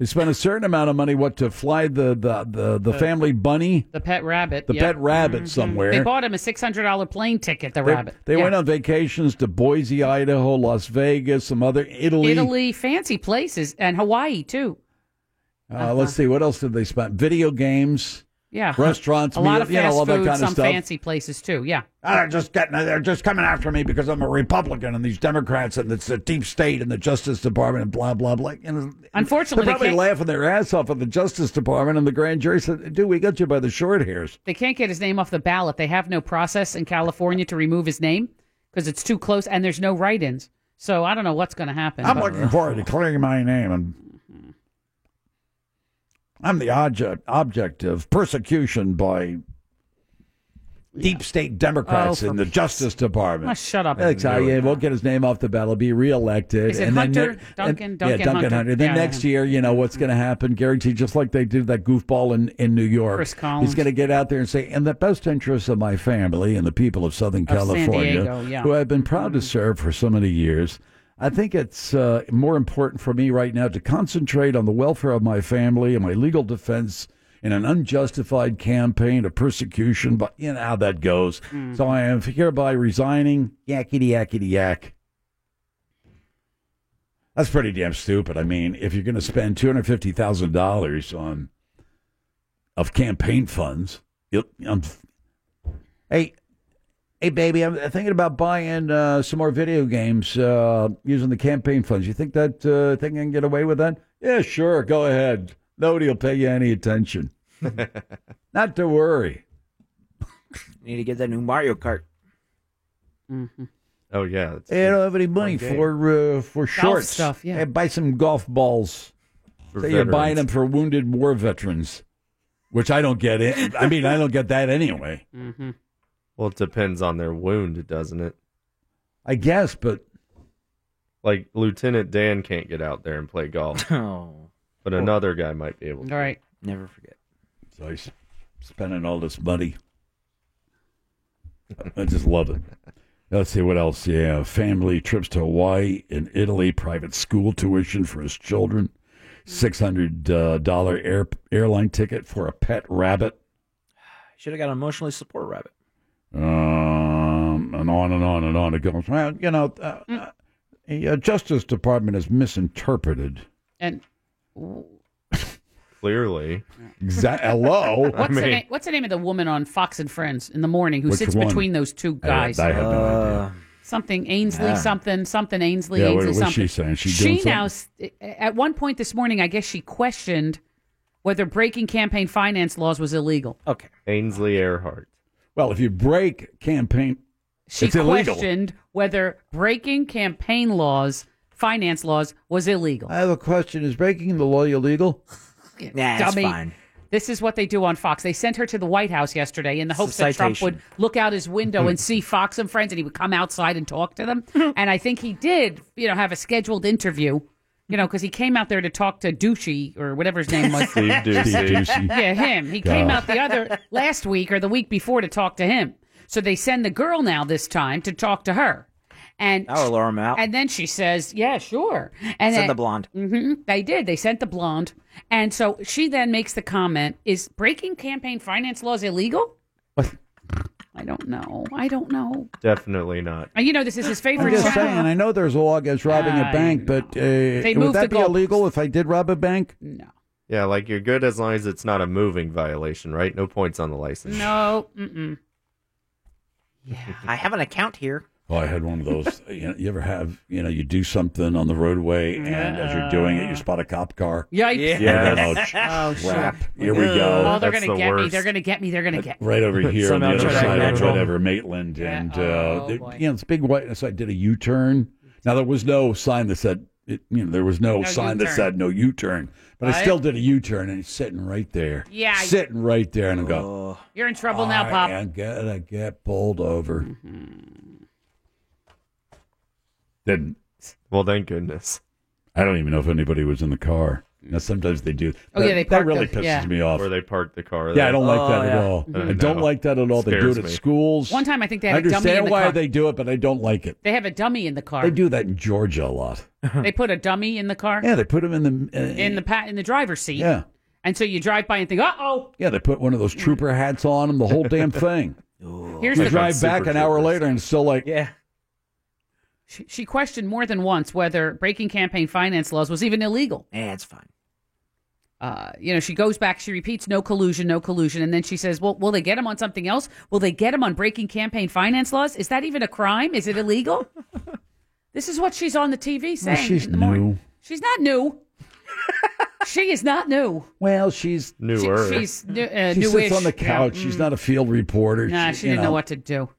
Speaker 5: They spent a certain amount of money what to fly the the the, the
Speaker 6: The-
Speaker 5: family bunny,
Speaker 6: The pet rabbit.
Speaker 5: the
Speaker 6: yep. Mm-hmm.
Speaker 5: pet rabbit somewhere.
Speaker 6: They bought him a $600 plane ticket, the
Speaker 5: They-
Speaker 6: rabbit.
Speaker 5: They
Speaker 6: Yeah.
Speaker 5: went on vacations to Boise, Idaho, Las Vegas, some other Italy.
Speaker 6: Italy, fancy places, and Hawaii, too.
Speaker 5: Uh, Let's see, what else did they spend? Video games.
Speaker 6: Uh-huh. Yeah.
Speaker 5: Restaurants,
Speaker 6: a lot
Speaker 5: meal-
Speaker 6: of fast
Speaker 5: you know, all that
Speaker 6: food,
Speaker 5: kind of
Speaker 6: some
Speaker 5: stuff.
Speaker 6: fancy places, too. Yeah.
Speaker 5: "Ah, they're just getting they're just coming after me because I'm a Republican and these Democrats and it's the deep state and the Justice Department and blah blah blah. You know,
Speaker 6: Unfortunately,
Speaker 5: they're
Speaker 6: they
Speaker 5: probably
Speaker 6: can't-
Speaker 5: laughing their ass off at the Justice Department and the grand jury said, "Dude, we got you by the short hairs."
Speaker 6: They can't get his name off the ballot. They have no process in California to remove his name because it's too close and there's no write ins. So I don't know what's going to happen.
Speaker 5: I'm
Speaker 6: but-
Speaker 5: looking forward to clearing my name and I'm the object object of persecution by deep state Democrats
Speaker 6: Oh, for
Speaker 5: in the Justice Department.
Speaker 6: Ah, shut up.
Speaker 5: That's how you won't get his name off the ballot, be reelected.
Speaker 6: Is it Hunter? Duncan-
Speaker 5: yeah,
Speaker 6: Duncan
Speaker 5: Duncan Hunter.
Speaker 6: Hunter.
Speaker 5: Then
Speaker 6: Yeah,
Speaker 5: next
Speaker 6: yeah.
Speaker 5: year, you know what's going to happen, guaranteed, just like they did that goofball in, in New York.
Speaker 6: Chris Collins.
Speaker 5: He's going to get out there and say, in the best interests of my family and the people of Southern
Speaker 6: Of San
Speaker 5: California,
Speaker 6: Diego, yeah.
Speaker 5: who I've been proud to serve for so many years. I think it's uh, more important for me right now to concentrate on the welfare of my family and my legal defense in an unjustified campaign of persecution. But you know how that goes. So I am hereby resigning. Mm. Yakety yakety yak. That's pretty damn stupid. I mean, if you're going to spend two hundred fifty thousand dollars on of campaign funds, you'll, um, hey, hey, baby, I'm thinking about buying uh, some more video games uh, using the campaign funds. You think that uh, thing I can get away with that? Yeah, sure. Go ahead. Nobody will pay you any attention. Not to worry.
Speaker 8: Need to get that new Mario Kart.
Speaker 6: Mm-hmm.
Speaker 7: Oh yeah. it's-
Speaker 5: Hey, I don't have any money
Speaker 7: Fun game.
Speaker 5: for uh, for shorts.
Speaker 7: stuff, yeah.
Speaker 5: Hey, buy some golf balls.
Speaker 7: For
Speaker 5: Say you're
Speaker 7: veterans.
Speaker 5: buying them for wounded war veterans, which I don't get. It. I mean, I don't get that anyway.
Speaker 6: Mm-hmm.
Speaker 7: Well, it depends on their wound, doesn't it?
Speaker 5: I guess, but
Speaker 7: Like Lieutenant Dan can't get out there and play golf.
Speaker 8: Oh.
Speaker 7: But another guy might be able to.
Speaker 6: All right.
Speaker 8: Never forget.
Speaker 5: So he's spending all this money. I just love it. Let's see what else. Yeah, family trips to Hawaii and Italy, private school tuition for his children, six hundred uh, dollar air, airline ticket for a pet rabbit.
Speaker 8: Should have got an emotionally support rabbit.
Speaker 5: um, and on and on and on it goes. Well, you know, uh,
Speaker 6: Mm.
Speaker 5: uh, the uh, Justice Department is misinterpreted.
Speaker 6: And
Speaker 7: Clearly.
Speaker 5: Exactly. Hello.
Speaker 6: what's, the name, what's the name of the woman on Fox and Friends in the morning who
Speaker 5: Which
Speaker 6: sits
Speaker 5: one?
Speaker 6: between those two
Speaker 5: I-
Speaker 6: guys?
Speaker 5: I have no
Speaker 8: Uh,
Speaker 5: idea.
Speaker 6: Something Ainsley,
Speaker 5: Yeah.
Speaker 6: something, something Ainsley,
Speaker 5: Yeah, what-
Speaker 6: Ainsley,
Speaker 5: what's
Speaker 6: something.
Speaker 5: she saying? She
Speaker 6: she
Speaker 5: doing
Speaker 6: now, s- at one point this morning, I guess she questioned whether breaking campaign finance laws was illegal.
Speaker 8: Okay.
Speaker 7: Ainsley Earhart.
Speaker 5: Well, if you break campaign,
Speaker 6: She
Speaker 5: it's illegal.
Speaker 6: questioned whether breaking campaign laws, finance laws, was illegal.
Speaker 5: I have a question: Is breaking the law illegal?
Speaker 6: Yeah, This is what they do on Fox. They sent her to the White House yesterday in the hopes
Speaker 5: a
Speaker 6: that Trump would
Speaker 5: citation.
Speaker 6: look out his window and see Fox and friends, and he would come outside and talk to them. and I think he did, you know, have a scheduled interview, you know, because he came out there to talk to Ducey or whatever his name was.
Speaker 4: Steve Ducey. Steve Ducey.
Speaker 6: Yeah, him. He came
Speaker 4: God.
Speaker 6: out the other last week or the week before to talk to him. So they send the girl now this time to talk to her. And
Speaker 8: That'll lure 'em out.
Speaker 6: And then she says, "Yeah, sure." And
Speaker 8: Send
Speaker 6: then,
Speaker 8: the blonde.
Speaker 6: hmm they did. They sent the blonde, and so she then makes the comment: "Is breaking campaign finance laws illegal?" I don't know. I don't know.
Speaker 7: Definitely not.
Speaker 6: And You know, this is his favorite
Speaker 5: I'm just
Speaker 6: channel.
Speaker 5: saying. I know there's a law against robbing a
Speaker 6: I
Speaker 5: bank, but uh, would
Speaker 6: moved the
Speaker 5: that be
Speaker 6: goalpost.
Speaker 5: illegal if I did rob a bank?
Speaker 7: Yeah, like you're good as long as it's not a moving violation, right? No points on the license.
Speaker 6: No, mm-mm.
Speaker 8: I have an account here.
Speaker 5: Oh, I had one of those. you, know, you ever have? You know, you do something on the roadway, and as you're doing it, you spot a cop car.
Speaker 6: Yikes.
Speaker 5: And
Speaker 6: Yes.
Speaker 5: then, oh,
Speaker 6: Oh, sure.
Speaker 5: crap. Here we go.
Speaker 6: Oh, they're going to get me. They're going to get me. They're going to get me.
Speaker 5: Right over here on
Speaker 8: Somehow
Speaker 5: the other
Speaker 8: try to
Speaker 5: side of
Speaker 8: natural.
Speaker 5: whatever Maitland, and
Speaker 6: Oh,
Speaker 5: uh, there- you know it's big white. So I did a U-turn. Now there was no sign that said, it, you know, there was no,
Speaker 6: No
Speaker 5: sign that
Speaker 6: U-turn.
Speaker 5: said no U-turn, but I
Speaker 6: Right.
Speaker 5: still did a U-turn, and it's sitting right there.
Speaker 6: Yeah, I-
Speaker 5: sitting right there, and I'm
Speaker 8: Oh.
Speaker 5: going.
Speaker 6: You're in trouble now,
Speaker 5: I
Speaker 6: Pop.
Speaker 5: am gonna get pulled over.
Speaker 7: Mm-hmm.
Speaker 5: Didn't.
Speaker 7: Well, thank goodness.
Speaker 5: I don't even know if anybody was in the car. Now sometimes they do.
Speaker 7: Oh, yeah,
Speaker 5: That-
Speaker 7: they
Speaker 5: that
Speaker 7: park
Speaker 5: really
Speaker 7: the-
Speaker 5: pisses
Speaker 7: yeah.
Speaker 5: me off.
Speaker 7: Where they park the car
Speaker 5: Yeah, I
Speaker 7: there.
Speaker 5: don't like
Speaker 7: Oh,
Speaker 5: that at
Speaker 7: yeah.
Speaker 5: all.
Speaker 7: Mhm.
Speaker 5: I don't
Speaker 7: No.
Speaker 5: like that at all. They do
Speaker 7: Scares
Speaker 5: it at
Speaker 7: me.
Speaker 5: schools.
Speaker 6: One time, I think they
Speaker 5: I
Speaker 6: had a dummy in
Speaker 5: understand
Speaker 6: the
Speaker 5: why
Speaker 6: car.
Speaker 5: they do it, but I don't like it.
Speaker 6: They have a dummy in the car.
Speaker 5: They do that in Georgia a lot.
Speaker 6: They put a dummy in the car.
Speaker 5: Yeah, they put them in the. Uh,
Speaker 6: in the pat in the driver's seat.
Speaker 5: Yeah.
Speaker 6: And so you drive by and think, uh oh,
Speaker 5: yeah, they put one of those trooper hats on them. The whole damn thing.
Speaker 6: Here's
Speaker 5: you
Speaker 6: the-
Speaker 5: drive back an hour later and it's still like
Speaker 8: yeah.
Speaker 6: she, she questioned more than once whether breaking campaign finance laws was even illegal.
Speaker 8: Yeah, it's fine.
Speaker 6: Uh, you know, she goes back, she repeats, no collusion, no collusion. And then she says, well, will they get him on something else? Will they get him on breaking campaign finance laws? Is that even a crime? Is it illegal? this is what she's on the TV saying.
Speaker 5: "Oh, she's
Speaker 6: in the morning.
Speaker 5: new.
Speaker 6: She's not new. she is not new.
Speaker 5: Well, she's
Speaker 7: newer.
Speaker 6: She's new, uh,
Speaker 5: she
Speaker 6: newish.
Speaker 5: sits on the
Speaker 6: Yeah.
Speaker 5: couch. She's not a field reporter.
Speaker 6: Nah, she
Speaker 5: you
Speaker 6: didn't know what to do.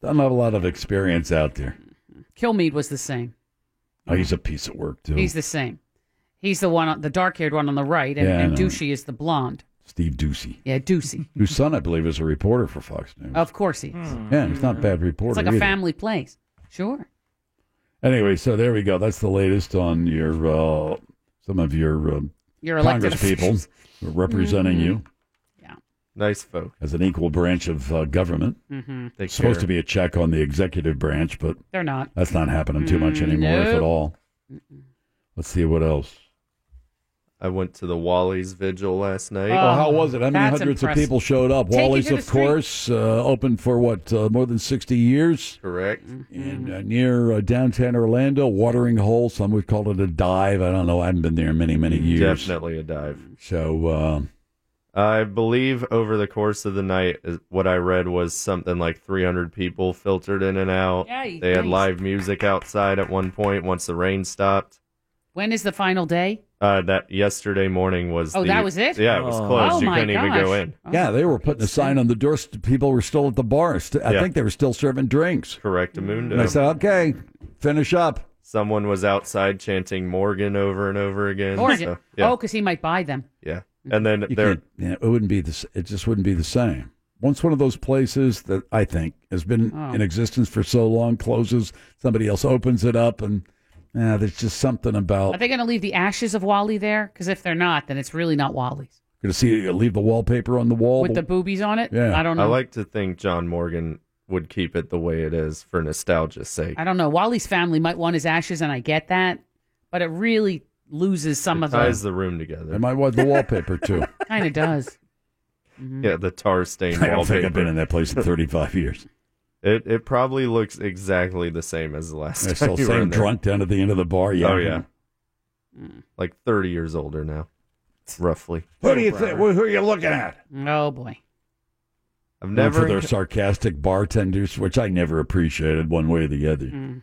Speaker 5: Doesn't have a lot of experience out there.
Speaker 6: Mm. Kilmeade was the same.
Speaker 5: Oh, he's a piece of work too.
Speaker 6: He's the same. He's the one, on, the dark-haired one on the right, and,
Speaker 5: Yeah, I
Speaker 6: and
Speaker 5: know.
Speaker 6: Douchey is the blonde.
Speaker 5: Steve Ducey,
Speaker 6: Yeah, Ducey.
Speaker 5: whose son I believe is a reporter for Fox News.
Speaker 6: of course he is.
Speaker 7: Hmm.
Speaker 5: Yeah, he's not a bad reporter.
Speaker 6: Mm-hmm. It's like a
Speaker 5: either.
Speaker 6: family place. Sure.
Speaker 5: Anyway, so there we go. That's the latest on your uh, some of your uh,
Speaker 6: Your elected
Speaker 5: Congress people
Speaker 6: officials. Mm-hmm.
Speaker 5: who are representing you
Speaker 7: Nice folk.
Speaker 5: as an equal branch of uh, government.
Speaker 6: Mhm.
Speaker 7: They
Speaker 5: It's supposed
Speaker 7: care.
Speaker 5: to be a check on the executive branch, but
Speaker 6: They're not.
Speaker 5: That's not happening too much
Speaker 6: Mm,
Speaker 5: anymore, if at
Speaker 6: nope.
Speaker 5: all. Let's see what else.
Speaker 7: I went to the Wally's vigil last night.
Speaker 5: well, Oh, how was it? How many hundreds of people showed up?
Speaker 7: Oh, Take it
Speaker 5: Wally's,
Speaker 7: to the
Speaker 5: of course, uh, open for what uh, more than sixty years.
Speaker 7: Correct.
Speaker 5: And uh, near uh, downtown Orlando, watering hole. Some would call it a dive. I don't know. I haven't been there in many, many years.
Speaker 7: Mm, Definitely a dive.
Speaker 5: So, uh,
Speaker 7: I believe over the course of the night, is- what I read was something like 300 people filtered in and out.
Speaker 6: Yay,
Speaker 7: they had
Speaker 6: nice.
Speaker 7: live music outside at one point once the rain stopped.
Speaker 6: When is the final day?
Speaker 7: Uh, that yesterday morning was.
Speaker 6: Oh,
Speaker 7: the-
Speaker 6: that was it?
Speaker 7: Yeah, it was
Speaker 6: Oh.
Speaker 7: closed.
Speaker 6: Oh,
Speaker 7: you
Speaker 6: my
Speaker 7: couldn't even go
Speaker 6: gosh.
Speaker 7: in.
Speaker 5: yeah, they were putting a sign on the door. st- People were still at the bar. St- I
Speaker 7: Yeah.
Speaker 5: think they were still serving drinks.
Speaker 7: Correct,
Speaker 5: And I said, okay, finish up.
Speaker 7: Someone was outside chanting Morgan over and over again.
Speaker 6: Or
Speaker 7: so, yeah,
Speaker 6: Oh, because he might buy them.
Speaker 7: yeah. And then
Speaker 5: You
Speaker 7: there,
Speaker 5: can't- yeah, it wouldn't be the. s- It just wouldn't be the same. Once one of those places that I think has been
Speaker 6: Oh.
Speaker 5: in existence for so long closes, somebody else opens it up, and uh, there's just something about.
Speaker 6: Are they going to leave the ashes of Wally there? Because if they're not, then it's really not Wally's.
Speaker 5: Going to see you leave the wallpaper on the wall
Speaker 6: With the boobies on it? I don't know.
Speaker 7: I like to think John Morgan would keep it the way it is for nostalgia's sake.
Speaker 6: I don't know. Wally's family might want his ashes, and I get that, but it really loses some of
Speaker 7: Ties
Speaker 6: the.
Speaker 7: the room together.
Speaker 5: I might want the wallpaper too.
Speaker 6: Kind of does.
Speaker 7: Yeah, the tar stained wallpaper.
Speaker 5: I don't think I've been in that place in 35 years.
Speaker 7: It it probably looks exactly the same as the last
Speaker 5: They're
Speaker 7: time.
Speaker 5: still
Speaker 7: you were in
Speaker 5: same
Speaker 7: there.
Speaker 5: drunk down at the end of the bar. Yeah.
Speaker 7: Oh yeah,
Speaker 6: Hmm.
Speaker 7: like thirty years older now, roughly.
Speaker 5: Who do you think? Who are you looking at?
Speaker 6: Oh boy.
Speaker 7: I've
Speaker 5: Known
Speaker 7: never
Speaker 5: for their sarcastic bartenders, which I never appreciated one way or the other.
Speaker 6: Mm.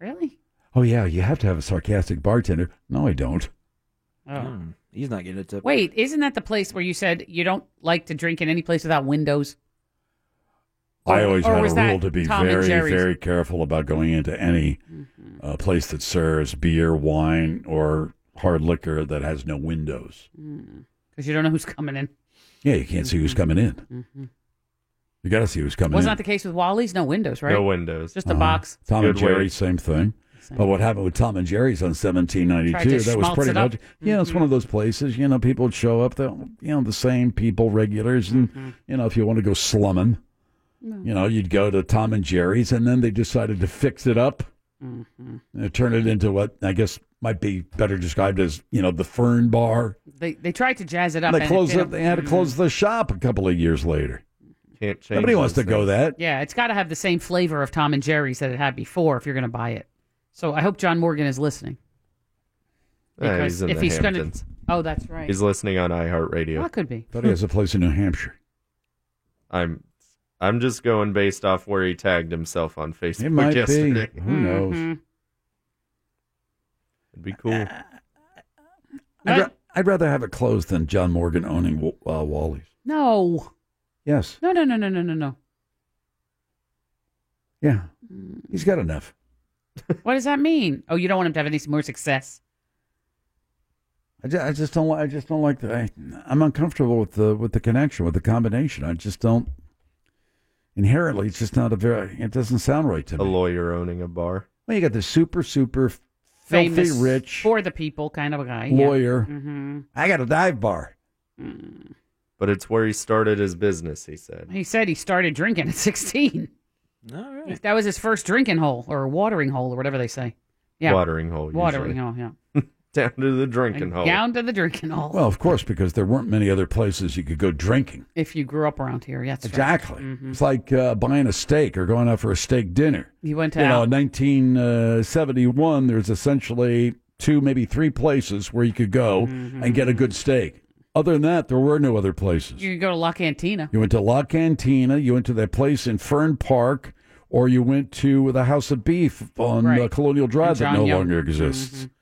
Speaker 6: Really?
Speaker 5: Oh yeah, you have to have a sarcastic bartender. No, I don't.
Speaker 6: Oh.
Speaker 8: Hmm, He's not getting a tip.
Speaker 6: Wait, isn't that the place where you said you don't like to drink in any place without windows?
Speaker 5: I always
Speaker 6: or
Speaker 5: had a
Speaker 6: was that
Speaker 5: rule to be
Speaker 6: Tom and
Speaker 5: very,
Speaker 6: Jerry's? Mm-hmm.
Speaker 5: very careful about going into any uh, place that serves beer, wine, or hard liquor that has no windows.
Speaker 6: Because you don't know who's coming in.
Speaker 5: Yeah, you can't see who's coming in.
Speaker 6: Mhm.
Speaker 5: You got to see who's coming
Speaker 6: Wasn't
Speaker 5: in.
Speaker 6: that the case with Wally's? No windows, right?
Speaker 7: No windows.
Speaker 6: Just a
Speaker 5: Uh-huh.
Speaker 6: box.
Speaker 5: Tom and
Speaker 7: Good
Speaker 5: Jerry,
Speaker 7: way.
Speaker 5: same thing. But what happened with oh, Tom and Jerry's on 1792?
Speaker 6: Tried to
Speaker 5: That was
Speaker 6: schmaltz
Speaker 5: pretty
Speaker 6: it up. Mm-hmm.
Speaker 5: much, you know, it's one of those places, you know, people would show up, they you know, the same people, regulars. And,
Speaker 6: Mm-hmm.
Speaker 5: you know, if you want to go slumming, you know, you'd go to Tom and Jerry's. And then they decided to fix it up
Speaker 6: Mm-hmm.
Speaker 5: And it turned it into what I guess might be better described as you know the Fern Bar.
Speaker 6: They they tried to jazz it Mm-hmm. up.
Speaker 5: And they
Speaker 6: and
Speaker 5: closed.
Speaker 6: it,
Speaker 5: It, they had to close the shop a couple of years later.
Speaker 7: Can't change.
Speaker 5: Nobody wants to
Speaker 7: those
Speaker 5: go
Speaker 7: things.
Speaker 5: that.
Speaker 6: Yeah, it's got to have the same flavor of Tom and Jerry's that it had before if you're going to buy it. So I hope John Morgan is listening.
Speaker 7: Yeah, Uh, he's
Speaker 6: Because
Speaker 7: in
Speaker 6: if
Speaker 7: the
Speaker 6: he's gonna-
Speaker 7: Hamptons.
Speaker 6: Oh, that's right.
Speaker 7: He's listening on iHeartRadio.
Speaker 6: Well, it could be.
Speaker 5: Thought he has a place in New Hampshire.
Speaker 7: I'm I'm just going based off where he tagged himself on Facebook
Speaker 5: It might
Speaker 7: yesterday.
Speaker 5: be. Who knows?
Speaker 6: Mm-hmm.
Speaker 7: Mm-hmm. It'd be cool.
Speaker 5: I'd, ra- I'd rather have it closed than John Morgan owning Wa- uh, Wally's.
Speaker 6: No,
Speaker 5: Yes.
Speaker 6: no, no, no, no, no, no, no.
Speaker 5: Yeah. He's got enough.
Speaker 6: What does that mean? Oh, you don't want him to have any more success.
Speaker 5: I just, I just don't. li- I just don't like the. I, I'm uncomfortable with the with the connection with the combination. I just don't. Inherently, it's just not a very. It doesn't sound right to me.
Speaker 7: A lawyer owning a bar.
Speaker 5: Well, you got the super super filthy
Speaker 6: Famous
Speaker 5: rich
Speaker 6: for the people kind of a guy. yeah.
Speaker 5: lawyer.
Speaker 6: Mhm.
Speaker 5: I got a dive bar.
Speaker 6: Mm.
Speaker 7: But it's where he started his business, he said.
Speaker 6: He said he started drinking at 16.
Speaker 8: All
Speaker 6: right. That was his first drinking hole or watering hole or whatever they say. Yeah.
Speaker 7: Watering hole.
Speaker 6: Watering
Speaker 7: usually.
Speaker 6: hole, yeah.
Speaker 7: Down to the drinking hole.
Speaker 6: Down to the drinking hole.
Speaker 5: Well, of course, because there weren't many other places you could go drinking.
Speaker 6: if you grew up around here, yeah, that's right. Mm-hmm.
Speaker 5: Exactly. It's like uh, buying a steak or going out for a steak dinner.
Speaker 6: You went
Speaker 5: You know,
Speaker 6: out.
Speaker 5: in 1971, there's essentially two, maybe three places where you could go
Speaker 6: Mm-hmm.
Speaker 5: and get a good steak. Other than that, there were no other places.
Speaker 6: You could go to La Cantina.
Speaker 5: You went to La Cantina, you went to that place in Fern Park, or you went to the House of Beef on uh, Colonial Drive that
Speaker 6: John
Speaker 5: no
Speaker 6: Young.
Speaker 5: longer exists.
Speaker 7: Mm-hmm.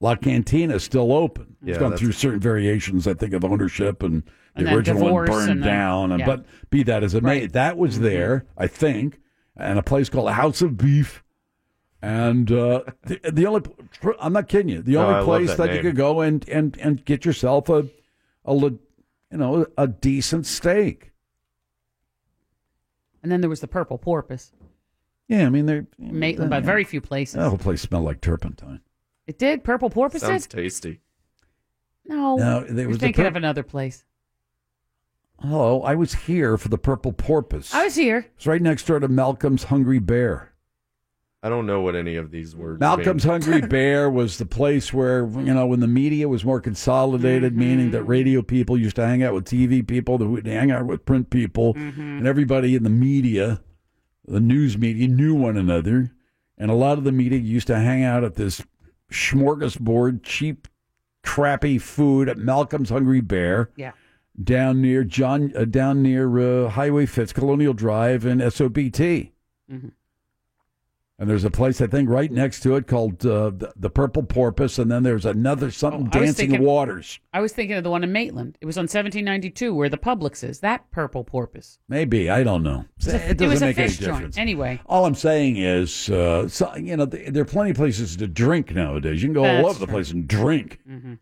Speaker 5: La Cantina is still open.
Speaker 7: Yeah,
Speaker 5: it's gone
Speaker 7: that's-
Speaker 5: through certain variations, I think, of ownership and the
Speaker 7: And then
Speaker 5: original one
Speaker 7: divorce
Speaker 5: burned
Speaker 7: and then-
Speaker 5: down. And
Speaker 7: yeah. Mm-hmm.
Speaker 5: but be that as it may, that was there, I think, and a place called the House of Beef. And uh, the, the only, I'm not kidding you, the
Speaker 7: No, Oh, I
Speaker 5: only
Speaker 7: love
Speaker 5: place
Speaker 7: that
Speaker 5: that, you
Speaker 7: name.
Speaker 5: could go and and and get yourself a, a le- you know, a decent steak.
Speaker 6: And then there was the Purple Porpoise.
Speaker 5: Yeah, I mean they're
Speaker 6: Maitland, but very few places.
Speaker 5: That whole place smelled like turpentine.
Speaker 6: It did? Purple Porpoise
Speaker 7: Sounds
Speaker 6: did?
Speaker 7: tasty.
Speaker 6: No.
Speaker 5: No, there
Speaker 6: You're
Speaker 5: was the
Speaker 6: thinking
Speaker 5: pur-
Speaker 6: of another place.
Speaker 5: Hello, I was here for the purple porpoise.
Speaker 6: I was here.
Speaker 5: It's right next door to Malcolm's Hungry Bear.
Speaker 7: I don't know what any of these words
Speaker 5: Malcolm's
Speaker 7: mean.
Speaker 5: Hungry Bear was the place where, you know, when the media was more consolidated, meaning that radio people used to hang out with TV people, that would hang out with print people, and everybody in the media, the news media, knew one another. And a lot of the media used to hang out at this smorgasbord, cheap, crappy food at Malcolm's Hungry Bear.
Speaker 6: Yeah.
Speaker 5: down near John, uh, down near uh, Highway Fitz, Colonial Drive, and SOBT.
Speaker 6: Mhm.
Speaker 5: And there's a place I think right next to it called uh, the, the Purple Porpoise, and then there's another
Speaker 6: Oh,
Speaker 5: something
Speaker 6: I was
Speaker 5: Dancing
Speaker 6: thinking-
Speaker 5: Waters,
Speaker 6: I was thinking of the one in Maitland. It was on 1792 where the Publix is. That Purple Porpoise.
Speaker 5: maybe I don't know.
Speaker 6: It was a,
Speaker 5: It doesn't
Speaker 6: was a
Speaker 5: make any
Speaker 6: fish joint.
Speaker 5: difference.
Speaker 6: Anyway,
Speaker 5: All I'm saying is, uh, so, you know, th- there are plenty of places to drink nowadays. You can go
Speaker 6: That's
Speaker 5: all over the
Speaker 6: true.
Speaker 5: place and drink.
Speaker 6: Mhm.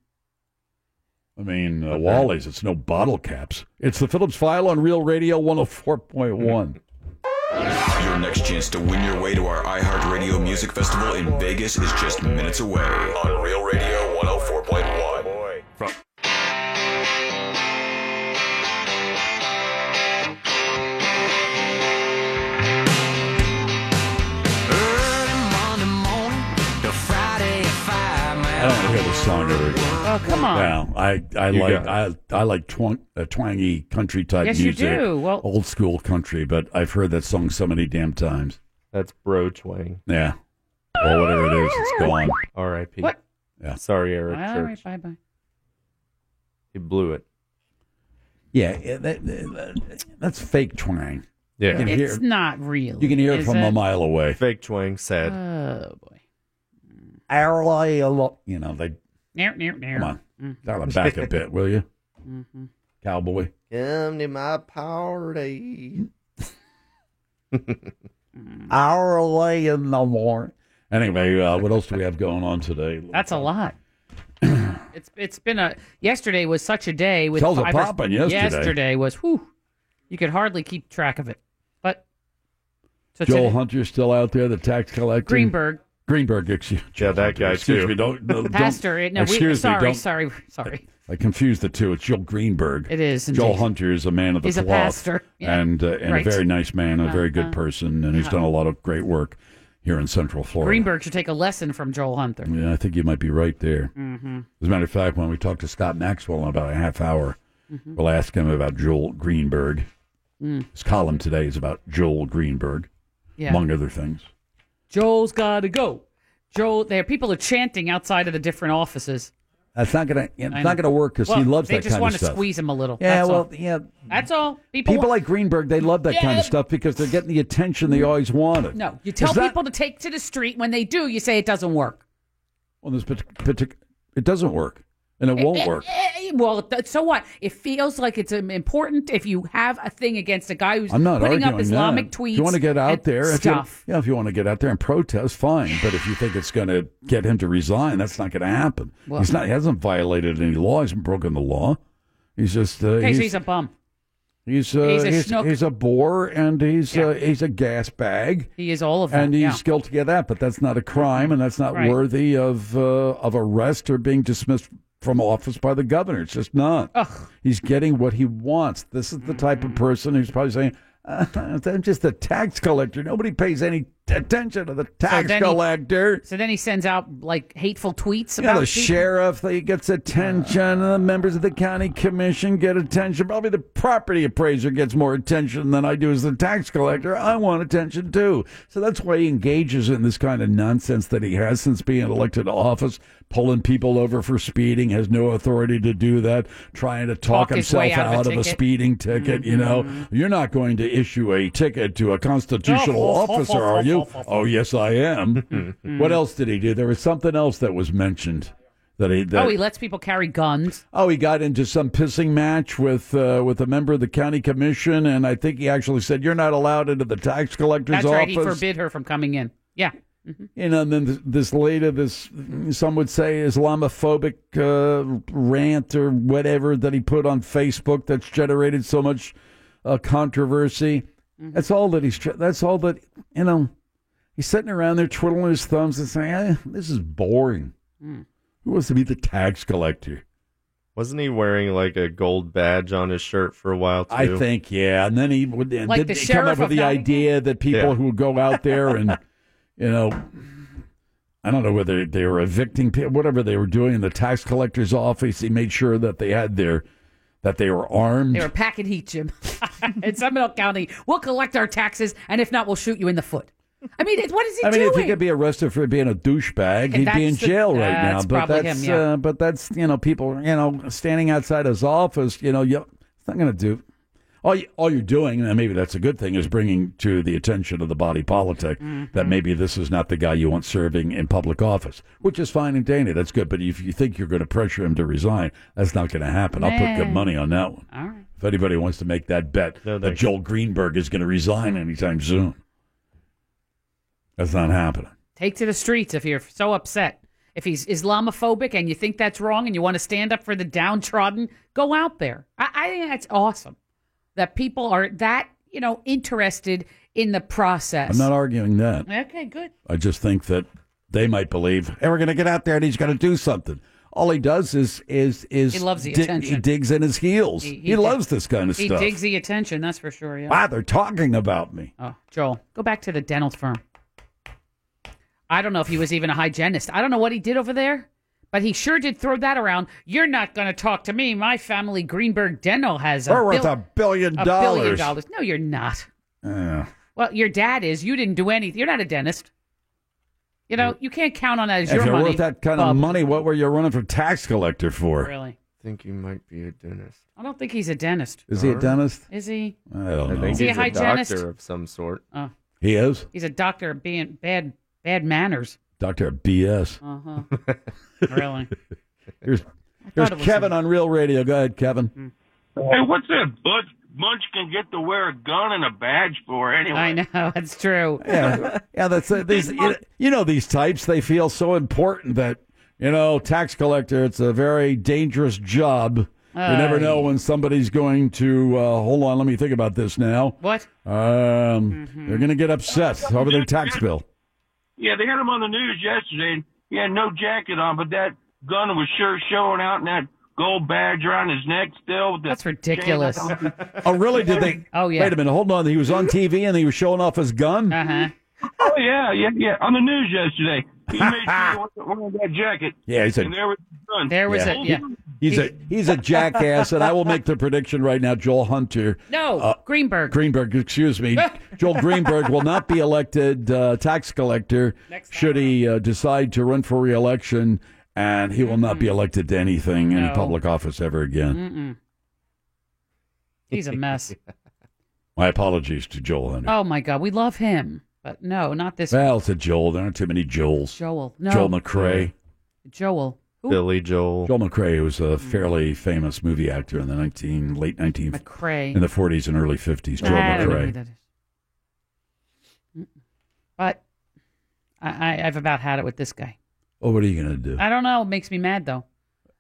Speaker 5: I mean, uh,
Speaker 7: Okay.
Speaker 5: Wally's, it's no bottle caps. It's the Phillips File on Real Radio 104.1.
Speaker 10: Your next chance to win your way to our iHeartRadio Music Festival in Vegas is just minutes away on Real Radio 104.1. From
Speaker 5: I don't want to hear this song ever again.
Speaker 6: Oh, come on.
Speaker 5: No, I, I
Speaker 7: You
Speaker 5: like I, I like twang, uh, twangy country type
Speaker 6: Yes, you
Speaker 5: music.
Speaker 6: do. Well-
Speaker 5: old school country, but I've heard that song so many damn times.
Speaker 7: That's bro twang.
Speaker 5: Yeah. Well, whatever it is, it's gone.
Speaker 7: R.I.P.
Speaker 6: What?
Speaker 5: Yeah.
Speaker 7: Sorry, Eric
Speaker 6: all
Speaker 7: Church.
Speaker 6: right, bye bye.
Speaker 7: He blew it.
Speaker 5: Yeah, yeah, that, that- that's fake twang.
Speaker 7: Yeah.
Speaker 5: You can
Speaker 6: It's
Speaker 5: hear,
Speaker 6: not real.
Speaker 5: you can hear it
Speaker 6: is
Speaker 5: from a mile away.
Speaker 7: Fake twang, sad.
Speaker 6: Oh boy.
Speaker 5: You know, they
Speaker 6: Near, near, near.
Speaker 5: come on, dial it back a bit, will you,
Speaker 6: Mm. Mm-hmm.
Speaker 5: cowboy?
Speaker 7: Come to my party.
Speaker 6: Mm-hmm.
Speaker 5: Hour away in the morning. Anyway, uh, what else do we have going on today?
Speaker 6: That's a lot. it's it's been a yesterday was such a day with
Speaker 5: Tells a
Speaker 6: five or-
Speaker 5: poppin' yesterday.
Speaker 6: Yesterday was whew. You could hardly keep track of it. But so
Speaker 5: Joel
Speaker 6: today,
Speaker 5: Hunter's still out there, the tax collector.
Speaker 6: Greenberg.
Speaker 5: Greenberg, excuse Yeah, that
Speaker 7: guy,
Speaker 5: Excuse
Speaker 7: too.
Speaker 5: me, don't. no, don't-
Speaker 6: Pastor, it- no, we,
Speaker 5: excuse me,
Speaker 6: sorry,
Speaker 5: don't-
Speaker 6: sorry, sorry.
Speaker 5: I confused the two. It's Joel Greenberg.
Speaker 6: It is,
Speaker 5: Joel
Speaker 6: indeed.
Speaker 5: Hunter is a man of the
Speaker 6: He's a
Speaker 5: cloth,
Speaker 6: pastor, yeah.
Speaker 5: and uh, and
Speaker 6: Right.
Speaker 5: a very nice man, a very good
Speaker 6: Uh-huh.
Speaker 5: person, and he's done a lot of great work. here in Central Florida.
Speaker 6: Greenberg should take a lesson from Joel Hunter.
Speaker 5: Yeah, I think you might be right there.
Speaker 6: Mhm.
Speaker 5: As a matter of fact, when we talked to Scott Maxwell in about a half hour,
Speaker 6: Mhm.
Speaker 5: we'll ask him about Joel Greenberg.
Speaker 6: Mm.
Speaker 5: His column today is about Joel Greenberg,
Speaker 6: Yeah.
Speaker 5: among other things.
Speaker 6: Joel's got to go. Joel, there people are chanting outside of the different offices.
Speaker 5: That's not gonna. It's
Speaker 6: I
Speaker 5: not
Speaker 6: know.
Speaker 5: gonna work because he
Speaker 6: Well,
Speaker 5: loves
Speaker 6: they
Speaker 5: that
Speaker 6: just
Speaker 5: kind
Speaker 6: want
Speaker 5: of
Speaker 6: to
Speaker 5: stuff.
Speaker 6: squeeze him a little.
Speaker 5: Yeah,
Speaker 6: That's
Speaker 5: well,
Speaker 6: all.
Speaker 5: yeah.
Speaker 6: That's all. People,
Speaker 5: People
Speaker 6: want-
Speaker 5: like Greenberg, they love that kind
Speaker 6: Yeah.
Speaker 5: of stuff because they're getting the attention they always wanted.
Speaker 6: no. You tell
Speaker 5: Is that-
Speaker 6: people to take to the street. When they do, you say it doesn't work.
Speaker 5: on this particular, it doesn't work, and it won't work.
Speaker 6: Eh, eh, Well, th- so what? It feels like it's um, important if you have a thing against a guy who's
Speaker 5: I'm not
Speaker 6: putting
Speaker 5: arguing
Speaker 6: up Islamic
Speaker 5: that.
Speaker 6: tweets.
Speaker 5: If you want to get
Speaker 6: and
Speaker 5: out there, if
Speaker 6: stuff.
Speaker 5: You, yeah, if you want to get out there and protest, fine. But if you think it's going to get him to resign, that's not going to happen.
Speaker 6: Well-
Speaker 5: he's not. He hasn't violated any law. He hasn't broken the law. He's just. Uh,
Speaker 6: okay,
Speaker 5: he's,
Speaker 6: so he's a bum.
Speaker 5: he's, uh,
Speaker 6: he's a
Speaker 5: he's,
Speaker 6: schnook.
Speaker 5: he's a bore and he's uh, he's a gas bag.
Speaker 6: He is all of that.
Speaker 5: And he's
Speaker 6: yeah. Mm-hmm.
Speaker 5: guilty of that, but that's not a crime, and that's not
Speaker 6: Right.
Speaker 5: worthy of uh, of arrest or being dismissed from office by the governor. It's just not. He's getting what he wants. This is the type
Speaker 6: Mm-hmm.
Speaker 5: of person who's probably saying, uh, "I'm just a tax collector. Nobody pays any attention to the tax
Speaker 6: then he-
Speaker 5: collector."
Speaker 6: So then he sends out like hateful tweets
Speaker 5: Yeah,
Speaker 6: about
Speaker 5: the
Speaker 6: people.
Speaker 5: sheriff he gets attention. and
Speaker 16: Uh.
Speaker 5: the members of the county commission get attention. Probably the property appraiser gets more attention than I do as the tax collector. I want attention too. So that's why he engages in this kind of nonsense that he has since being elected to office, pulling people over for speeding, has no authority to do that, trying to
Speaker 16: Talk
Speaker 5: talk,
Speaker 16: his
Speaker 5: himself
Speaker 16: way
Speaker 5: out,
Speaker 16: out of a
Speaker 5: of,
Speaker 16: ticket.
Speaker 5: a
Speaker 16: Mm-hmm.
Speaker 5: speeding ticket. You know, you're not going to issue a ticket to a constitutional officer, are you? Oh, yes, I am. what else did he do? There was something else that was mentioned that he that
Speaker 6: oh, he lets people carry guns.
Speaker 5: Oh, he got into some pissing match with uh, with a member of the county commission, and I think he actually said, "You're not allowed into the tax collector's
Speaker 6: That's right.
Speaker 5: office."
Speaker 6: He forbid her from coming in. Yeah. Mhm.
Speaker 5: You know, and then th- this later, this some would say Islamophobic uh, rant or whatever that he put on Facebook that's generated so much uh, controversy. That's all that he's. tr- That's all that you know. He's sitting around there twiddling his thumbs and saying, eh, "This is boring.
Speaker 6: Mm.
Speaker 5: Who wants to be the tax collector?"
Speaker 7: Wasn't he wearing like a gold badge on his shirt for a while too?
Speaker 5: I think, yeah. And then he would and
Speaker 7: Like
Speaker 5: did
Speaker 7: the
Speaker 5: he come
Speaker 7: sheriff
Speaker 5: up with
Speaker 7: of
Speaker 5: the
Speaker 7: Nottingham?
Speaker 5: idea that people
Speaker 7: Yeah.
Speaker 5: who go out there and, you know, I don't know whether they were evicting people, whatever they were doing in the tax collector's office. He made sure that they had their, that they were armed.
Speaker 6: They were packing heat, Jim. in Seminole County, we'll collect our taxes, and if not, we'll shoot you in the foot. I mean, it- what is he
Speaker 5: I mean,
Speaker 6: doing?
Speaker 5: if he could be arrested for being a douchebag,
Speaker 6: And
Speaker 5: he'd be in
Speaker 6: that's the-
Speaker 5: jail right now.
Speaker 6: that's
Speaker 5: But
Speaker 6: probably
Speaker 5: that's,
Speaker 6: him, yeah.
Speaker 5: uh, but that's you know, people, you know, standing outside his office, you know, you, it's not going to do. All, you, all you're doing, and maybe that's a good thing, is bringing to the attention of the body politic
Speaker 6: Mm-hmm.
Speaker 5: that maybe this is not the guy you want serving in public office, which is fine and dandy. That's good. But if you think you're going to pressure him to resign, that's not going to happen. I'll put good
Speaker 6: Man.
Speaker 5: money on that one.
Speaker 6: All right.
Speaker 5: If anybody wants to make that bet that Joel Greenberg is going to resign anytime soon, that's not happening.
Speaker 6: Take to the streets if you're so upset. If he's Islamophobic and you think that's wrong and you want to stand up for the downtrodden, go out there. I, I think that's awesome that people are that you know interested in the process.
Speaker 5: I'm not arguing that.
Speaker 6: okay, good.
Speaker 5: I just think that they might believe, hey, we're going to get out there and he's going to do something. All he does is is is
Speaker 6: He loves the
Speaker 5: dig-
Speaker 6: attention.
Speaker 5: He digs in his heels. He,
Speaker 6: dig-
Speaker 5: loves this kind of
Speaker 6: he
Speaker 5: stuff.
Speaker 6: digs the attention, that's for sure. Yeah.
Speaker 5: wow, they're talking about me.
Speaker 6: Oh, Joel, go back to the dental firm. I don't know if he was even a hygienist. I don't know what he did over there, but he sure did throw that around. You're not going to talk to me. My family, Greenberg Dental, has a
Speaker 5: We're worth
Speaker 6: bil-
Speaker 5: a billion
Speaker 6: a billion
Speaker 5: dollars.
Speaker 6: dollars. No, you're not.
Speaker 5: Yeah.
Speaker 6: Well, your dad is. You didn't do anything. You're not a dentist. You know, you can't count on that as
Speaker 5: if
Speaker 6: your
Speaker 5: you're
Speaker 6: money.
Speaker 5: worth that kind
Speaker 6: bub.
Speaker 5: of money, what were you running for tax collector for?
Speaker 6: Really?
Speaker 7: think you might be a dentist.
Speaker 6: I don't think he's a dentist.
Speaker 5: Is he a dentist?
Speaker 6: Is he?
Speaker 5: I don't know.
Speaker 7: think
Speaker 6: Is he
Speaker 7: he's
Speaker 6: a
Speaker 7: a,
Speaker 6: hygienist?
Speaker 7: doctor of some sort.
Speaker 6: Oh,
Speaker 5: He is
Speaker 6: he's a doctor of being bad, bad manners.
Speaker 5: Doctor of BS.
Speaker 6: Uh huh. really?
Speaker 5: Here's,
Speaker 6: it
Speaker 5: here's
Speaker 6: was Mm.
Speaker 5: Kevin on Real Radio. Go ahead, Kevin.
Speaker 17: Hey, what's that Butch Munch can get to wear a gun and a badge for anyway?
Speaker 6: I know it's true.
Speaker 5: Yeah, yeah. That's uh, these. You, you know these types. They feel so important that you know tax collector. It's a very dangerous job. you never
Speaker 6: Aye.
Speaker 5: know when somebody's going to. Uh, hold on, let me think about this now.
Speaker 6: What? Mm-hmm.
Speaker 5: Um, they're going to get upset over their tax bill.
Speaker 17: Yeah, they had him on the news yesterday, and he had no jacket on, but that gun was sure showing out, and that gold badge around his neck still. With the That's
Speaker 6: ridiculous.
Speaker 5: Oh, really? Did they?
Speaker 6: Oh, yeah.
Speaker 5: Wait a minute. Hold on. He was on TV and he was showing off his gun.
Speaker 6: Uh huh.
Speaker 17: Oh yeah, yeah, yeah. On the news yesterday, he made sure he wasn't wearing that jacket.
Speaker 5: Yeah, he's a-
Speaker 17: and there was his gun.
Speaker 5: Yeah. He's a he's a jackass, and I will make the prediction right now. Joel Hunter, uh,
Speaker 6: No, Greenberg.
Speaker 5: Greenberg, excuse me, Joel Greenberg will not be elected uh, tax collector should he uh, decide to run for re-election, and he will not be elected to anything, any
Speaker 6: Mm-hmm. No. Mm-hmm.
Speaker 5: public office ever
Speaker 6: Mm-mm.
Speaker 5: again.
Speaker 6: He's a mess.
Speaker 5: My apologies to Joel Hunter.
Speaker 6: oh my God, we love him, but no, not this
Speaker 5: Well, to Joel, there aren't too many Joels.
Speaker 6: Joel. No.
Speaker 5: Joel McRae.
Speaker 6: Joel. Who?
Speaker 5: Billy Joel. Joel McRae who was a
Speaker 6: Mm-hmm.
Speaker 5: fairly famous movie actor in the nineteen late nineteen
Speaker 6: McRae.
Speaker 5: in the forties and early fifties. Joel
Speaker 6: I don't know who
Speaker 5: McRae.
Speaker 6: that is. But I, I, I've about had it with this guy.
Speaker 5: Oh, what are you gonna do?
Speaker 6: I don't know. It makes me mad though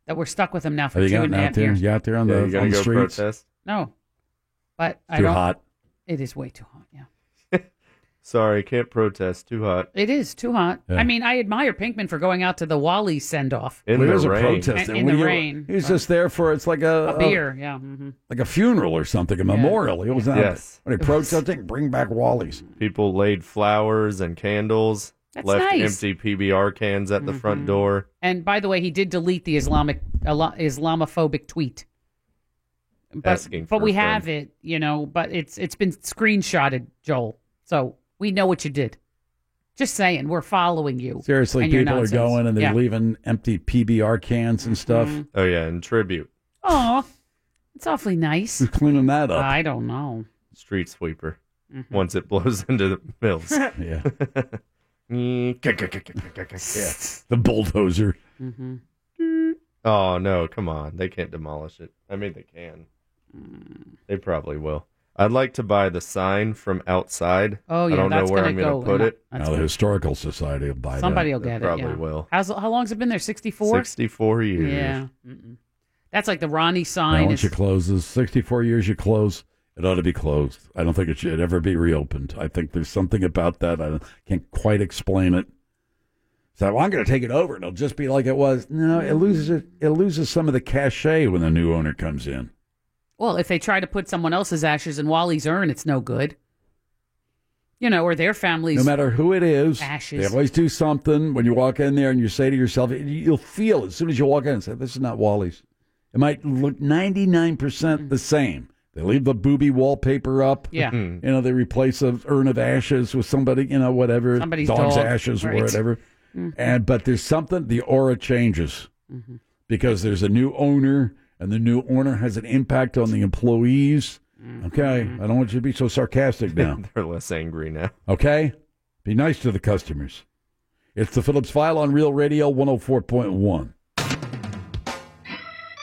Speaker 6: that we're stuck with him now for
Speaker 5: Are you
Speaker 6: two
Speaker 5: out,
Speaker 6: and a half
Speaker 5: out there?
Speaker 6: years.
Speaker 5: You out there on
Speaker 7: Yeah, you
Speaker 5: the,
Speaker 7: gotta
Speaker 5: on the
Speaker 7: go
Speaker 5: streets?
Speaker 7: protest.
Speaker 6: No, but I
Speaker 5: Too
Speaker 6: don't.
Speaker 5: hot.
Speaker 6: It is way too hot. Yeah,
Speaker 7: Sorry, can't protest. Too hot.
Speaker 6: it is too hot.
Speaker 7: Yeah.
Speaker 6: I mean, I admire Pinkman for going out to the Wally send off
Speaker 7: In
Speaker 5: Well,
Speaker 7: the
Speaker 5: there's
Speaker 7: rain.
Speaker 5: a protest.
Speaker 6: In-
Speaker 5: and
Speaker 6: in
Speaker 5: what
Speaker 6: the
Speaker 5: do you-
Speaker 6: rain.
Speaker 5: He was just there for it's like a,
Speaker 6: a beer. Yeah. mhm.
Speaker 5: like a funeral or something, a memorial. He was not.
Speaker 7: Yes.
Speaker 5: When he protesting, bring back Wally's.
Speaker 7: People laid flowers and candles.
Speaker 6: That's
Speaker 7: left
Speaker 6: nice. Mm-hmm.
Speaker 7: empty PBR cans at the front door.
Speaker 6: And by the way, he did delete the Islamic Ala- Islamophobic tweet.
Speaker 7: asking
Speaker 6: but
Speaker 7: for
Speaker 6: we
Speaker 7: a friend.
Speaker 6: have it, you know. But it's it's been screenshotted, Joel. So we know what you did. Just saying, we're following you.
Speaker 5: Seriously,
Speaker 6: and your
Speaker 5: people are
Speaker 6: nonsense.
Speaker 5: going and they're
Speaker 6: yeah.
Speaker 5: leaving empty PBR cans and stuff.
Speaker 6: Mhm.
Speaker 7: Oh yeah, and tribute
Speaker 6: Oh, it's awfully nice.
Speaker 5: Who's cleaning that up?
Speaker 6: I don't know.
Speaker 7: street sweeper.
Speaker 6: Mm-hmm.
Speaker 7: Once it blows into the mills.
Speaker 5: yeah. Mm,
Speaker 7: yeah.
Speaker 5: The bulldozer.
Speaker 6: Mm-hmm.
Speaker 7: Oh no, come on. They can't demolish it. I mean they can.
Speaker 6: Mm.
Speaker 7: They probably will. I'd like to buy the sign from outside.
Speaker 6: Oh, yeah,
Speaker 7: I don't
Speaker 6: that's
Speaker 7: know where
Speaker 6: gonna
Speaker 7: I'm gonna
Speaker 6: go
Speaker 7: put
Speaker 6: in-
Speaker 7: it.
Speaker 6: that's
Speaker 5: Now the historical society will buy
Speaker 6: Somebody
Speaker 5: that.
Speaker 6: will get it.
Speaker 7: probably
Speaker 6: yeah.
Speaker 7: will.
Speaker 6: How's how long's it been there? Sixty four.
Speaker 7: Sixty-four years.
Speaker 6: Yeah. Mm-mm. That's like the Ronnie
Speaker 5: Now,
Speaker 6: sign.
Speaker 5: once
Speaker 6: Is,
Speaker 5: you close this, 64 years you close, it ought to be closed. I don't think it should ever be reopened. I think there's something about that. I can't quite explain it. So well, I'm going to take it over, and it'll just be like it was. No, it loses it. It loses some of the cachet when the new owner comes in.
Speaker 6: well, if they try to put someone else's ashes in Wally's urn, it's no good. You know, or their families.
Speaker 5: No matter who it is,
Speaker 6: Ashes.
Speaker 5: they always do something. When you walk in there and you say to yourself, you'll feel as soon as you walk in and say, "This is not Wally's." It might look 99 percent the same. They leave the booby wallpaper up.
Speaker 6: Yeah.
Speaker 5: you
Speaker 6: Mhm.
Speaker 5: know they replace a urn of ashes with somebody, you know, whatever
Speaker 6: Somebody's
Speaker 5: dog's
Speaker 6: dog,
Speaker 5: ashes
Speaker 6: right.
Speaker 5: or whatever.
Speaker 6: Mhm.
Speaker 5: And but there's something the aura changes
Speaker 6: Mm-hmm.
Speaker 5: because there's a new owner and the new owner has an impact on the employees.
Speaker 6: Mm-hmm.
Speaker 5: Okay, I don't want you to be so sarcastic now.
Speaker 7: They're less angry now.
Speaker 5: Okay? Be nice to the customers. It's the Phillips File on Real Radio 104.1.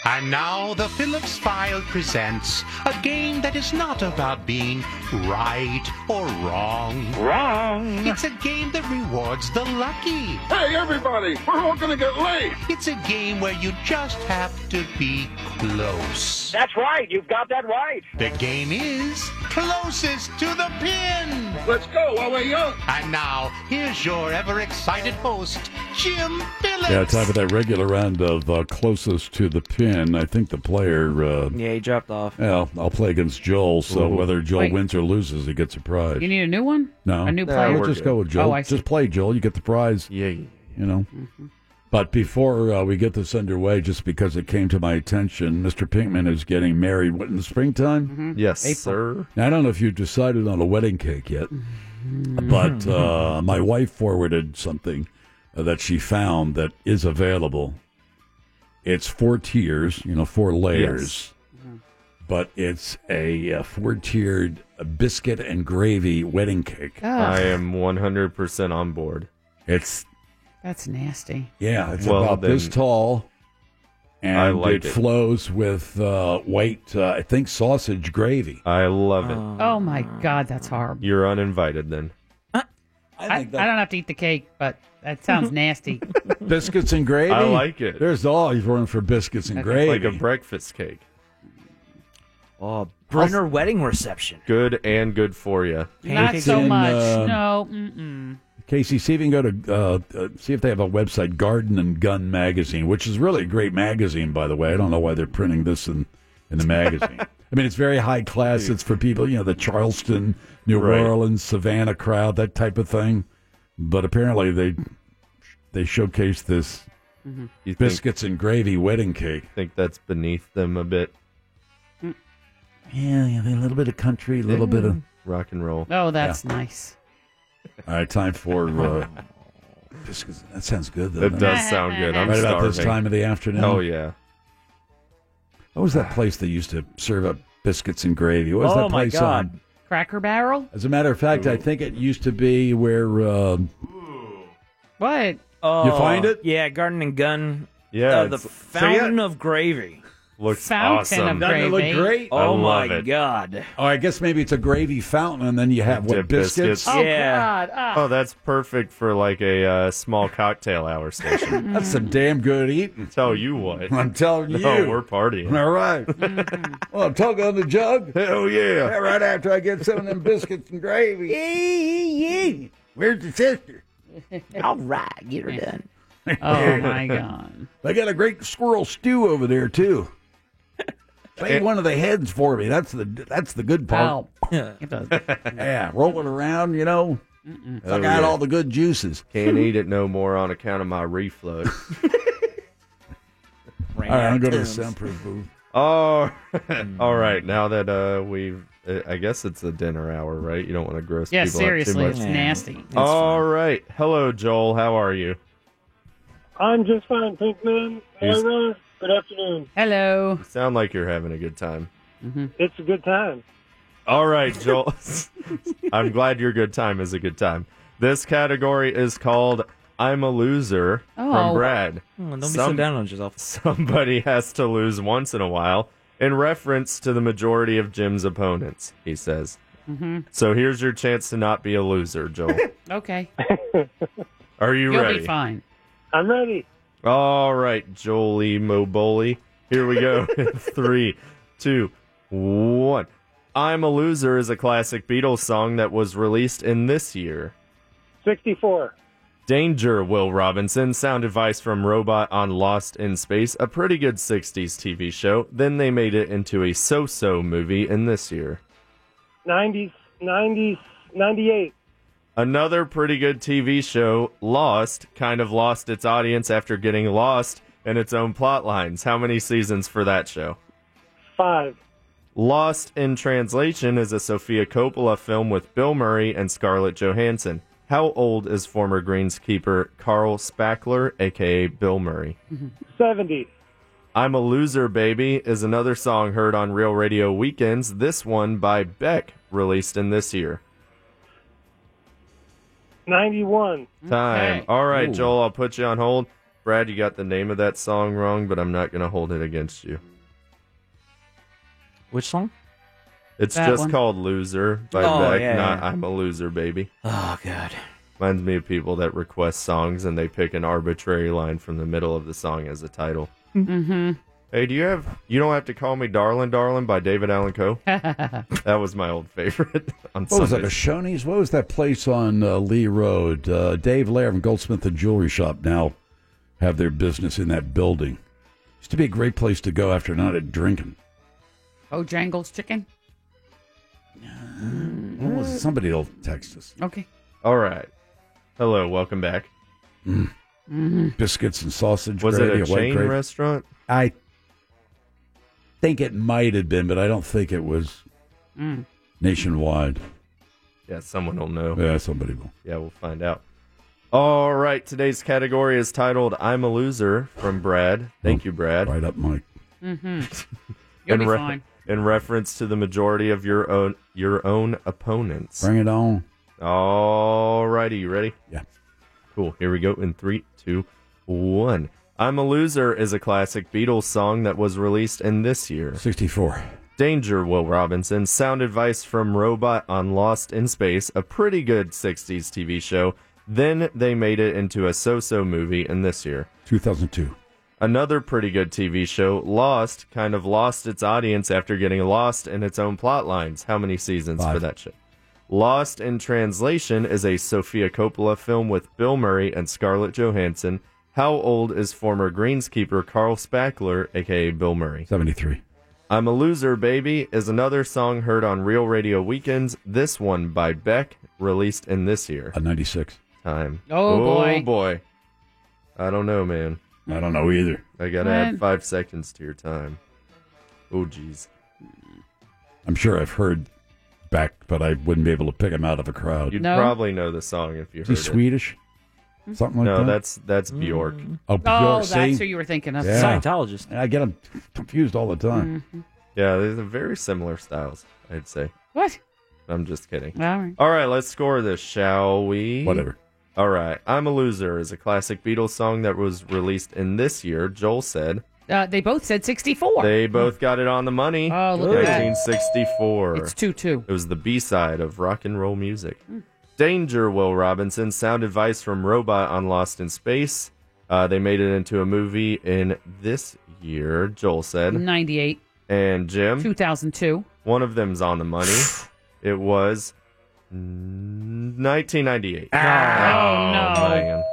Speaker 11: And now the Phillips File presents a game that is not about being right or wrong. Wrong. It's a game that rewards the lucky. Hey, everybody, we're all gonna get late. It's a game where you just have to be close. That's right. You've got that right. The game is closest to the pin. Let's go while we're young. And now here's your ever-excited host, Jim Phillips.
Speaker 5: Yeah, time for that regular round of uh, closest to the pin. I think the player. Uh,
Speaker 8: Yeah, he dropped off.
Speaker 5: Well, I'll play against Joel, so
Speaker 8: Ooh.
Speaker 5: whether Joel
Speaker 6: Wait.
Speaker 5: wins or loses, he gets a prize.
Speaker 6: you need a new one.
Speaker 5: no,
Speaker 6: a new player.
Speaker 5: We'll just go with Joel.
Speaker 6: Oh, I see. Mm-hmm.
Speaker 5: Just play Joel. You get the prize.
Speaker 7: Yeah,
Speaker 5: you know. But before uh, we get this underway, just because it came to my attention, Mr. Pinkman is getting married what, in the springtime.
Speaker 6: Mm-hmm.
Speaker 7: Yes, sir.
Speaker 5: Now, I don't know if you've decided on a wedding cake yet,
Speaker 6: Mm-hmm.
Speaker 5: but uh, my wife forwarded something uh, that she found that is available. It's four tiers, you know, four layers, but it's a, uh four tiered biscuit and gravy wedding cake.
Speaker 7: I am one hundred percent on board.
Speaker 5: It's
Speaker 6: That's nasty.
Speaker 5: yeah, it's
Speaker 7: Well,
Speaker 5: about this
Speaker 7: then-
Speaker 5: tall, and
Speaker 7: I like
Speaker 5: it
Speaker 7: it.
Speaker 5: flows with uh, white, uh, I think, sausage gravy.
Speaker 7: I love it.
Speaker 6: Oh my God, that's horrible.
Speaker 7: You're uninvited then.
Speaker 6: I, I don't have to eat the cake, but that sounds nasty.
Speaker 5: biscuits and gravy.
Speaker 7: I like it.
Speaker 5: There's always room for biscuits and
Speaker 7: It's
Speaker 5: gravy.
Speaker 7: Like a breakfast cake.
Speaker 8: Oh, Brunner wedding reception.
Speaker 7: Good and good for you.
Speaker 6: Not so
Speaker 5: and,
Speaker 6: much.
Speaker 5: uh,
Speaker 6: no. Mm-mm.
Speaker 5: Casey, see if you can go to uh, uh, see if they have a website, Garden and Gun Magazine, which is really a great magazine, by the way. I don't know why they're printing this in in the magazine. I mean, it's very high class. It's for people, you know, the Charleston, New
Speaker 7: Right.
Speaker 5: Orleans, Savannah crowd, that type of thing. But apparently, they they showcase this
Speaker 6: Mm-hmm.
Speaker 7: Mhm.
Speaker 5: biscuits and gravy wedding cake.
Speaker 7: think that's beneath them a bit.
Speaker 5: Yeah, yeah, a little bit of country, a little bit of
Speaker 7: rock and roll.
Speaker 6: Oh, that's nice.
Speaker 5: All right, time for uh, biscuits. That sounds good. doesn't
Speaker 7: That does sound good. I'm
Speaker 5: right about this
Speaker 7: starving.
Speaker 5: time of the afternoon.
Speaker 7: Oh yeah.
Speaker 5: What was that place that used to serve up biscuits and gravy? What was
Speaker 7: Oh,
Speaker 5: that place on?
Speaker 6: Cracker Barrel?
Speaker 5: As a matter of fact, I think it used to be where uh,
Speaker 6: What?
Speaker 8: Oh,
Speaker 5: find
Speaker 8: it? Yeah, Garden and Gun.
Speaker 7: Yeah,
Speaker 8: uh, the
Speaker 7: it's- see it?
Speaker 8: Fountain of Gravy.
Speaker 7: Looks
Speaker 8: Fountain
Speaker 7: awesome.
Speaker 8: of Doesn't it look gravy. great? I
Speaker 7: Oh
Speaker 8: love
Speaker 7: my
Speaker 8: it.
Speaker 7: god.
Speaker 5: Oh, I guess maybe it's a gravy fountain, and then you have what
Speaker 7: Dip
Speaker 5: biscuits?
Speaker 7: biscuits.
Speaker 6: Ah.
Speaker 7: Oh, that's perfect for like a uh, small cocktail hour station.
Speaker 5: That's some damn good eating.
Speaker 7: Tell you what.
Speaker 5: I'm telling you.
Speaker 7: No, we're partying.
Speaker 5: All right.
Speaker 7: Mm-hmm.
Speaker 5: well, I'm talking on the jug.
Speaker 7: Hell yeah.
Speaker 5: Right after I get some of them biscuits and gravy. Where's the sister?
Speaker 12: All right, get her done.
Speaker 6: Oh, my God.
Speaker 5: They got a great squirrel stew over there too. Save one of the heads for me. That's the that's the good part.
Speaker 6: It does.
Speaker 5: yeah, roll it around, you know. Suck
Speaker 7: Oh,
Speaker 5: out
Speaker 7: yeah.
Speaker 5: all the good juices.
Speaker 7: Can't eat it no more on account of my reflux.
Speaker 5: All right, I'm going to the soundproof booth.
Speaker 7: Oh,
Speaker 5: Mm.
Speaker 7: all right. Now that uh, we've, uh, I guess it's a dinner hour, right? You don't want to gross
Speaker 6: Yeah,
Speaker 7: people
Speaker 6: seriously,
Speaker 7: out too much.
Speaker 6: it's Yeah. nasty. It's
Speaker 7: All right. Hello, Joel. How are you?
Speaker 16: I'm just fine, Pinkman.
Speaker 7: He's-
Speaker 16: Ira, good afternoon.
Speaker 6: Hello.
Speaker 7: Sound like you're having a good time.
Speaker 12: Mm-hmm.
Speaker 16: It's a good time.
Speaker 7: All right, Joel. I'm glad your good time is a good time. This category is called "I'm a Loser"
Speaker 8: Oh.
Speaker 7: from Brad.
Speaker 8: Oh, don't be so down on yourself.
Speaker 7: Somebody has to lose once in a while, in reference to the majority of Jim's opponents. He says.
Speaker 8: Mm-hmm.
Speaker 6: Mhm.
Speaker 7: So here's your chance to not be a loser, Joel.
Speaker 6: Okay.
Speaker 7: Are you
Speaker 6: You'll
Speaker 7: ready?
Speaker 6: be fine.
Speaker 16: I'm ready.
Speaker 7: All right, Jolie Moboli. Here we go. Three, two, one. I'm a Loser is a classic Beatles song that was released in this year.
Speaker 16: 64.
Speaker 7: Danger, Will Robinson, sound advice from Robot on Lost in Space, a pretty good 60s TV show. Then they made it into a so so movie in this year.
Speaker 16: 90s, 90s, 98.
Speaker 7: Another pretty good TV show, Lost, kind of lost its audience after getting lost in its own plot lines. How many seasons for that show?
Speaker 16: Five.
Speaker 7: Lost in Translation is a Sofia Coppola film with Bill Murray and Scarlett Johansson. How old is former greenskeeper Carl Spackler, aka Bill Murray?
Speaker 6: Mm-hmm.
Speaker 16: 70.
Speaker 7: I'm a Loser Baby is another song heard on Real Radio Weekends, this one by Beck, released in this year.
Speaker 16: 91.
Speaker 7: Time. All right, Joel, I'll put you on hold. Brad, you got the name of that song wrong, but I'm not going to hold it against you.
Speaker 8: Which song?
Speaker 7: It's
Speaker 8: That
Speaker 7: just
Speaker 8: one.
Speaker 7: called Loser by
Speaker 8: Oh,
Speaker 7: Beck,
Speaker 8: yeah,
Speaker 7: not
Speaker 8: yeah.
Speaker 7: I'm a Loser Baby.
Speaker 8: Oh god.
Speaker 7: Reminds me of people that request songs and they pick an arbitrary line from the middle of the song as a title.
Speaker 6: Mm-hmm.
Speaker 7: Hey, do you have You Don't Have to Call Me Darlin' Darlin' by David Allan Coe? that was my old favorite on
Speaker 5: What was
Speaker 7: Sundays.
Speaker 5: that, Shoney's? What was that place on uh, Lee Road? Uh, Dave Lair from Goldsmith and Jewelry Shop now have their business in that building. Used to be a great place to go after a night of drinking.
Speaker 6: Bojangles chicken. Mm-hmm.
Speaker 5: What was it? Somebody will text us.
Speaker 6: Okay.
Speaker 7: All right. Hello, welcome back.
Speaker 5: mm,
Speaker 6: Mm-hmm.
Speaker 5: Biscuits and sausage.
Speaker 7: Was it
Speaker 5: gravy,
Speaker 7: a
Speaker 5: white
Speaker 7: chain
Speaker 5: gravy.
Speaker 7: restaurant?
Speaker 5: I think it might have been, but I don't think it was
Speaker 7: Mm.
Speaker 5: nationwide.
Speaker 7: Yeah, someone will know.
Speaker 5: Yeah, somebody will.
Speaker 7: Yeah, we'll find out. All right, today's category is titled "I'm a Loser" from Brad. Thank you, Brad. Right
Speaker 5: up, Mike.
Speaker 6: Mm-hmm. You'll
Speaker 7: in
Speaker 6: be
Speaker 7: re-
Speaker 6: fine.
Speaker 7: In reference to the majority of your own your own opponents.
Speaker 5: Bring it on.
Speaker 7: All righty, you ready?
Speaker 5: Yeah.
Speaker 7: Cool. Here we go. In three, two, one. "I'm a Loser" is a classic Beatles song that was released in this year.
Speaker 5: 64.
Speaker 7: Danger, Will Robinson. Sound advice from Robot on Lost in Space, a pretty good 60s TV show. Then they made it into a so so movie in this year.
Speaker 5: 2002.
Speaker 7: Another pretty good TV show, Lost, kind of lost its audience after getting lost in its own plot lines. How many seasons for that show? Lost in Translation is a Sofia Coppola film with Bill Murray and Scarlett Johansson. How old is former greenskeeper Carl Spackler, aka Bill Murray?
Speaker 5: 73.
Speaker 7: I'm a Loser Baby is another song heard on Real Radio Weekends, this one by Beck, released in this year.
Speaker 5: A 96.
Speaker 7: Time.
Speaker 6: Oh, boy.
Speaker 7: boy. I don't know, man.
Speaker 5: I don't know either.
Speaker 7: I gotta
Speaker 6: What?
Speaker 7: add five seconds to your time. Oh, jeez.
Speaker 5: I'm sure I've heard back, but I wouldn't be able to pick him out of a crowd.
Speaker 7: You'd probably know the song if you
Speaker 5: Is
Speaker 7: heard
Speaker 5: he
Speaker 7: it.
Speaker 5: Swedish? Something like
Speaker 7: no,
Speaker 5: that?
Speaker 7: that's that's Bjork.
Speaker 5: Oh,
Speaker 6: Mm-hmm. Oh,
Speaker 5: Bjork,
Speaker 6: that's
Speaker 5: see?
Speaker 6: who you were thinking of. Mm-hmm.
Speaker 5: Yeah.
Speaker 7: Scientologist.
Speaker 5: I get them confused all the time.
Speaker 7: Yeah, they're very similar styles, I'd say.
Speaker 6: What?
Speaker 7: I'm just kidding.
Speaker 6: All right.
Speaker 7: All right, let's score this, shall we?
Speaker 5: Whatever.
Speaker 7: All right. I'm a Loser is a classic Beatles song that was released in this year, Joel said.
Speaker 6: Uh, they both said 64.
Speaker 7: They both got it on the money.
Speaker 6: Oh, look at that.
Speaker 7: 1964.
Speaker 6: It's Hmm. 2 2.
Speaker 7: It was the B side of rock and roll music. Danger, Will Robinson. Sound advice from Robot on Lost in Space. Uh, they made it into a movie in this year, Joel said.
Speaker 6: Hmm. 98.
Speaker 7: And Jim?
Speaker 6: 2002.
Speaker 7: One of them's on the money. it was 1998.
Speaker 6: Ah. Oh, no.
Speaker 7: man.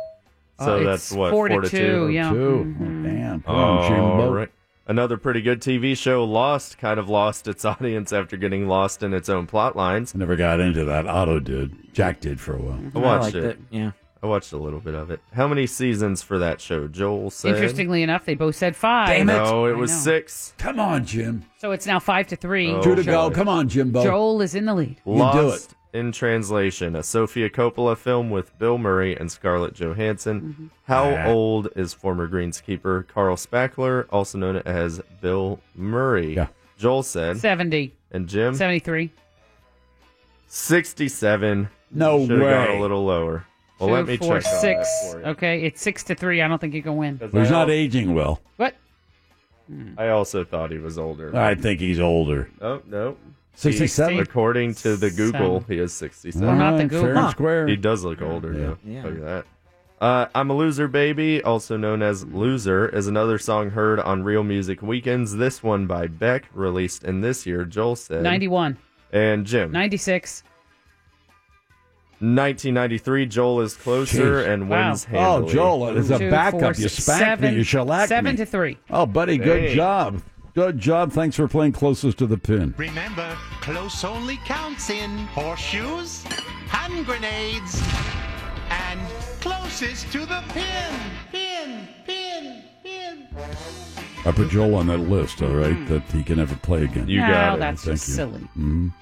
Speaker 7: So
Speaker 6: Uh, it's
Speaker 7: that's what
Speaker 6: four to
Speaker 7: four to
Speaker 6: two,
Speaker 7: two.
Speaker 6: yeah. Mm-hmm. Two.
Speaker 5: Damn. Oh, Come on, Jim
Speaker 7: All
Speaker 5: Boat.
Speaker 7: right. Another pretty good TV show, Lost, kind of lost its audience after getting lost in its own plot lines.
Speaker 5: Never got into that. Otto did. Jack did for a while.
Speaker 7: I watched it. Yeah, I watched a little bit of it. How many seasons for that show? Joel said.
Speaker 6: Interestingly enough, they both said 5.
Speaker 7: No, it
Speaker 6: I
Speaker 7: was
Speaker 6: know.
Speaker 7: six.
Speaker 5: Come on, Jim.
Speaker 6: So it's now 5 to 3.
Speaker 7: Oh,
Speaker 5: Two to
Speaker 7: Joel.
Speaker 5: go. Come on, Jimbo.
Speaker 6: Joel is in the lead.
Speaker 7: Lost in Translation, a Sofia Coppola film with Bill Murray and Scarlett Johansson.
Speaker 6: Mm-hmm.
Speaker 7: How
Speaker 5: Ah.
Speaker 7: old is former greenskeeper Carl Spackler, also known as Bill Murray? Joel said.
Speaker 6: 70.
Speaker 7: And Jim?
Speaker 6: 73.
Speaker 7: 67.
Speaker 5: No
Speaker 7: Should've gone
Speaker 5: way.
Speaker 7: a little lower. Well,
Speaker 6: Two,
Speaker 7: let me
Speaker 6: four,
Speaker 7: check on
Speaker 6: six.
Speaker 7: that for you.
Speaker 6: Okay, it's 6 to 3. I don't think you can win.
Speaker 5: He's not aging well.
Speaker 6: What?
Speaker 7: I also thought he was older.
Speaker 5: I think he's older.
Speaker 7: Oh, no.
Speaker 5: 67?
Speaker 7: He- according to the Google,
Speaker 5: Seven.
Speaker 7: he is 67.
Speaker 5: Well, not the Google. fair and square.
Speaker 7: He does look older, though.
Speaker 5: Yeah.
Speaker 7: Look at that. Uh, I'm a Loser Baby, also known as Loser, is another song heard on Real Music Weekends. This one by Beck, released in this year, Joel said.
Speaker 6: 91.
Speaker 7: And Jim.
Speaker 6: 96.
Speaker 7: 1993, Joel is closer
Speaker 5: Jeez.
Speaker 7: and
Speaker 5: Wow.
Speaker 7: wins
Speaker 5: Oh,
Speaker 7: handily.
Speaker 5: Joel, it's a Two, backup. four, You six, spanked me, seven- you shellacked me.
Speaker 6: Seven to three.
Speaker 5: Oh, buddy, good
Speaker 11: Hey.
Speaker 5: job. Good job. Thanks for playing closest to the pin.
Speaker 11: Remember, close only counts in horseshoes, hand grenades, and closest to the pin. Pin, pin, pin.
Speaker 5: I put Joel on that list, all right, that he can never play again.
Speaker 7: You got it.
Speaker 5: Mhm.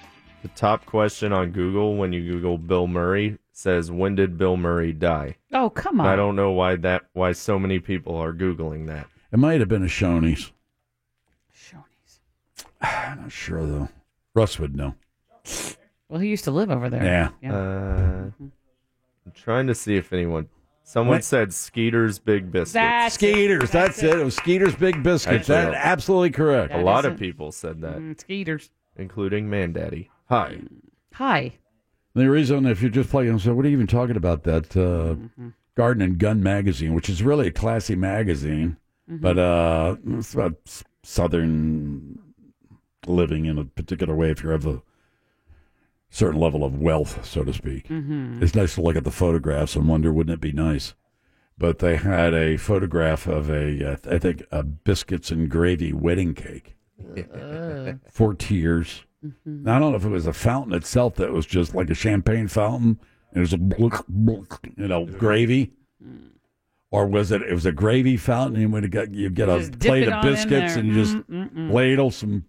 Speaker 7: The top question on Google when you Google Bill Murray says, "When did Bill Murray die?"
Speaker 6: Oh, come on.
Speaker 7: I don't know why that why so many people are googling that.
Speaker 5: It might have been a Shoney's. Shoney's. I'm not sure, though. Russ would know.
Speaker 6: Well, he used to live over there.
Speaker 5: Yeah.
Speaker 7: Uh, I'm trying to see if anyone. Someone
Speaker 5: What?
Speaker 7: said Skeeter's Big Biscuits.
Speaker 5: Skeeters. That's, it. It was Skeeters Big Biscuits.
Speaker 7: Actually,
Speaker 5: That, absolutely correct.
Speaker 7: a lot of people said that,
Speaker 6: Mm, Skeeters. Mm.
Speaker 7: including Mandaddy. Hi.
Speaker 6: Hi.
Speaker 5: The reason, if you're just playing, so what are you even talking about? That uh, Garden and Gun magazine, which is really a classy magazine,
Speaker 6: Mhm.
Speaker 5: but uh, it's about s- Southern living in a particular way. If you're of a certain level of wealth, so to speak,
Speaker 6: Mhm.
Speaker 5: it's nice to look at the photographs and wonder, wouldn't it be nice? But they had a photograph of a, uh, I think, a biscuits and gravy wedding cake
Speaker 6: Uh.
Speaker 5: for tears.
Speaker 6: Mhm.
Speaker 5: I don't know if it was a fountain itself that was just like a champagne fountain and it was a bluk, bluk, you know gravy,
Speaker 6: Mm.
Speaker 5: or was it it was a gravy fountain and when it got you get a
Speaker 6: Just dip
Speaker 5: plate
Speaker 6: it
Speaker 5: of
Speaker 6: on in
Speaker 5: biscuits
Speaker 6: there.
Speaker 5: and you just
Speaker 6: Mm, mm, mm.
Speaker 5: ladle some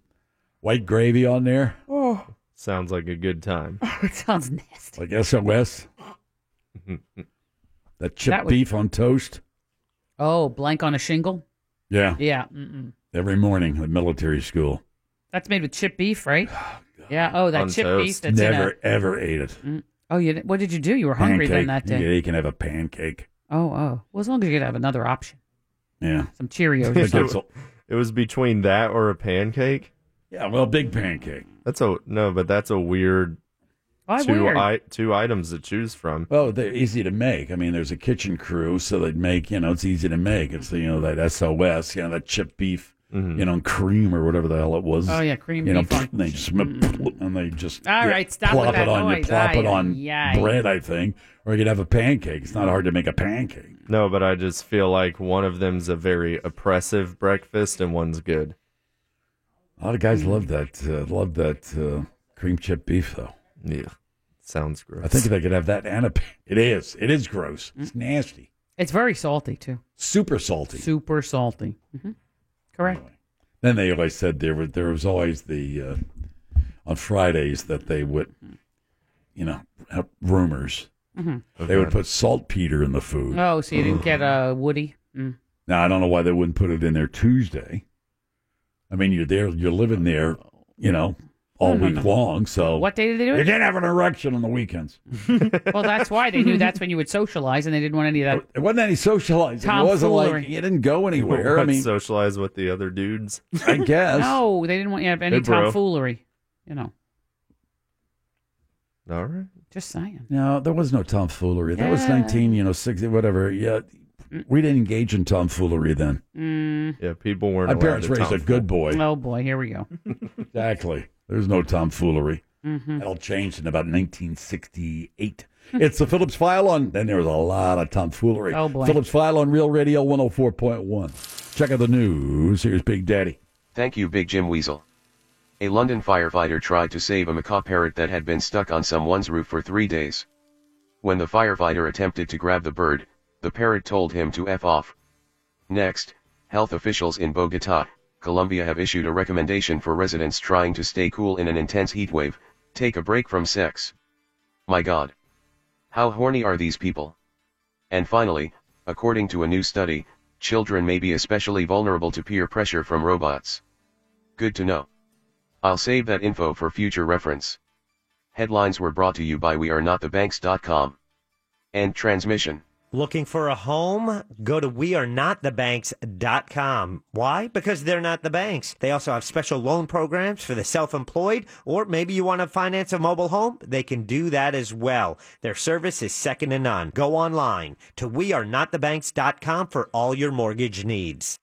Speaker 5: white gravy on there
Speaker 6: Oh,
Speaker 7: Sounds like a good time.
Speaker 6: it sounds nasty.
Speaker 5: like SOS. that chipped
Speaker 6: That would-
Speaker 5: beef on toast.
Speaker 6: Oh, blank on a shingle.
Speaker 5: Yeah,
Speaker 6: Yeah. Mm-mm.
Speaker 5: every morning at military school.
Speaker 6: That's made with chip beef, right? yeah. Oh, that
Speaker 5: On
Speaker 6: chip beef.
Speaker 5: toast.
Speaker 6: That's
Speaker 5: never
Speaker 6: In a,
Speaker 5: ever ate it.
Speaker 6: oh, you. didn't- What did you do? You were hungry then that
Speaker 5: Pancake.
Speaker 6: day.
Speaker 5: Yeah, you can have a pancake.
Speaker 6: Oh, oh. Well, as long as you could have another option.
Speaker 5: Yeah,
Speaker 6: Some Cheerios.
Speaker 5: I
Speaker 6: or
Speaker 5: think that's
Speaker 6: something.
Speaker 5: all-
Speaker 7: It was between that or a pancake.
Speaker 5: Yeah, well, big pancake.
Speaker 7: That's a no, but that's a weird
Speaker 6: Why
Speaker 7: two
Speaker 6: weird?
Speaker 7: I, two items to choose from.
Speaker 5: Oh, they're easy to make. I mean, there's a kitchen crew, so they'd make, you know, it's easy to make. It's, you know, that SOS, you know, that chip beef, you know, and cream or whatever the hell it was.
Speaker 6: Oh, yeah, cream
Speaker 5: you know,
Speaker 6: beef on-
Speaker 5: and they just, and they just
Speaker 6: All
Speaker 5: yeah,
Speaker 6: right, stop
Speaker 5: plop
Speaker 6: with that
Speaker 5: it on, you
Speaker 6: noise.
Speaker 5: plop it
Speaker 6: Aye,
Speaker 5: on
Speaker 6: aye.
Speaker 5: bread, I think. Or you could have a pancake. It's not hard to make a pancake.
Speaker 7: No, but I just feel like one of them's a very oppressive breakfast and one's good.
Speaker 5: A lot of
Speaker 7: Mm.
Speaker 5: guys love that. Uh, love that uh, cream chip beef, though.
Speaker 7: Yeah, sounds gross.
Speaker 5: I think if they could have that and a. It is. It is gross. It's nasty.
Speaker 6: Mm-hmm. It's very salty too.
Speaker 5: Super salty. Oh,
Speaker 6: Super salty. hmm Correct.
Speaker 5: Then they always said there was there was always the uh, on Fridays that they would, you know, have rumors.
Speaker 6: Mhm.
Speaker 5: They would put saltpeter in the food.
Speaker 6: Oh, so you didn't get a Woody? Mm.
Speaker 5: Now I don't know why they wouldn't put it in there Tuesday. I mean, you're there, you're living there, you know, all week long. So
Speaker 6: Mm-hmm. What day did they do
Speaker 5: You
Speaker 6: it?
Speaker 5: didn't have an erection on the weekends.
Speaker 6: well, that's why they knew that's when you would socialize, and they didn't want any of
Speaker 5: It wasn't any socializing.
Speaker 6: Tom
Speaker 5: it wasn't
Speaker 6: Foolery.
Speaker 5: like you didn't go anywhere. I
Speaker 7: What,
Speaker 5: mean,
Speaker 7: socialize with the other dudes.
Speaker 5: I
Speaker 6: that.
Speaker 5: guess.
Speaker 6: No, they didn't want you to have any
Speaker 7: Hey, bro.
Speaker 6: tomfoolery. You know,
Speaker 7: All right.
Speaker 6: just saying.
Speaker 5: No, there was no tomfoolery. That was
Speaker 6: Yeah.
Speaker 5: 19, you know, 60, whatever. Yeah. We didn't engage in tomfoolery then.
Speaker 6: Mm.
Speaker 7: Yeah, people weren't.
Speaker 5: My
Speaker 7: allowed
Speaker 5: parents
Speaker 7: to
Speaker 5: raised a
Speaker 7: tomfool.
Speaker 5: good boy.
Speaker 6: Oh boy, here we go.
Speaker 5: Exactly. There's no tomfoolery.
Speaker 6: Mhm.
Speaker 5: That all changed in about 1968. it's the Phillips File on, then there was a lot of tomfoolery.
Speaker 6: Oh, boy.
Speaker 5: Phillips File on Real Radio 104.1. Check out the news. Here's Big Daddy.
Speaker 19: Thank you, Big Jim Weasel. A London firefighter tried to save a macaw parrot that had been stuck on someone's roof for three days. When the firefighter attempted to grab the bird, the parrot told him to F off. Next, health officials in Bogota, Colombia have issued a recommendation for residents trying to stay cool in an intense heatwave, take a break from sex. My god. How horny are these people? And finally, according to a new study, children may be especially vulnerable to peer pressure from robots. Good to know. I'll save that info for future reference. Headlines were brought to you by wearenotthebanks.com. End transmission.
Speaker 20: Looking for a home? Go to wearenotthebanks.com. Why? Because they're not the banks. They also have special loan programs for the self-employed, or maybe you want to finance a mobile home? They can do that as well. Their service is second to none. Go online to wearenotthebanks.com for all your mortgage needs.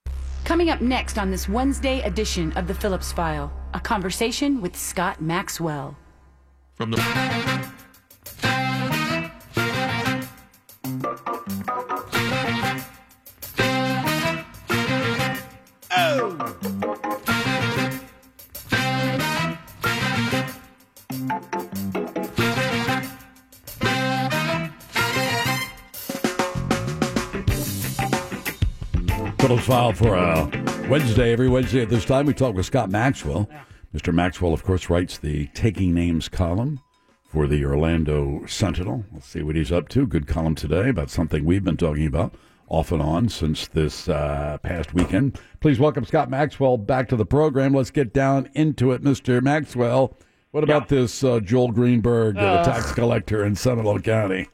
Speaker 15: Coming up next on this Wednesday edition of The Phillips File, a conversation with Scott Maxwell.
Speaker 1: From the.
Speaker 5: Phillips File for uh, Wednesday. Every Wednesday at this time, we talk with Scott Maxwell. Mr. Maxwell, of course, writes the Taking Names column for the Orlando Sentinel. Let's see what he's up to. Good column today about something we've been talking about off and on since this uh, past weekend. Please welcome Scott Maxwell back to the program. Let's get down into it, Mr. Maxwell. What about this uh, Joel Greenberg, uh,
Speaker 21: Ugh.
Speaker 5: tax collector in Seminole County?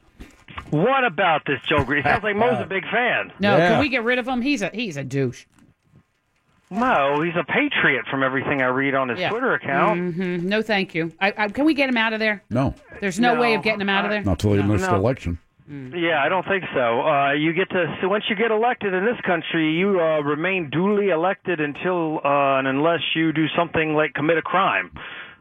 Speaker 21: What about this Joe Green? Sounds like Mo's a big fan.
Speaker 6: No,
Speaker 5: Yeah.
Speaker 6: can we get rid of him? He's a he's a douche.
Speaker 21: Mo, he's a patriot from everything I read on his
Speaker 6: Yeah.
Speaker 21: Twitter account.
Speaker 6: Mhm. No, thank you. I, I, can we get him out of there?
Speaker 5: No,
Speaker 6: There's no,
Speaker 21: No,
Speaker 6: way of getting him out of there.
Speaker 5: not till the next
Speaker 21: No.
Speaker 5: election.
Speaker 6: Mm-hmm.
Speaker 21: Yeah, I don't think so. Uh, you get to so once you get elected in this country, you uh, remain duly elected until uh, and unless you do something like commit a crime.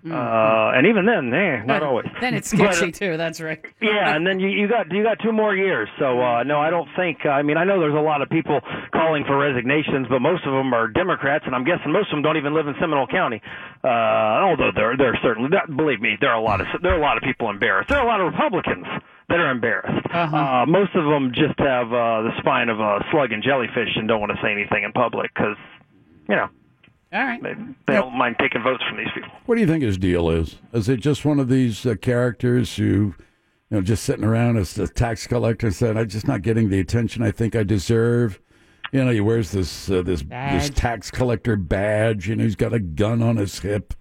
Speaker 21: Uh, and even then, eh, not always.
Speaker 6: Mm-hmm. Then it's
Speaker 21: But, uh,
Speaker 6: sketchy too. That's right.
Speaker 21: Yeah, and then you, you got you got two more years. So uh, no, I don't think. I mean, I know there's a lot of people calling for resignations, but most of them are Democrats, and I'm guessing most of them don't even live in Seminole County. Uh, although there there are certainly that, believe me, there are a lot of there are a lot of people embarrassed. There are a lot of Republicans that are embarrassed. uh most of them just have uh, the spine of a slug and jellyfish and don't want to say anything in public because you know
Speaker 6: All right.
Speaker 21: they, they don't mind taking votes from these people.
Speaker 5: What do you think his deal is? Is it just one of these uh, characters who, you know, just sitting around as a tax collector said, "I'm just not getting the attention I think I deserve." You know, he wears this uh, this this
Speaker 6: Badge.
Speaker 5: tax collector badge, and he's got a gun on his hip.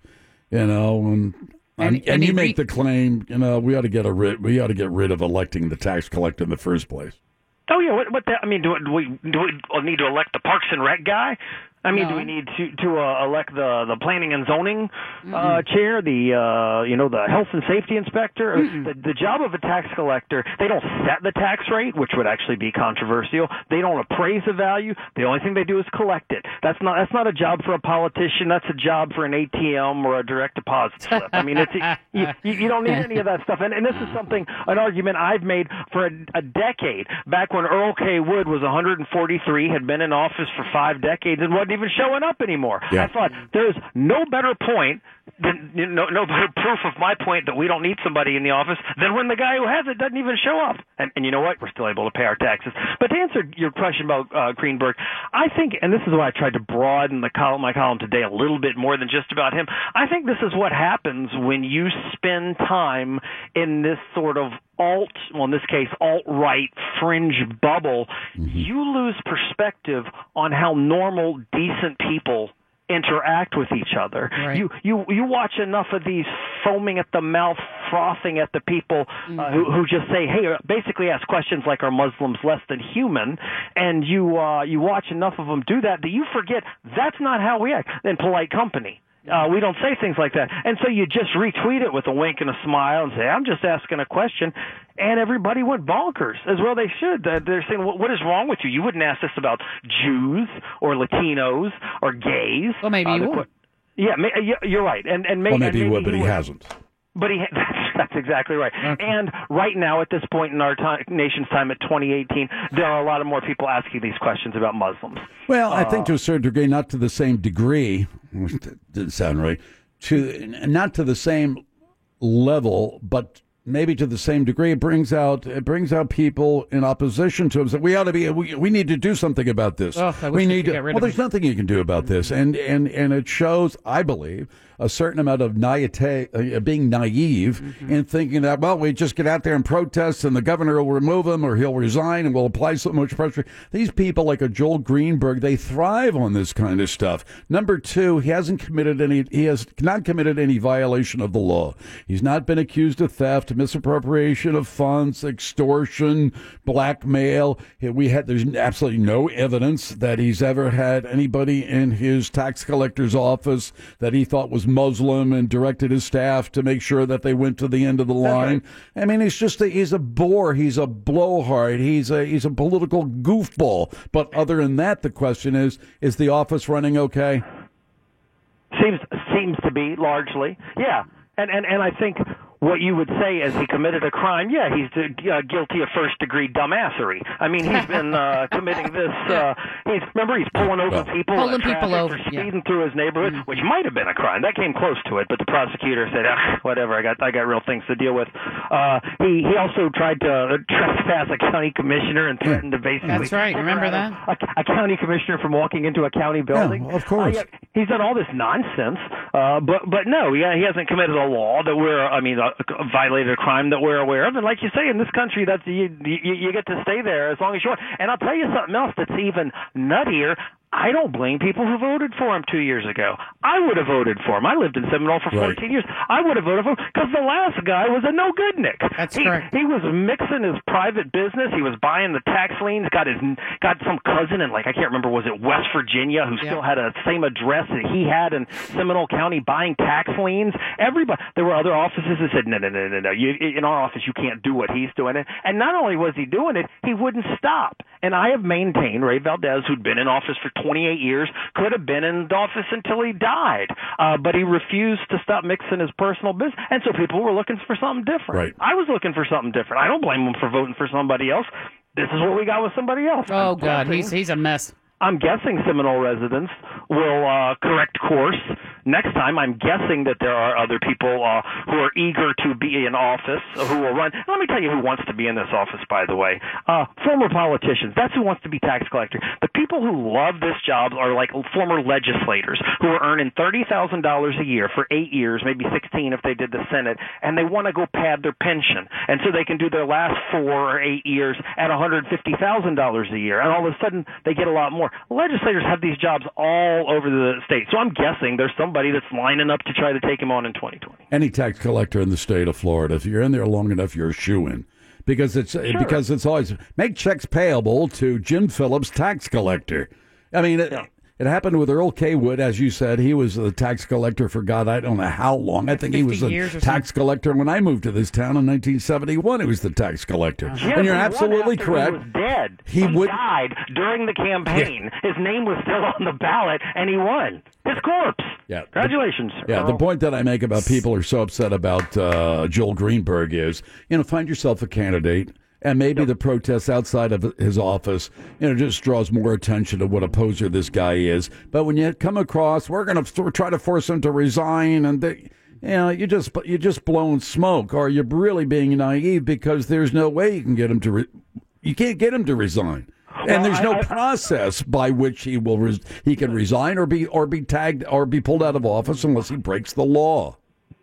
Speaker 5: You know, and and,
Speaker 6: And-
Speaker 5: and,
Speaker 6: and he
Speaker 5: you
Speaker 6: re-
Speaker 5: make the claim, you know, we ought to get a rid, we ought to get rid of electing the tax collector in the first place.
Speaker 21: Oh yeah, what what the, I mean, do, do we do we need to elect the Parks and Rec guy? I mean, do we need to to uh, elect the the planning and zoning
Speaker 6: Mm-hmm.
Speaker 21: uh, chair, the uh, you know the health and safety inspector? The, the job of a tax collector, they don't set the tax rate, which would actually be controversial. They don't appraise the value. The only thing they do is collect it. That's not that's not a job for a politician. That's a job for an ATM or a direct deposit slip. I mean, it's you, you, you don't need any of that stuff. And, and this is something, an argument I've made for a, a decade, back when Earl K. Wood was 143, had been in office for five decades, and wasn't even showing up anymore.
Speaker 5: Yeah.
Speaker 21: I thought there's no better point than no no better proof of my point that we don't need somebody in the office than when the guy who has it doesn't even show up. And, and you know what? We're still able to pay our taxes. But to answer your question about uh, Greenberg, I think, and this is why I tried to broaden the column my column today a little bit more than just about him. I think this is what happens when you spend time in this sort of alt, well, in this case, alt right fringe bubble, you lose perspective on how normal, decent people interact with each other. You you you watch enough of these foaming at the mouth, frothing at the people uh, who who just say, "Hey," or basically ask questions like, "Are Muslims less than human?" And you uh, you watch enough of them do that that you forget that's not how we act in polite company. Uh, we don't say things like that. And so you just retweet it with a wink and a smile and say, I'm just asking a question. And everybody went bonkers, as well they should. They're- They're saying, "What what is wrong with you? You wouldn't ask this about Jews or Latinos or gays. Well,
Speaker 6: maybe you
Speaker 21: the
Speaker 6: would.
Speaker 21: yeah, ma- uh, yeah, you're right. And, and may-
Speaker 5: well,
Speaker 21: and
Speaker 5: maybe he would, but he
Speaker 21: would.
Speaker 5: hasn't.
Speaker 21: But he, that's, that's exactly right. And right now, at this point in our time, nation's time at 2018, there are a lot of more people asking these questions about Muslims.
Speaker 5: Well, I think to a certain degree, not to the same degree. That didn't sound right. To not to the same level, but maybe to the same degree, it brings out it brings out people in opposition to him. So we ought to be we, we need to do something about this.
Speaker 6: Ugh, I wish
Speaker 5: we
Speaker 6: they could
Speaker 5: need to.
Speaker 6: get rid
Speaker 5: well,
Speaker 6: of
Speaker 5: there's nothing you can do about this, and and and it shows, I believe, a certain amount of naivete, uh, being naive
Speaker 6: Mm-hmm.
Speaker 5: in thinking that well, we just get out there and protest, and the governor will remove him, or he'll resign, and we'll apply so much pressure. These people, like a Joel Greenberg, they thrive on this kind of stuff. Number two, he hasn't committed any. He has not committed any violation of the law. He's not been accused of theft, misappropriation of funds, extortion, blackmail. We had there's absolutely no evidence that he's ever had anybody in his tax collector's office that he thought was Muslim and directed his staff to make sure that they went to the end of the line. I mean, he's just a, he's a bore. He's a blowhard. He's a he's a political goofball. But other than that, the question is: Is the office running okay?
Speaker 21: Seems seems to be largely, yeah. And and and I think what you would say is he committed a crime. Yeah, he's uh, guilty of first degree dumbassery. I mean, he's been uh, committing this. Uh, he's remember he's pulling over people, at
Speaker 6: Pulling people
Speaker 21: traffic
Speaker 6: over,
Speaker 21: for
Speaker 6: yeah. Mm.
Speaker 21: speeding through his neighborhood, which might have been a crime. That came close to it, but the prosecutor said, "Ah, whatever. I got I got real things to deal with. Uh, he he also tried to uh, trespass a county commissioner and threatened to basically
Speaker 6: That's right. Remember that?
Speaker 21: a, a county commissioner from walking into a county building. uh, of course. he's done all this nonsense, uh, but but no, yeah, he hasn't committed a law that we're, I mean, uh, violated a crime that we're aware of. And like you say, in this country, that's you, you you get to stay there as long as you want. And I'll tell you something else that's even nuttier. I don't blame people who voted for him two years ago. I would have voted for him. I lived in Seminole for 14 years. I would have voted for him because the last guy was a no good Nick. That's he, correct. He was mixing his private business. He was buying the tax liens. Got his got some cousin in like I can't remember was it West Virginia who still had a same address that he had in Seminole County buying tax liens. Everybody there were other offices that said no no no no no. You, in our office you can't do what he's doing. And- And not only was he doing it, he wouldn't stop. And I have maintained Ray Valdez, who'd been in office for 28 years, could have been in the office until he died, uh, but he refused to stop mixing his personal business. And so people were looking for something different.
Speaker 5: Right.
Speaker 21: I was looking for something different. I don't blame him for voting for somebody else. This is what we got with somebody else. Oh God, he's
Speaker 6: he's a mess.
Speaker 21: I'm guessing Seminole residents will uh, correct course next time. I'm guessing that there are other people uh, who are eager to be in office who will run. Let me tell you who wants to be in this office, by the way. Uh, former politicians. That's who wants to be tax collector. The people who love this job are like former legislators who are earning thirty thousand dollars a year for eight years, maybe sixteen if they did the Senate, and they want to go pad their pension, and so they can do their last four or eight years at one hundred fifty thousand dollars a year, and all of a sudden they get a lot more. Legislators have these jobs all over the state, so I'm guessing there's somebody that's lining up to try to take him on in 2020.
Speaker 5: any tax collector in the state of Florida, if you're in there long enough, you're a shoe in because it's eh, because it's always make checks payable to Jim Phillips, tax collector. I mean, it, it happened with Earl K. Wood, as you said. He was the tax collector for God, I don't know how long. I think he was
Speaker 6: 50
Speaker 5: a
Speaker 6: years or
Speaker 5: tax collector when I moved to this town in 1971. He was the tax collector,
Speaker 21: Yes,
Speaker 5: Uh-huh. and you're
Speaker 21: Uh-huh. he won
Speaker 5: absolutely
Speaker 21: after
Speaker 5: correct.
Speaker 21: He was dead.
Speaker 5: He would-
Speaker 21: died during the campaign. His name was still on the ballot, and he won. His corpse.
Speaker 5: Yeah.
Speaker 21: Congratulations.
Speaker 5: Yeah, the
Speaker 21: Earl.
Speaker 5: point that I make about people are so upset about uh, Joel Greenberg is, you know, find yourself a candidate And maybe the protests outside of his office, you know, just draws more attention to what a poser this guy is. But when you come across, we're going to try to force him to resign, and they, you know, you just you just blowing smoke, or you're really being naive because there's no way you can get him to, re- you can't get him to resign, and there's no process by which he will res- he can resign or be or be tagged or be pulled out of office unless he breaks the law.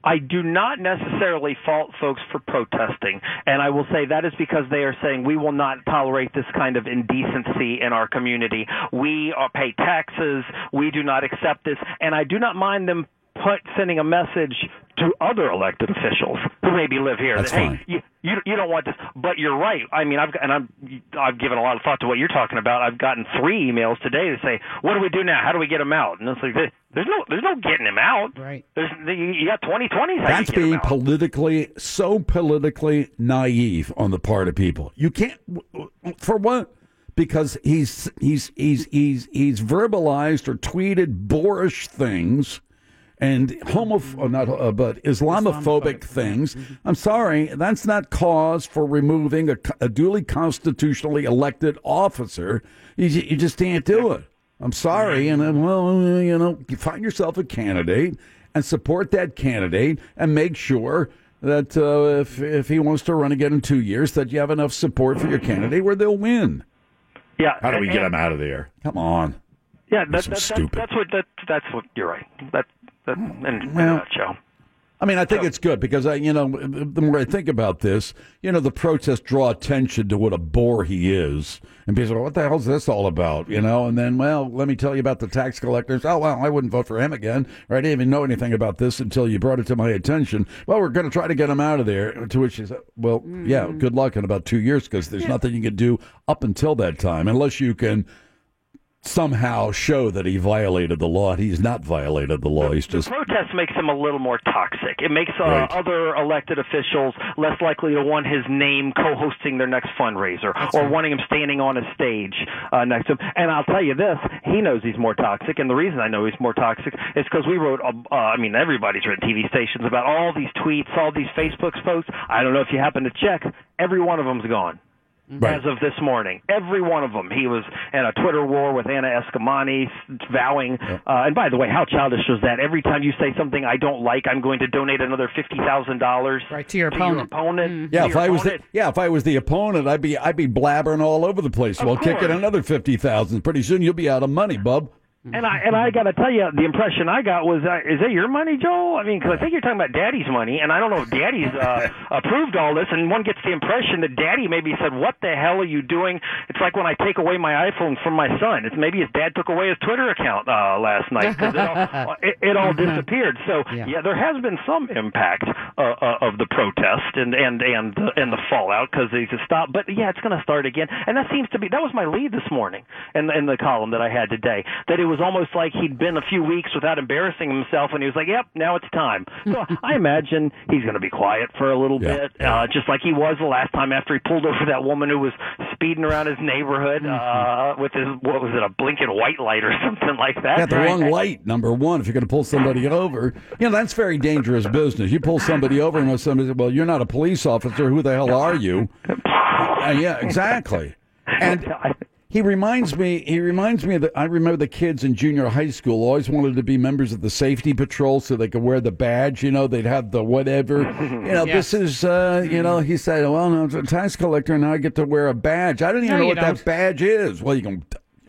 Speaker 21: I do not necessarily fault folks for protesting, and I will say that is because they are saying we will not tolerate this kind of indecency in our community. We are pay taxes. We do not accept this, and I do not mind them put sending a message to other elected officials who maybe live here
Speaker 5: That's
Speaker 21: that
Speaker 5: fine.
Speaker 21: hey you, you you don't want this but you're right i mean i've got- and i'm i've given a lot of thought to what you're talking about i've gotten three emails today that say what do we do now how do we get him out and it's like there- there's no there's no getting him out right there's you you got 2020
Speaker 5: That's being politically so politically naive on the part of people. You can't for what? Because he's he's he's he's he's verbalized or tweeted boorish things and homoph oh, not uh, but Islamophobic, things. I'm sorry, that's not cause for removing a, co- a duly constitutionally elected officer. You, ju- you just can't do it. I'm sorry, and uh, well, you know, you find yourself a candidate and support that candidate, and make sure that uh, if if he wants to run again in two years, that you have enough support for your candidate where they'll win.
Speaker 21: Yeah,
Speaker 5: How do we
Speaker 21: and-
Speaker 5: get him out of there? Come on.
Speaker 21: yeah
Speaker 5: That's
Speaker 21: that's
Speaker 5: so
Speaker 21: that's
Speaker 5: stupid.
Speaker 21: that's what that that's what you're right that that in, in
Speaker 5: Well-
Speaker 21: a nutshell
Speaker 5: I mean, I think it's good because I, you know, the more I think about this, you know, the protests draw attention to what a bore he is, and people are, "What the hell's this all about?" You know, and then, well, let me tell you about the tax collectors. Oh, well, I wouldn't vote for him again, or I didn't even know anything about this until you brought it to my attention. Well, we're going to try to get him out of there. To which he said, "Well, yeah, good luck in about two years because there's nothing you can do up until that time unless you can." Somehow show that he violated the law. He's not violated the law. He's just
Speaker 21: protest makes him a little more toxic. It makes uh,
Speaker 5: Right.
Speaker 21: other elected officials less likely to want his name co-hosting their next fundraiser or wanting him standing on a stage uh, next to him. And I'll tell you this: he knows he's more toxic, and the reason I know he's more toxic is because we wrote. Uh, uh, I mean, everybody's written TV stations about all these tweets, all these Facebook posts. I don't know if you happen to check; every one of them's gone.
Speaker 5: Right.
Speaker 21: As of this morning, every one of them. He was in a Twitter war with Anna Eskamani, vowing. Uh, and by the way, how childish was that? Every time you say something I don't like, I'm going to donate another fifty thousand dollars right to your
Speaker 6: opponent.
Speaker 21: opponent. Mm-hmm.
Speaker 5: Yeah,
Speaker 21: to
Speaker 5: if
Speaker 21: your
Speaker 5: I was the,
Speaker 21: opponent.
Speaker 5: yeah, if I was the opponent, I'd be I'd be blabbering all over the place while kicking another fifty thousand. Pretty soon you'll be out of money, bub.
Speaker 21: and I and I got to tell you, the impression I got was, uh, is that your money, Joel? I mean, because I think you're talking about Daddy's money, and I don't know if Daddy's uh, approved all this. And one gets the impression that Daddy maybe said, "What the hell are you doing?" It's like when I take away my iPhone from my son. It's maybe his dad took away his Twitter account uh, last night because it all, it, it all disappeared. So yeah. there has been some impact uh, uh, of the protest and and and the, and the fallout because they just stopped. But yeah, it's going to start again, and that seems to be that was my lead this morning in the, in the column that I had today. That it was almost like he'd been a few weeks without embarrassing himself, and he was like, "Yep, now it's time." So I imagine he's going to be quiet for a little bit, Uh, just like he was the last time after he pulled over that woman who was speeding around his neighborhood uh, with his what was it a blinking white light or something like that.
Speaker 5: Got the wrong light, number one. If you're going to pull somebody over, you know that's very dangerous business. You pull somebody over and somebody says, "Well, you're not a police officer. Who the hell are you?" Uh, yeah, exactly. And he reminds me. He reminds me that I remember the kids in junior high school always wanted to be members of the safety patrol so they could wear the badge. You know, they'd have the whatever. You know,
Speaker 9: Yes.
Speaker 5: this is. Uh, you know, he said, "Well, no, I'm a tax collector, and I get to wear a badge. I don't even
Speaker 6: No,
Speaker 5: know
Speaker 6: you
Speaker 5: what that badge is." Well, you can.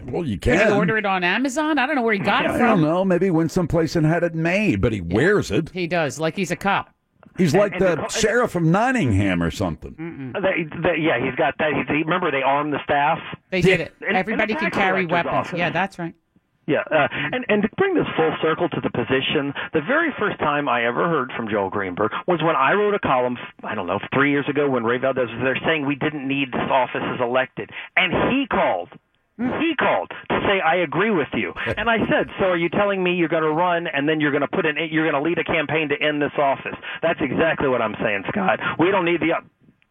Speaker 5: Well, you
Speaker 6: Did
Speaker 5: can
Speaker 6: he order it on Amazon? I don't know where he got it
Speaker 5: I
Speaker 6: from.
Speaker 5: don't know. Maybe he went someplace and had it made, but he wears it.
Speaker 6: He does, like he's a cop.
Speaker 5: He's
Speaker 6: And-
Speaker 5: like
Speaker 6: and
Speaker 5: the
Speaker 6: the co-
Speaker 5: sheriff from Nottingham or something.
Speaker 21: They, they, yeah, he's got that. He, remember, they armed the staff.
Speaker 6: They did it. Everybody can carry weapons. Yeah, that's right.
Speaker 21: Yeah, uh, and and to bring this full circle to the position, the very first time I ever heard from Joel Greenberg was when I wrote a column. I don't know, three years ago when Ray Valdez was there, saying we didn't need this office as elected, and he called. He called to say I agree with you, and I said, "So are you telling me you're going to run and then you're going to put in you're going to lead a campaign to end this office?" That's exactly what I'm saying, Scott. We don't need the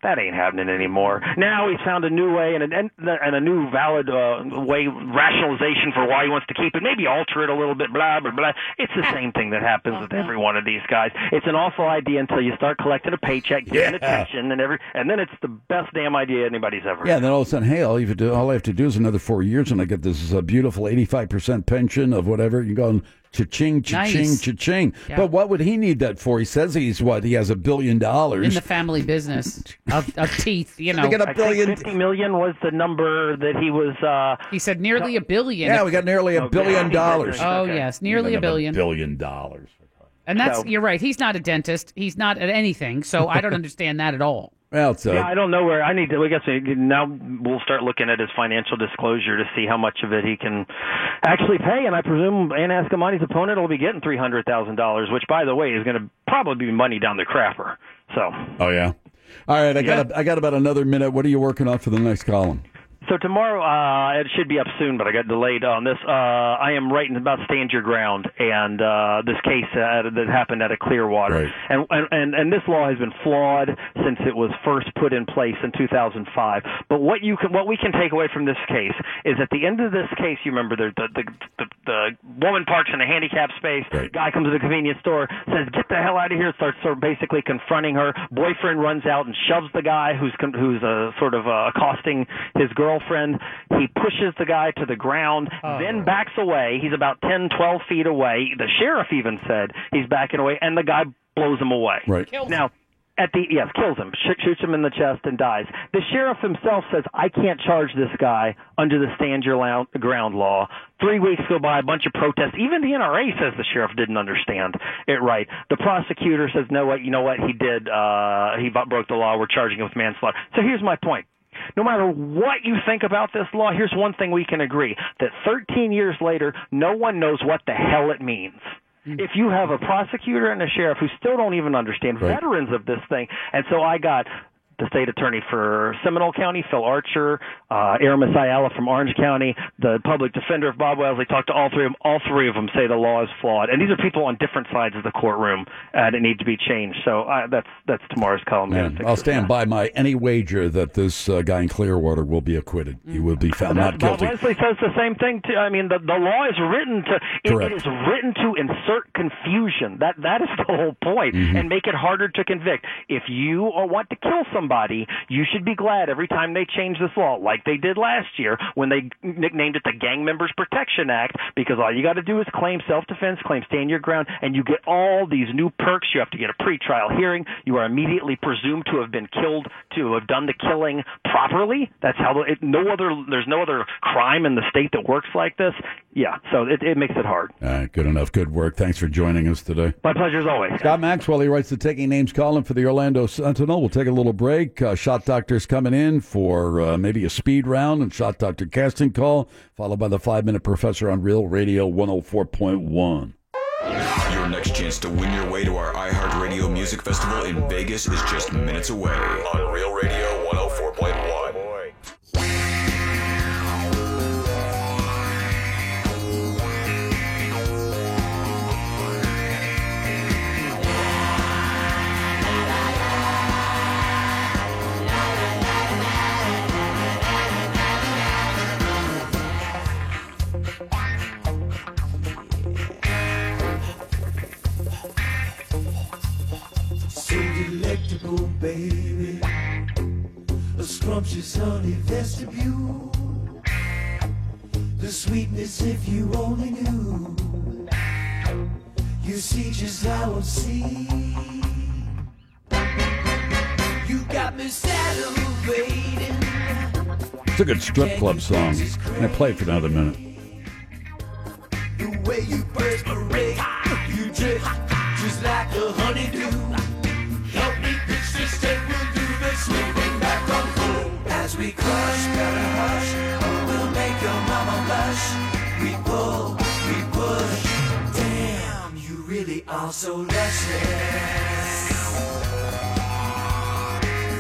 Speaker 21: That ain't happening anymore. Now he's found a new way and a, and the- and a new valid uh, way rationalization for why he wants to keep it. Maybe alter it a little bit. Blah blah blah. It's the same thing that happens with every one of these guys. It's an awful idea until you start collecting a paycheck, getting
Speaker 5: Yeah.
Speaker 21: attention, and every and then it's the best damn idea anybody's ever.
Speaker 5: Yeah, and then all of a sudden, hey, all, you have to do, all I have to do is another four years, and I get this uh, beautiful 85% pension of whatever. You can go and cha-ching, cha-ching,
Speaker 6: Nice.
Speaker 5: cha-ching.
Speaker 6: Yeah.
Speaker 5: But what would he need that for? He says he's what? He has a billion dollars.
Speaker 6: in the family business of, of teeth. You know,
Speaker 5: They got a
Speaker 21: I think Fifty million was the number that he was. Uh,
Speaker 6: he said nearly a billion.
Speaker 5: Yeah, we got nearly a
Speaker 6: Okay.
Speaker 5: billion dollars.
Speaker 6: Oh yes, nearly a billion.
Speaker 5: billion dollars.
Speaker 6: And that's
Speaker 5: So-
Speaker 6: you're right. He's not a dentist. He's not at anything. So I don't understand that at all.
Speaker 5: Well, it's
Speaker 21: yeah, I don't know where I need to. I guess we- now we'll start looking at his financial disclosure to see how much of it he can actually pay. And I presume Ann Askamani's opponent will be getting three hundred thousand dollars, which, by the way, is going to probably be money down the crapper. So,
Speaker 5: Oh yeah. All right, I got a, I got about another minute. What are you working on for the next column?
Speaker 21: so tomorrow uh, it should be up soon, but I got delayed on this. Uh, I am writing about stand your ground and uh, this case uh, that happened at a Clearwater. and, and- and and this law has been flawed since it was first put in place in 2005. But what you can what we can take away from this case is at the end of this case, you remember the the the, the, the woman parks in a handicapped space. Guy comes to the convenience store, says, "Get the hell out of here!" Starts sort of basically confronting her. Boyfriend runs out and shoves the guy who's con- who's uh, sort of uh, accosting his girlfriend. He pushes the guy to the ground, then backs away. He's about 10, 12 feet away. The sheriff even said he's backing away, and the guy blows him away.
Speaker 5: Right.
Speaker 21: Now, at the yes, kills him, sh- shoots him in the chest, and dies. The sheriff himself says, "I can't charge this guy under the stand your lou- ground law." Three weeks go by, a bunch of protests. Even the NRA says the sheriff didn't understand it right. The prosecutor says, "No, what you know what he did? Uh, he bu- broke the law. We're charging him with manslaughter." So here's my point. No matter what you think about this law, here's one thing we can agree that 13 years later, no one knows what the hell it means. Mm. If you have a prosecutor and a sheriff who still don't even understand veterans of this thing, and so I got the state attorney for Seminole County, Phil Archer, uh, Aramis Ayala from Orange County, the public defender of Bob Wellesley, talked to all three of them. All three of them say the law is flawed, and these are people on different sides of the courtroom, and it needs to be changed. So I, that's that's tomorrow's column.
Speaker 5: Man, I'll stand by my any wager that this uh, guy in Clearwater will be acquitted. He will be found not
Speaker 21: Bob
Speaker 5: guilty.
Speaker 21: Wesley says the same thing too. I mean, the, the law is written to it- it is written to insert confusion. That that is the whole point,
Speaker 5: Mm-hmm.
Speaker 21: and make it harder to convict. If you or want to kill somebody, you should be glad every time they change this law, like they did last year when they nicknamed it the Gang Members Protection Act, because all you got to do is claim self-defense, claim stand your ground, and you get all these new perks. You have to get a pretrial hearing. You are immediately presumed to have been killed, to have done the killing properly. That's how it, no other there's no other crime in the state that works like this. Yeah, so it, it makes it hard.
Speaker 5: All right, good enough. Good work. Thanks for joining us today.
Speaker 21: My pleasure as always.
Speaker 5: Scott Maxwell, he writes the Taking Names column for the Orlando Sentinel. We'll take a little break. Uh, Shot Doctor's coming in for uh, maybe a speed round and Shot Doctor casting call, followed by the five minute professor on Real Radio 104.1.
Speaker 10: Your next chance to win your way to our iHeartRadio Music Festival in Vegas is just minutes away on Real Radio 104.1.
Speaker 4: So delectable, baby. A scrumptious honey vestibule. The sweetness, if you only knew. You see just how I see. You got me salivating.
Speaker 5: It's a good strip club song. And I play it for another minute.
Speaker 4: The way you perspirate, you drift just like a honeydew. Help me pitch this and we'll do the sweeping back on full. As we crush, gotta hush, we'll make your mama blush. We pull, we push. Damn, you really are so luscious.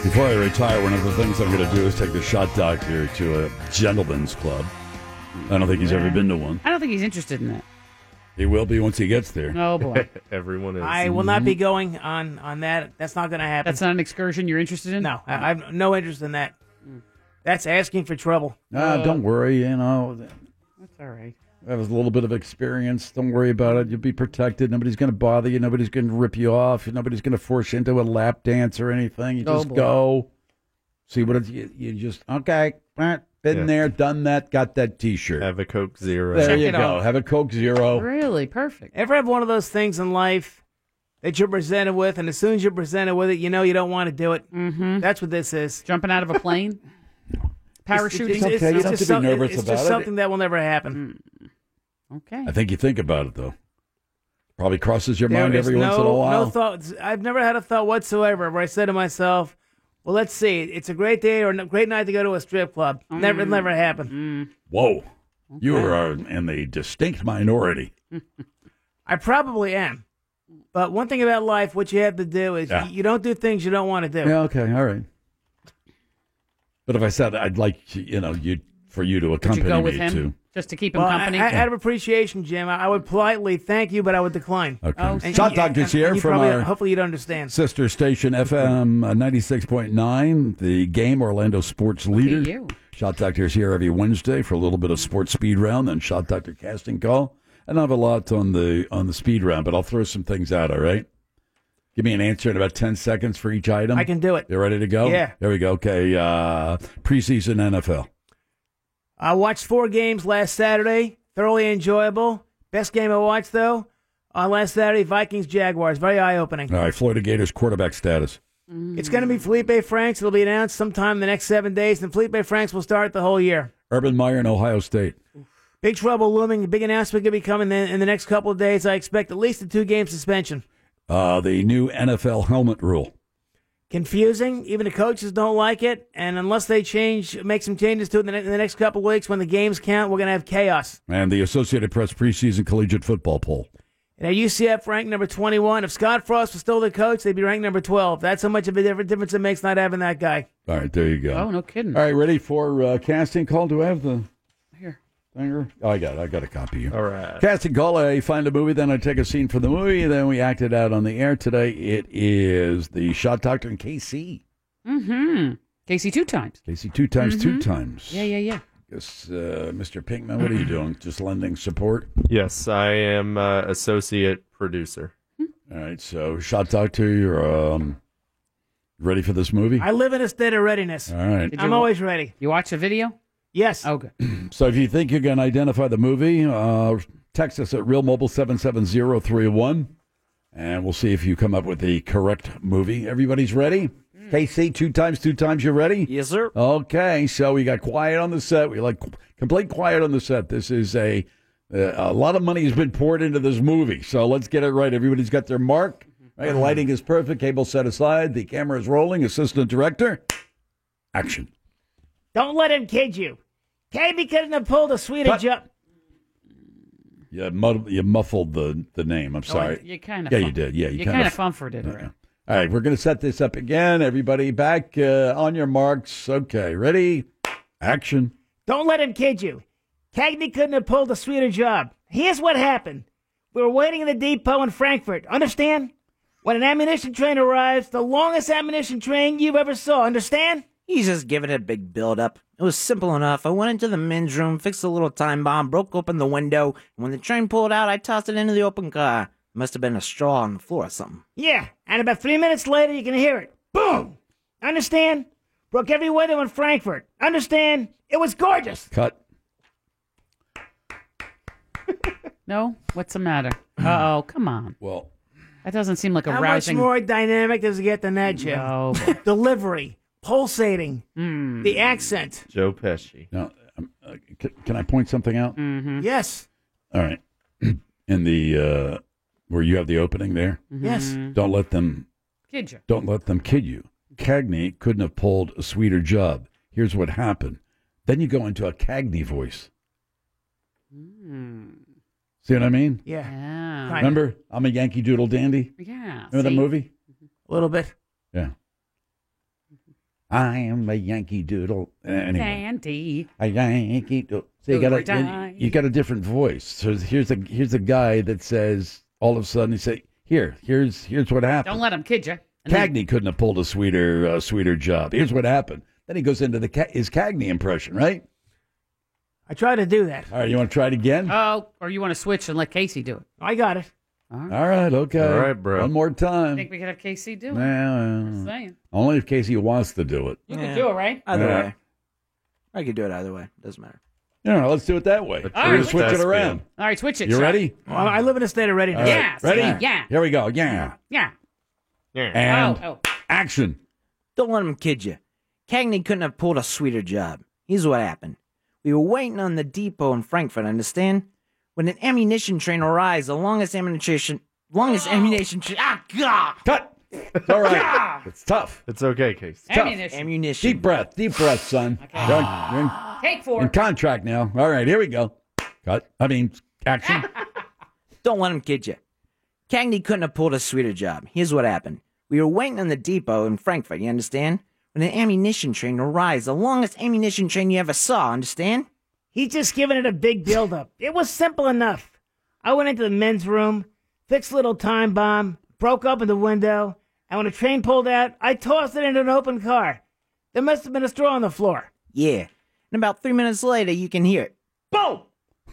Speaker 5: Before I retire, one of the things I'm going to do is take the shot doctor to a gentleman's club. I don't think he's ever been to one.
Speaker 6: I don't think he's interested in that.
Speaker 5: He will be once he gets there.
Speaker 6: Oh, boy.
Speaker 7: Everyone is.
Speaker 2: I will not be going on on that. That's not going to happen.
Speaker 6: That's not an excursion you're interested in. Mm.
Speaker 2: No, I, I have no interest in that. That's asking for trouble.
Speaker 5: Ah, don't worry, you know.
Speaker 6: That's all right.
Speaker 5: That was a little bit of experience. Don't worry about it. You'll be protected. Nobody's going to bother you. Nobody's going to rip you off. Nobody's going to force you into a lap dance or anything. You
Speaker 6: Oh,
Speaker 5: just
Speaker 6: boy.
Speaker 5: go. See what it's, you, you just, okay, eh, been
Speaker 7: Yeah.
Speaker 5: there, done that, got that t shirt. Have
Speaker 7: a Coke Zero.
Speaker 5: There
Speaker 2: Check
Speaker 5: you
Speaker 2: it
Speaker 5: go.
Speaker 2: out.
Speaker 5: Have a Coke Zero.
Speaker 6: Really perfect.
Speaker 2: Ever have one of those things in life that you're presented with, and as soon as you're presented with it, you know you don't want to do it. Mm-hmm. That's what this is.
Speaker 6: Jumping out of a plane, parachuting.
Speaker 5: It's okay, you don't have to
Speaker 2: just
Speaker 5: be
Speaker 2: some-
Speaker 5: nervous
Speaker 2: it's
Speaker 5: about
Speaker 2: just
Speaker 5: it.
Speaker 2: something that will never happen.
Speaker 6: Mm. Okay.
Speaker 5: I think you think about it, though. Probably crosses your mind
Speaker 2: There is
Speaker 5: every once in a
Speaker 2: no-
Speaker 5: while.
Speaker 2: No thoughts. I've never had a thought whatsoever where I said to myself, "Well, let's see. It's a great day or a great night to go to a strip club."
Speaker 6: Mm.
Speaker 2: Never, it'll never happened.
Speaker 5: Whoa. You are in the distinct minority.
Speaker 2: I probably am. But one thing about life, what you have to do is
Speaker 5: Yeah.
Speaker 2: you don't do things you don't want to do.
Speaker 5: Yeah, okay, all right. But if I said I'd like you know you for you to
Speaker 6: Would
Speaker 5: accompany
Speaker 6: you go with
Speaker 5: me
Speaker 6: him
Speaker 5: to
Speaker 6: just to keep him
Speaker 2: Well,
Speaker 6: company?
Speaker 2: I- I- out of appreciation, Jim, I, I would politely thank you, but I would decline.
Speaker 5: Okay.
Speaker 2: Oh,
Speaker 5: Shot Dog is here
Speaker 2: you
Speaker 5: from
Speaker 2: probably-
Speaker 5: our-
Speaker 2: Hopefully, you'd understand.
Speaker 5: sister station FM ninety six point nine, the game Orlando sports leader.
Speaker 2: you.
Speaker 5: Shot Doctor's here every Wednesday for a little bit of sports speed round, then Shot Doctor casting call. And I have a lot on the on the speed round, but I'll throw some things out. All right, give me an answer in about ten seconds for each item.
Speaker 2: I can do it.
Speaker 5: You ready to go?
Speaker 2: Yeah.
Speaker 5: There we go. Okay. Uh, preseason NFL.
Speaker 2: I watched four games last Saturday. Thoroughly enjoyable. Best game I watched, though, on last Saturday Vikings Jaguars. Very eye opening.
Speaker 5: All right. Florida Gators quarterback status.
Speaker 6: Mm.
Speaker 2: It's going to be Felipe Franks. It'll be announced sometime in the next seven days, and Felipe Franks will start the whole year.
Speaker 5: Urban Meyer in Ohio State.
Speaker 2: Big trouble looming. Big announcement going to be coming in, in the next couple of days. I expect at least a two game suspension.
Speaker 5: Uh, the new NFL helmet rule.
Speaker 2: confusing. Even the coaches don't like it, and unless they change, make some changes to it in the, ne- in the next couple weeks when the games count, we're going to have chaos.
Speaker 5: And the Associated Press preseason collegiate football poll.
Speaker 2: And at UCF, ranked number 21. If Scott Frost was still the coach, they'd be ranked number 12. That's how much of a different difference it makes not having that guy.
Speaker 5: All right, there you go.
Speaker 2: Oh, no
Speaker 6: kidding.
Speaker 5: All right, ready for uh, casting call? Do I have the Finger. Oh, I got it. I got a copy here. All
Speaker 7: right.
Speaker 5: Casting call. I find a movie, then I take a scene from the movie, then we act it out on the air. Today it is the Shot Doctor and KC.
Speaker 6: Mm-hmm. Casey two times.
Speaker 5: KC two times, two
Speaker 2: Mm-hmm.
Speaker 6: Mhm.
Speaker 5: times.
Speaker 6: Yeah, yeah, yeah.
Speaker 5: Yes, uh, Mr. Pinkman, what are you doing? Just lending support.
Speaker 7: Yes, I am uh, associate producer.
Speaker 5: Hmm. All right, so Shot Doctor, you're um, ready for this movie?
Speaker 2: I live in a state of readiness.
Speaker 5: All right.
Speaker 2: I'm always ready.
Speaker 6: You watch the video?
Speaker 2: Yes.
Speaker 6: Oh, good.
Speaker 5: So if you think you can identify the movie, uh, text us at Real Mobile 77031, and we'll see if you come up with the correct movie. Everybody's ready? KC, two times, two times, you ready?
Speaker 8: Mm. Yes, sir.
Speaker 5: Okay, so we got quiet on the set. We like complete quiet on the set. This is a, uh, a lot of money has been poured into this movie, so let's get it right. Everybody's got their mark. Right,
Speaker 8: Mm-hmm.
Speaker 5: the lighting is perfect. Cable set aside. The camera is rolling. Assistant director, action.
Speaker 2: Don't let him kid you. Katie couldn't have pulled a sweeter job.
Speaker 5: You, mud- you muffled the, the name. I'm sorry.
Speaker 6: you kind of.
Speaker 5: Yeah, Oh, you did. Yeah, you,
Speaker 6: you
Speaker 5: kinda
Speaker 6: kind of
Speaker 5: f-
Speaker 6: comforted her.
Speaker 5: All right, we're going to set this up again. Everybody back uh, on your marks. Okay, ready? Action.
Speaker 2: Don't let him kid you. Cagney couldn't have pulled a sweeter job. Here's what happened. We were waiting in the depot in Frankfurt. Understand? When an ammunition train arrives, the longest ammunition train you ever saw. Understand?
Speaker 8: He's just giving it a big build up. It was simple enough. I went into the men's room, fixed a little time bomb, broke open the window, and when the train pulled out, I tossed it into the open car. Must have been a straw on the floor or something.
Speaker 2: Yeah. And about three minutes later, you can hear it. Boom! Understand? Broke every window in Frankfurt. Understand? It was gorgeous.
Speaker 5: Cut.
Speaker 6: No? What's the matter? Uh oh, come on.
Speaker 5: Hmm. Well,
Speaker 6: that doesn't seem like a
Speaker 2: How
Speaker 6: rousing. Oh,
Speaker 2: much more dynamic does it get than that, Jim?
Speaker 6: No.
Speaker 2: Delivery, pulsating,
Speaker 6: Hmm.
Speaker 2: the accent.
Speaker 7: Joe Pesci.
Speaker 5: Now, um, uh, c- can I point something out?
Speaker 6: Mm-hmm.
Speaker 2: Yes.
Speaker 5: All right. In the uh, where you have the opening there.
Speaker 2: Yes. Mhm.
Speaker 5: Don't let them
Speaker 6: Kid you.
Speaker 5: Don't let them kid you. Cagney couldn't have pulled a sweeter job. Here's what happened. Then you go into a Cagney voice.
Speaker 6: Hmm,
Speaker 5: See what I mean?
Speaker 2: Yeah. Kinda.
Speaker 5: Remember, I'm a Yankee Doodle Dandy.
Speaker 6: Yeah.
Speaker 5: Remember the
Speaker 6: see?
Speaker 5: movie?
Speaker 2: A little bit.
Speaker 5: Yeah. I am a Yankee Doodle. Uh, Anyway,
Speaker 6: Dandy.
Speaker 5: a Yankee Doodle. So you got
Speaker 6: Doodle die.
Speaker 5: a you got a different voice. So here's a here's a guy that says all of a sudden he say here here's here's what happened.
Speaker 6: Don't let him kid you.
Speaker 5: Cagney couldn't have pulled a sweeter, uh, sweeter job. Here's what happened. Then he goes into the ca- his Cagney impression, right?
Speaker 2: I try to do that.
Speaker 5: All right, you want to try it again?
Speaker 6: Oh, or you want to switch and let Casey do it?
Speaker 2: I got it.
Speaker 5: All right, okay.
Speaker 6: All
Speaker 5: right, bro. One more
Speaker 6: I
Speaker 5: time.
Speaker 6: think we could have Casey do it.
Speaker 5: Nah,
Speaker 6: Just saying.
Speaker 5: only if Casey wants to do it.
Speaker 6: You could do it, right?
Speaker 8: Either
Speaker 5: Yeah.
Speaker 8: way. I could do it either way. Doesn't matter.
Speaker 5: No, no, let's do it that
Speaker 8: All
Speaker 5: way. We're
Speaker 8: right.
Speaker 5: gonna switch it
Speaker 8: That's
Speaker 5: around.
Speaker 8: good.
Speaker 6: All right, switch it.
Speaker 5: You
Speaker 6: Chuck.
Speaker 5: ready?
Speaker 2: Well, I live in a state of
Speaker 5: All
Speaker 2: readiness.
Speaker 5: right, Ready?
Speaker 6: Yeah.
Speaker 5: Here we go. Yeah.
Speaker 6: Yeah.
Speaker 5: And
Speaker 6: Oh,
Speaker 5: action.
Speaker 8: Don't let him kid you. Cagney couldn't have pulled a sweeter job. Here's what happened. We were waiting on the depot in Frankfurt, understand? When an ammunition train arrives, the longest ammunition
Speaker 6: Oh.
Speaker 8: longest ammunition train Ah God
Speaker 5: Cut It's all right. it's tough.
Speaker 7: It's okay, Casey.
Speaker 5: Tough.
Speaker 6: Ammunition. Ammunition.
Speaker 5: Deep breath. Deep breath, son. You're in- you're in-
Speaker 6: Ah. Take four.
Speaker 5: in contract now. All right, here we go. Cut. I mean, action.
Speaker 8: Ah. Don't let him kid you. Cagney couldn't have pulled a sweeter job. Here's what happened. We were waiting on the depot in Frankfurt, you understand? When an ammunition train arrives, the longest ammunition train you ever saw, understand?
Speaker 2: He's just giving it a big build-up. It was simple enough. I went into the men's room, fixed a little time bomb, broke open the window, and when the train pulled out, I tossed it into an open car. There must have been a straw on the floor.
Speaker 8: Yeah. And about three minutes later, you can hear it. Boom!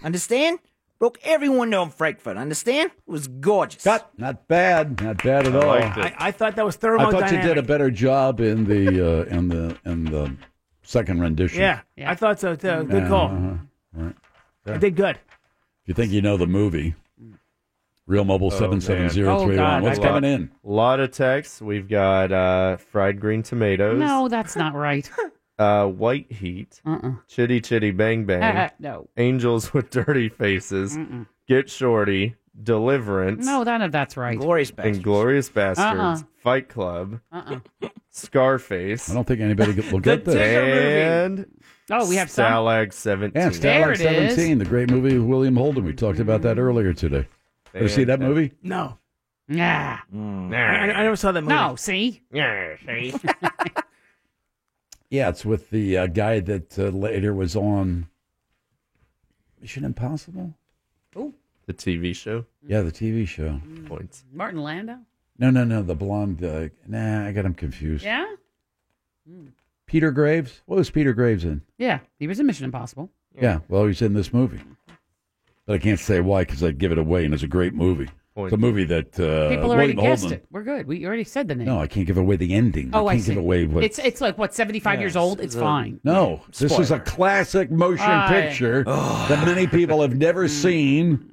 Speaker 8: Understand? Broke every window in Frankfurt, understand? It was gorgeous.
Speaker 5: Cut. Not bad. Not bad at all.
Speaker 2: I, I thought that was
Speaker 5: I
Speaker 2: thermodynamic.
Speaker 5: thought you did a better job in the uh, in the in the second rendition.
Speaker 2: yeah, I thought so too. Good call.
Speaker 5: Uh-huh. Right.
Speaker 2: I did good.
Speaker 5: You think you know the movie? Real Mobile
Speaker 7: Oh,
Speaker 5: seven seven
Speaker 7: man.
Speaker 5: zero three one. What's
Speaker 7: A lot-
Speaker 5: coming in?
Speaker 7: Lot of texts. We've got uh, fried green tomatoes.
Speaker 6: No, that's not right.
Speaker 7: Uh, white heat.
Speaker 6: Uh-uh.
Speaker 7: Chitty chitty bang bang.
Speaker 6: No.
Speaker 7: Angels with dirty faces.
Speaker 6: Mm-mm.
Speaker 7: Get shorty. Deliverance.
Speaker 6: No, none of that's right.
Speaker 8: Glorious
Speaker 7: And glorious bastards.
Speaker 6: Uh-uh.
Speaker 7: Fight Club.
Speaker 6: Uh-uh.
Speaker 7: Scarface.
Speaker 5: I don't think anybody
Speaker 7: The
Speaker 5: will get this.
Speaker 7: Digger movie.
Speaker 6: Oh, we have some.
Speaker 7: Stalag seventeen.
Speaker 5: Yeah,
Speaker 6: There
Speaker 5: Stalag
Speaker 6: it
Speaker 5: Seventeen, the great movie with William Holden. We talked about that earlier today. Ever see that movie?
Speaker 2: No.
Speaker 6: Nah.
Speaker 2: I, I never saw that movie.
Speaker 6: No, see? Yeah, see?
Speaker 5: Yeah, it's with the uh, guy that uh, later was on Mission Impossible.
Speaker 7: The TV show. Mm.
Speaker 5: Yeah, the TV show.
Speaker 7: Points.
Speaker 6: Martin Landau?
Speaker 5: No, no, no. The blonde. Uh, nah, I got him confused.
Speaker 6: Yeah?
Speaker 5: Peter Graves. What was Peter Graves in?
Speaker 6: Yeah. He was in Mission Impossible.
Speaker 5: Yeah. well, he's in this movie, but I can't say why because I'd give it away, and it's a great movie. It's a movie that uh,
Speaker 6: People already
Speaker 5: William
Speaker 6: guessed
Speaker 5: Holden.
Speaker 6: it. We're good. We already said the name.
Speaker 5: No, I can't give away the ending.
Speaker 6: oh,
Speaker 5: I
Speaker 6: I
Speaker 5: can't
Speaker 6: see.
Speaker 5: give away what.
Speaker 6: It's, it's like, what, 75 years old? It's fine.
Speaker 5: no, this is a
Speaker 6: Spoiler.
Speaker 5: classic motion
Speaker 6: Ah, yeah.
Speaker 5: picture that many people have
Speaker 6: Mm.
Speaker 5: never seen.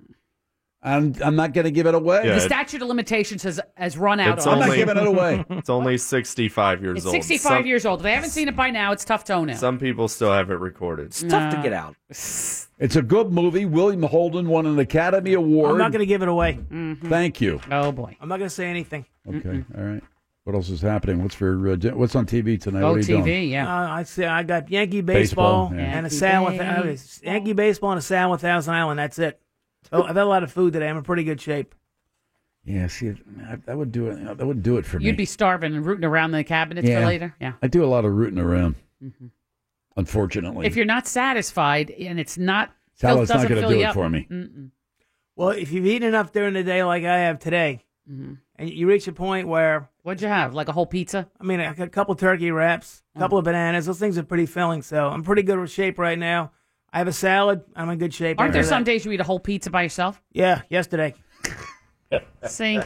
Speaker 5: I'm I'm not going to give it away.
Speaker 6: Uh, The statute of limitations has, has run out
Speaker 7: It's
Speaker 6: on
Speaker 7: only,
Speaker 6: it.
Speaker 7: It's only sixty-five years
Speaker 6: It's
Speaker 7: old.
Speaker 6: 65
Speaker 7: Some-
Speaker 6: years old. If they haven't seen it by now, it's tough toenail.
Speaker 7: Some people still have it recorded. It's
Speaker 6: tough to No. get
Speaker 8: out.
Speaker 5: It's a good movie. William Holden won an Academy Award. Mm-hmm.
Speaker 2: I'm not going to give it away.
Speaker 5: Thank you.
Speaker 6: Oh boy.
Speaker 2: I'm not going to say anything.
Speaker 5: Okay, all right. What else is happening? What's for uh, di- what's on TV tonight? what are you doing?
Speaker 6: yeah.
Speaker 2: Uh, I see. I got Yankee
Speaker 5: Baseball,
Speaker 2: baseball,
Speaker 5: yeah.
Speaker 2: and a
Speaker 5: Yankee
Speaker 2: salad.
Speaker 5: baseball.
Speaker 2: With, Yankee baseball and a salad with Thousand Island. That's it. Oh, I've had a lot of food today. I'm in pretty good shape.
Speaker 5: Yeah, see, I- that would do it. That would do it for me.
Speaker 6: You'd be starving and rooting around the cabinets
Speaker 5: Yeah.
Speaker 6: for later. Yeah. Mm-hmm.
Speaker 5: I do a lot of rooting around. Unfortunately,
Speaker 6: If you're not satisfied and it's not,
Speaker 5: Salad's not
Speaker 6: doesn't
Speaker 5: gonna
Speaker 6: fill
Speaker 5: do
Speaker 6: you
Speaker 5: it
Speaker 6: up.
Speaker 5: for me.
Speaker 6: Mm-mm.
Speaker 2: Well, if you've eaten enough during the day like I have today, and you reach a point where
Speaker 6: Mm-hmm. what'd you have? Like a whole pizza? Oh.
Speaker 2: I mean, a, a couple turkey wraps, a couple of bananas. Those things are pretty filling. So I'm pretty good with shape right now. I have a salad. I'm in good shape.
Speaker 6: Aren't there
Speaker 2: after
Speaker 6: some
Speaker 2: that.
Speaker 6: days you eat a whole pizza by yourself?
Speaker 2: Yeah, yesterday.
Speaker 6: See?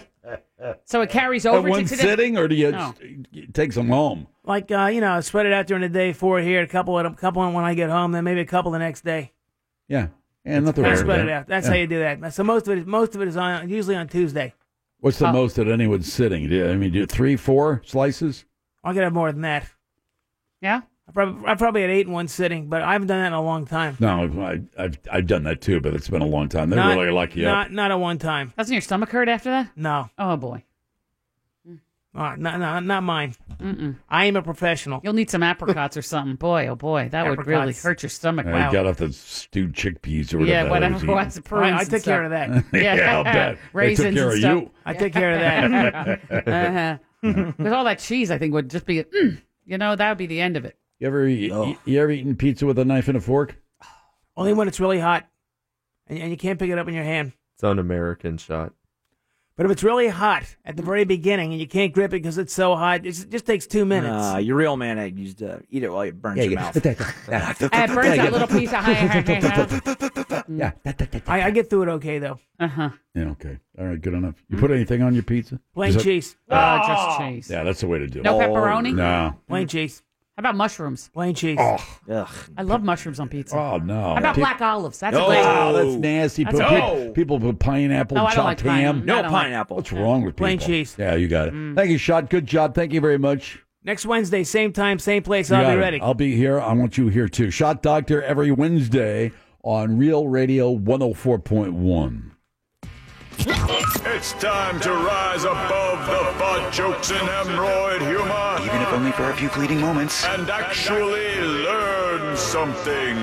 Speaker 6: So it carries over
Speaker 5: At one
Speaker 6: to today.
Speaker 5: sitting, or do you
Speaker 6: No.
Speaker 5: it takes them home?
Speaker 2: Like uh, you know, spread it out during the day. Four here, a couple of them, couple when I get home, then maybe a couple the next day.
Speaker 5: Yeah, and nothing
Speaker 2: I
Speaker 5: wrong with
Speaker 2: spread
Speaker 5: that.
Speaker 2: it out. That's
Speaker 5: Yeah.
Speaker 2: how you do that. So most of it, most of it is on usually on Tuesday.
Speaker 5: What's the
Speaker 2: Oh.
Speaker 5: most that anyone's sitting? Do you- I mean, do you- three, four slices.
Speaker 2: I could have more than that.
Speaker 6: Yeah,
Speaker 2: I probably I probably had eight in one sitting, but I haven't done that in a long time.
Speaker 5: No, I, I've I've done that too, but it's been a long time. They're
Speaker 2: Not-
Speaker 5: really lucky.
Speaker 2: Not not at one time.
Speaker 6: Doesn't your stomach hurt after that?
Speaker 2: No.
Speaker 6: Oh boy.
Speaker 2: Uh, no, no, not mine.
Speaker 6: Mm-mm.
Speaker 2: I am a professional.
Speaker 6: You'll need some apricots or something. Boy, oh boy, that would really
Speaker 2: Apricots.
Speaker 6: hurt your stomach.
Speaker 5: I
Speaker 6: wow.
Speaker 5: got off the stewed chickpeas or whatever.
Speaker 6: yeah,
Speaker 5: that
Speaker 6: whatever
Speaker 5: was
Speaker 6: it
Speaker 5: eating.
Speaker 6: was. prunes
Speaker 2: I- I
Speaker 6: and
Speaker 2: took care
Speaker 6: stuff.
Speaker 2: of that.
Speaker 6: Yeah,
Speaker 5: Yeah, I'll bet. They took
Speaker 6: Raisins
Speaker 5: care
Speaker 6: and
Speaker 5: of
Speaker 6: stuff. Uh-huh.
Speaker 5: you.
Speaker 2: I took care of that.
Speaker 6: Because all that cheese, I think, would just be mm, You know, that would be the end of it.
Speaker 5: You ever you, you ever eaten pizza with a knife and a fork?
Speaker 2: Only when it's really hot, and, and you can't pick it up in your hand.
Speaker 7: It's an American shot.
Speaker 2: But if it's really hot at the very beginning and you can't grip it because it's so hot, it's, it just takes two minutes.
Speaker 8: Nah, your real man egg used to eat it while it burns
Speaker 2: Yeah,
Speaker 8: your
Speaker 2: yeah.
Speaker 8: mouth.
Speaker 6: It burns that little piece of
Speaker 5: Yeah.
Speaker 2: I, I get through it okay though.
Speaker 6: Uh huh.
Speaker 5: Yeah, okay. All right, good enough. You put anything on your pizza?
Speaker 2: Plain
Speaker 5: Is that-
Speaker 2: cheese.
Speaker 6: Uh, just cheese.
Speaker 5: Yeah, that's the way to do it.
Speaker 6: No pepperoni?
Speaker 5: No.
Speaker 2: Plain cheese.
Speaker 6: How about mushrooms?
Speaker 2: Plain cheese.
Speaker 5: Oh,
Speaker 6: I love mushrooms on pizza.
Speaker 5: Oh, no.
Speaker 6: How about
Speaker 5: Pe-
Speaker 6: black olives? That's a
Speaker 5: oh,
Speaker 6: great.
Speaker 5: that's nasty.
Speaker 6: That's
Speaker 5: Put-
Speaker 6: a-
Speaker 5: pe- People put pineapple,
Speaker 6: No, I don't like
Speaker 5: chopped
Speaker 6: pine-
Speaker 5: ham.
Speaker 6: No I don't like- pineapple.
Speaker 5: What's wrong with people?
Speaker 2: Plain cheese.
Speaker 5: Yeah, you got it.
Speaker 6: Mm.
Speaker 5: Thank you, Shot. Good job. Thank you very much.
Speaker 2: Next Wednesday, same time, same place.
Speaker 5: You
Speaker 2: I'll
Speaker 5: got
Speaker 2: be
Speaker 5: it.
Speaker 2: ready.
Speaker 5: I'll be here. I want you here too. Shot Doctor every Wednesday on Real Radio 104.1.
Speaker 10: It's time to rise above the butt jokes and hemorrhoid humor. Even if only for a few fleeting moments. And actually learn something.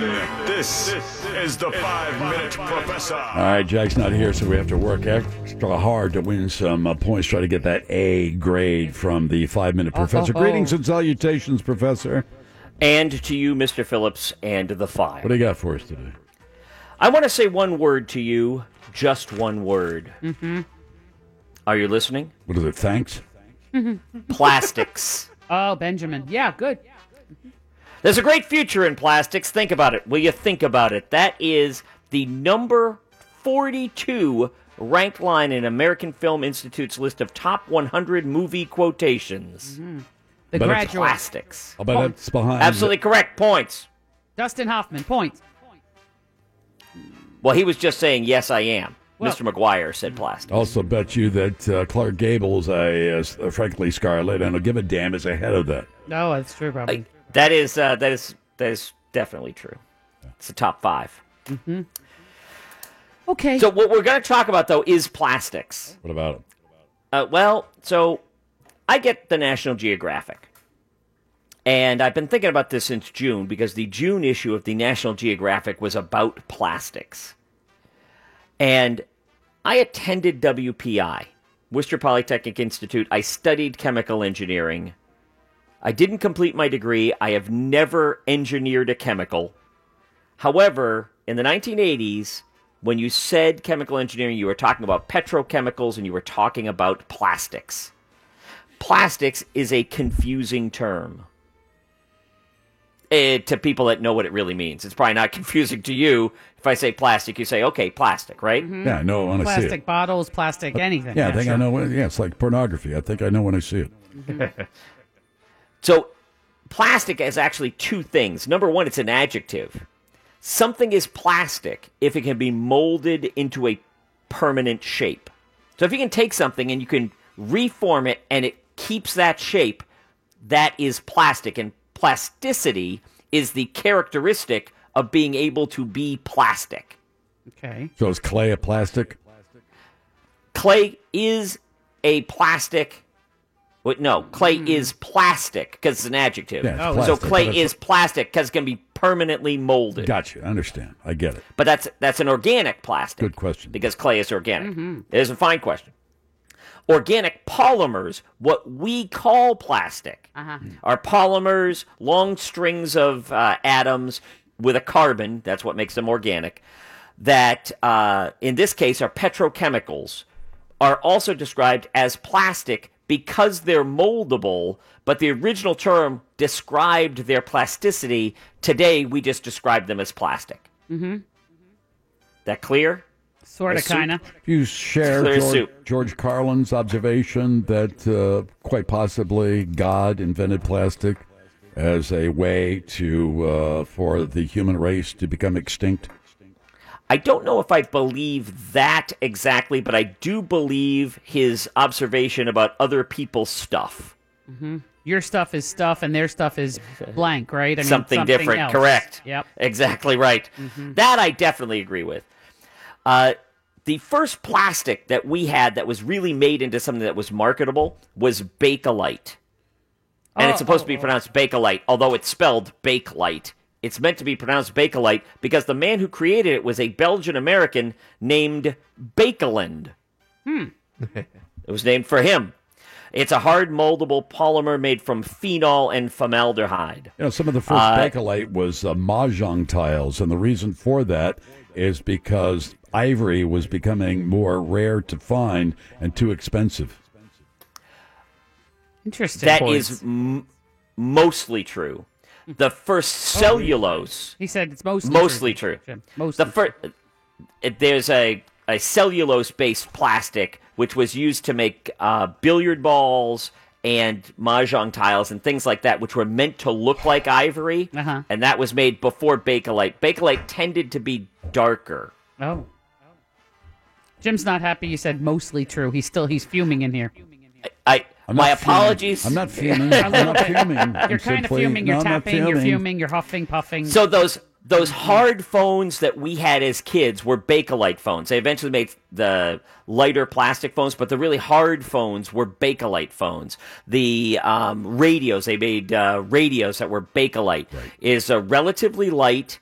Speaker 10: This is the Five Minute Professor.
Speaker 5: All right, Jack's not here, so we have to work extra hard to win some uh, points. Try to get that A grade from the Five Minute Professor.
Speaker 3: ho.
Speaker 5: Greetings and salutations, Professor.
Speaker 3: And to you, Mr. Phillips, and the five.
Speaker 5: What do you got for us today?
Speaker 3: I want to say one word to you, just one word. Mm-hmm. Are you listening?
Speaker 5: What is it? Thanks.
Speaker 3: Oh, Plastics.
Speaker 6: Oh, Benjamin. Yeah, good.
Speaker 3: There's a great future in plastics. Think about it. Will you think about it? That is the number 42 ranked line in American Film Institute's list of top 100 movie quotations.
Speaker 6: Mm-hmm. The
Speaker 3: But it's
Speaker 6: graduate.
Speaker 3: Plastics.
Speaker 5: I'll bet that's behind.
Speaker 3: Absolutely correct. Points.
Speaker 6: Dustin Hoffman. Points.
Speaker 3: Well, he was just saying, yes, I am.
Speaker 6: Well-
Speaker 3: Mr. McGuire said plastic.
Speaker 5: Also, bet you that uh, Clark Gable's a, uh, s- uh, frankly Scarlet, and I'll give a damn is ahead of that.
Speaker 6: No, that's true, probably.
Speaker 3: That is uh, that is that is definitely true. It's the top five.
Speaker 6: hmm Okay.
Speaker 3: So what we're going to talk about though is plastics.
Speaker 5: What about them?
Speaker 3: Uh, well, so I get the National Geographic, and I've been thinking about this since June because the June issue of the National Geographic was about plastics, and I attended WPI, Worcester Polytechnic Institute. I studied chemical engineering. I didn't complete my degree. I have never engineered a chemical. However, in the 1980s, when you said chemical engineering, you were talking about petrochemicals and you were talking about plastics. Plastics is a confusing term eh, to people that know what it really means. It's probably not confusing to you. If I say plastic, you say, okay, plastic, right?
Speaker 5: Yeah, I know when I see
Speaker 6: Plastic
Speaker 5: it.
Speaker 6: bottles, plastic anything.
Speaker 5: Yeah, I think I know. When, yeah, it's like pornography. I think I know when I see it.
Speaker 3: so, plastic is actually two things. Number one, it's an adjective. Something is plastic if it can be molded into a permanent shape. So, if you can take something and you can reform it and it keeps that shape, that is plastic. And plasticity is the characteristic of being able to be plastic.
Speaker 6: Okay.
Speaker 5: So is clay a plastic?
Speaker 3: clay is a plastic. Wait, no, clay is plastic because it's an adjective.
Speaker 5: Yeah, it's Oh.
Speaker 3: so
Speaker 5: plastic,
Speaker 3: clay
Speaker 5: but it's-
Speaker 3: is plastic because it can be permanently molded.
Speaker 5: Gotcha. I understand. I get it.
Speaker 3: But that's that's an organic plastic.
Speaker 5: Good question.
Speaker 3: Because clay is organic. It is a fine question. Organic polymers, what we call plastic,
Speaker 6: Uh-huh.
Speaker 3: are polymers, long strings of uh, atoms with a carbon. That's what makes them organic. That uh, in this case are petrochemicals, are also described as plastic because they're moldable. But the original term described their plasticity. Today we just describe them as plastic.
Speaker 6: Mm-hmm.
Speaker 3: That clear?
Speaker 6: Sort
Speaker 3: A
Speaker 6: of,
Speaker 3: suit?
Speaker 6: kind of.
Speaker 5: If you share
Speaker 3: Clear as
Speaker 5: George,
Speaker 3: soup.
Speaker 5: George Carlin's observation that uh, quite possibly God invented plastic as a way to uh, for the human race to become extinct.
Speaker 3: I don't know if I believe that exactly, but I do believe his observation about other people's stuff.
Speaker 6: hmm Your stuff is stuff, and their stuff is blank, right? I mean,
Speaker 3: something, different,
Speaker 6: else.
Speaker 3: correct.
Speaker 6: Yep. Mm-hmm.
Speaker 3: Exactly right. That I definitely agree with. Uh, the first plastic that we had that was really made into something that was marketable was Bakelite. And
Speaker 6: Oh,
Speaker 3: it's supposed to be pronounced Bakelite, although it's spelled Bakelite. It's meant to be pronounced Bakelite because the man who created it was a Belgian American named Bakeland.
Speaker 6: Hmm.
Speaker 3: It was named for him. It's a hard moldable polymer made from phenol and formaldehyde.
Speaker 5: You know, some of the first
Speaker 3: Uh,
Speaker 5: bakelite was uh, mahjong tiles, and the reason for that is because ivory was becoming more rare to find and too expensive.
Speaker 6: Interesting.
Speaker 3: That
Speaker 6: points.
Speaker 3: is m- mostly true. The first cellulose.
Speaker 6: He said it's mostly
Speaker 3: mostly
Speaker 6: true.
Speaker 3: true.
Speaker 6: Mostly
Speaker 3: the first there's a a cellulose based plastic which was used to make uh, billiard balls and mahjong tiles and things like that, which were meant to look like ivory,
Speaker 6: Uh-huh.
Speaker 3: and that was made before bakelite. Bakelite tended to be darker.
Speaker 6: Oh. Jim's not happy you said mostly true. He's still he's fuming in here.
Speaker 3: I
Speaker 6: I'm
Speaker 3: my
Speaker 6: not fuming.
Speaker 3: apologies.
Speaker 6: I'm not fuming. I'm not fuming. You're kind of fuming. You're tapping. You're fuming. You're huffing, puffing.
Speaker 3: So those those hard phones that we had as kids were Bakelite phones. They eventually made the lighter plastic phones, but the really hard phones were Bakelite phones. The um, radios they made uh, radios that were Bakelite is uh, relatively light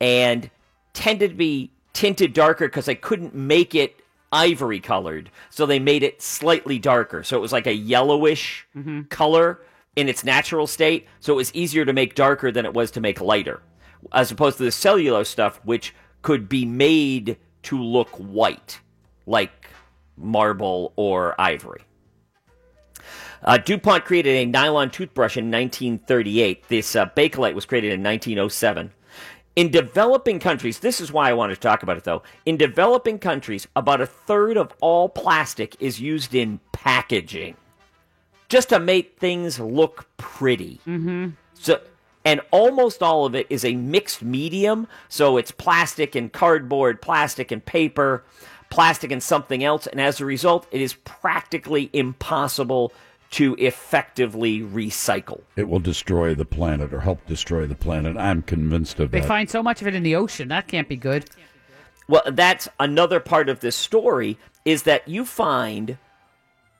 Speaker 3: and tended to be tinted darker because they couldn't make it ivory colored, so they made it slightly darker. So it was like a yellowish color in its natural state. So it was easier to make darker than it was to make lighter, as opposed to the cellulose stuff, which could be made to look white, like marble or ivory. Uh, DuPont created a nylon toothbrush in 1938. This uh, Bakelite was created in 1907. In developing countries, this is why I wanted to talk about it though. In developing countries, about a third of all plastic is used in packaging just to make things look pretty.
Speaker 6: Mm-hmm.
Speaker 3: So, and almost all of it is a mixed medium. So it's plastic and cardboard, plastic and paper, plastic and something else. And as a result, it is practically impossible to effectively recycle.
Speaker 5: It will destroy the planet or help destroy the planet. I'm convinced of
Speaker 6: They
Speaker 5: that.
Speaker 6: find so much of it in the ocean. That can't be good.
Speaker 3: Well, that's another part of this story is that you find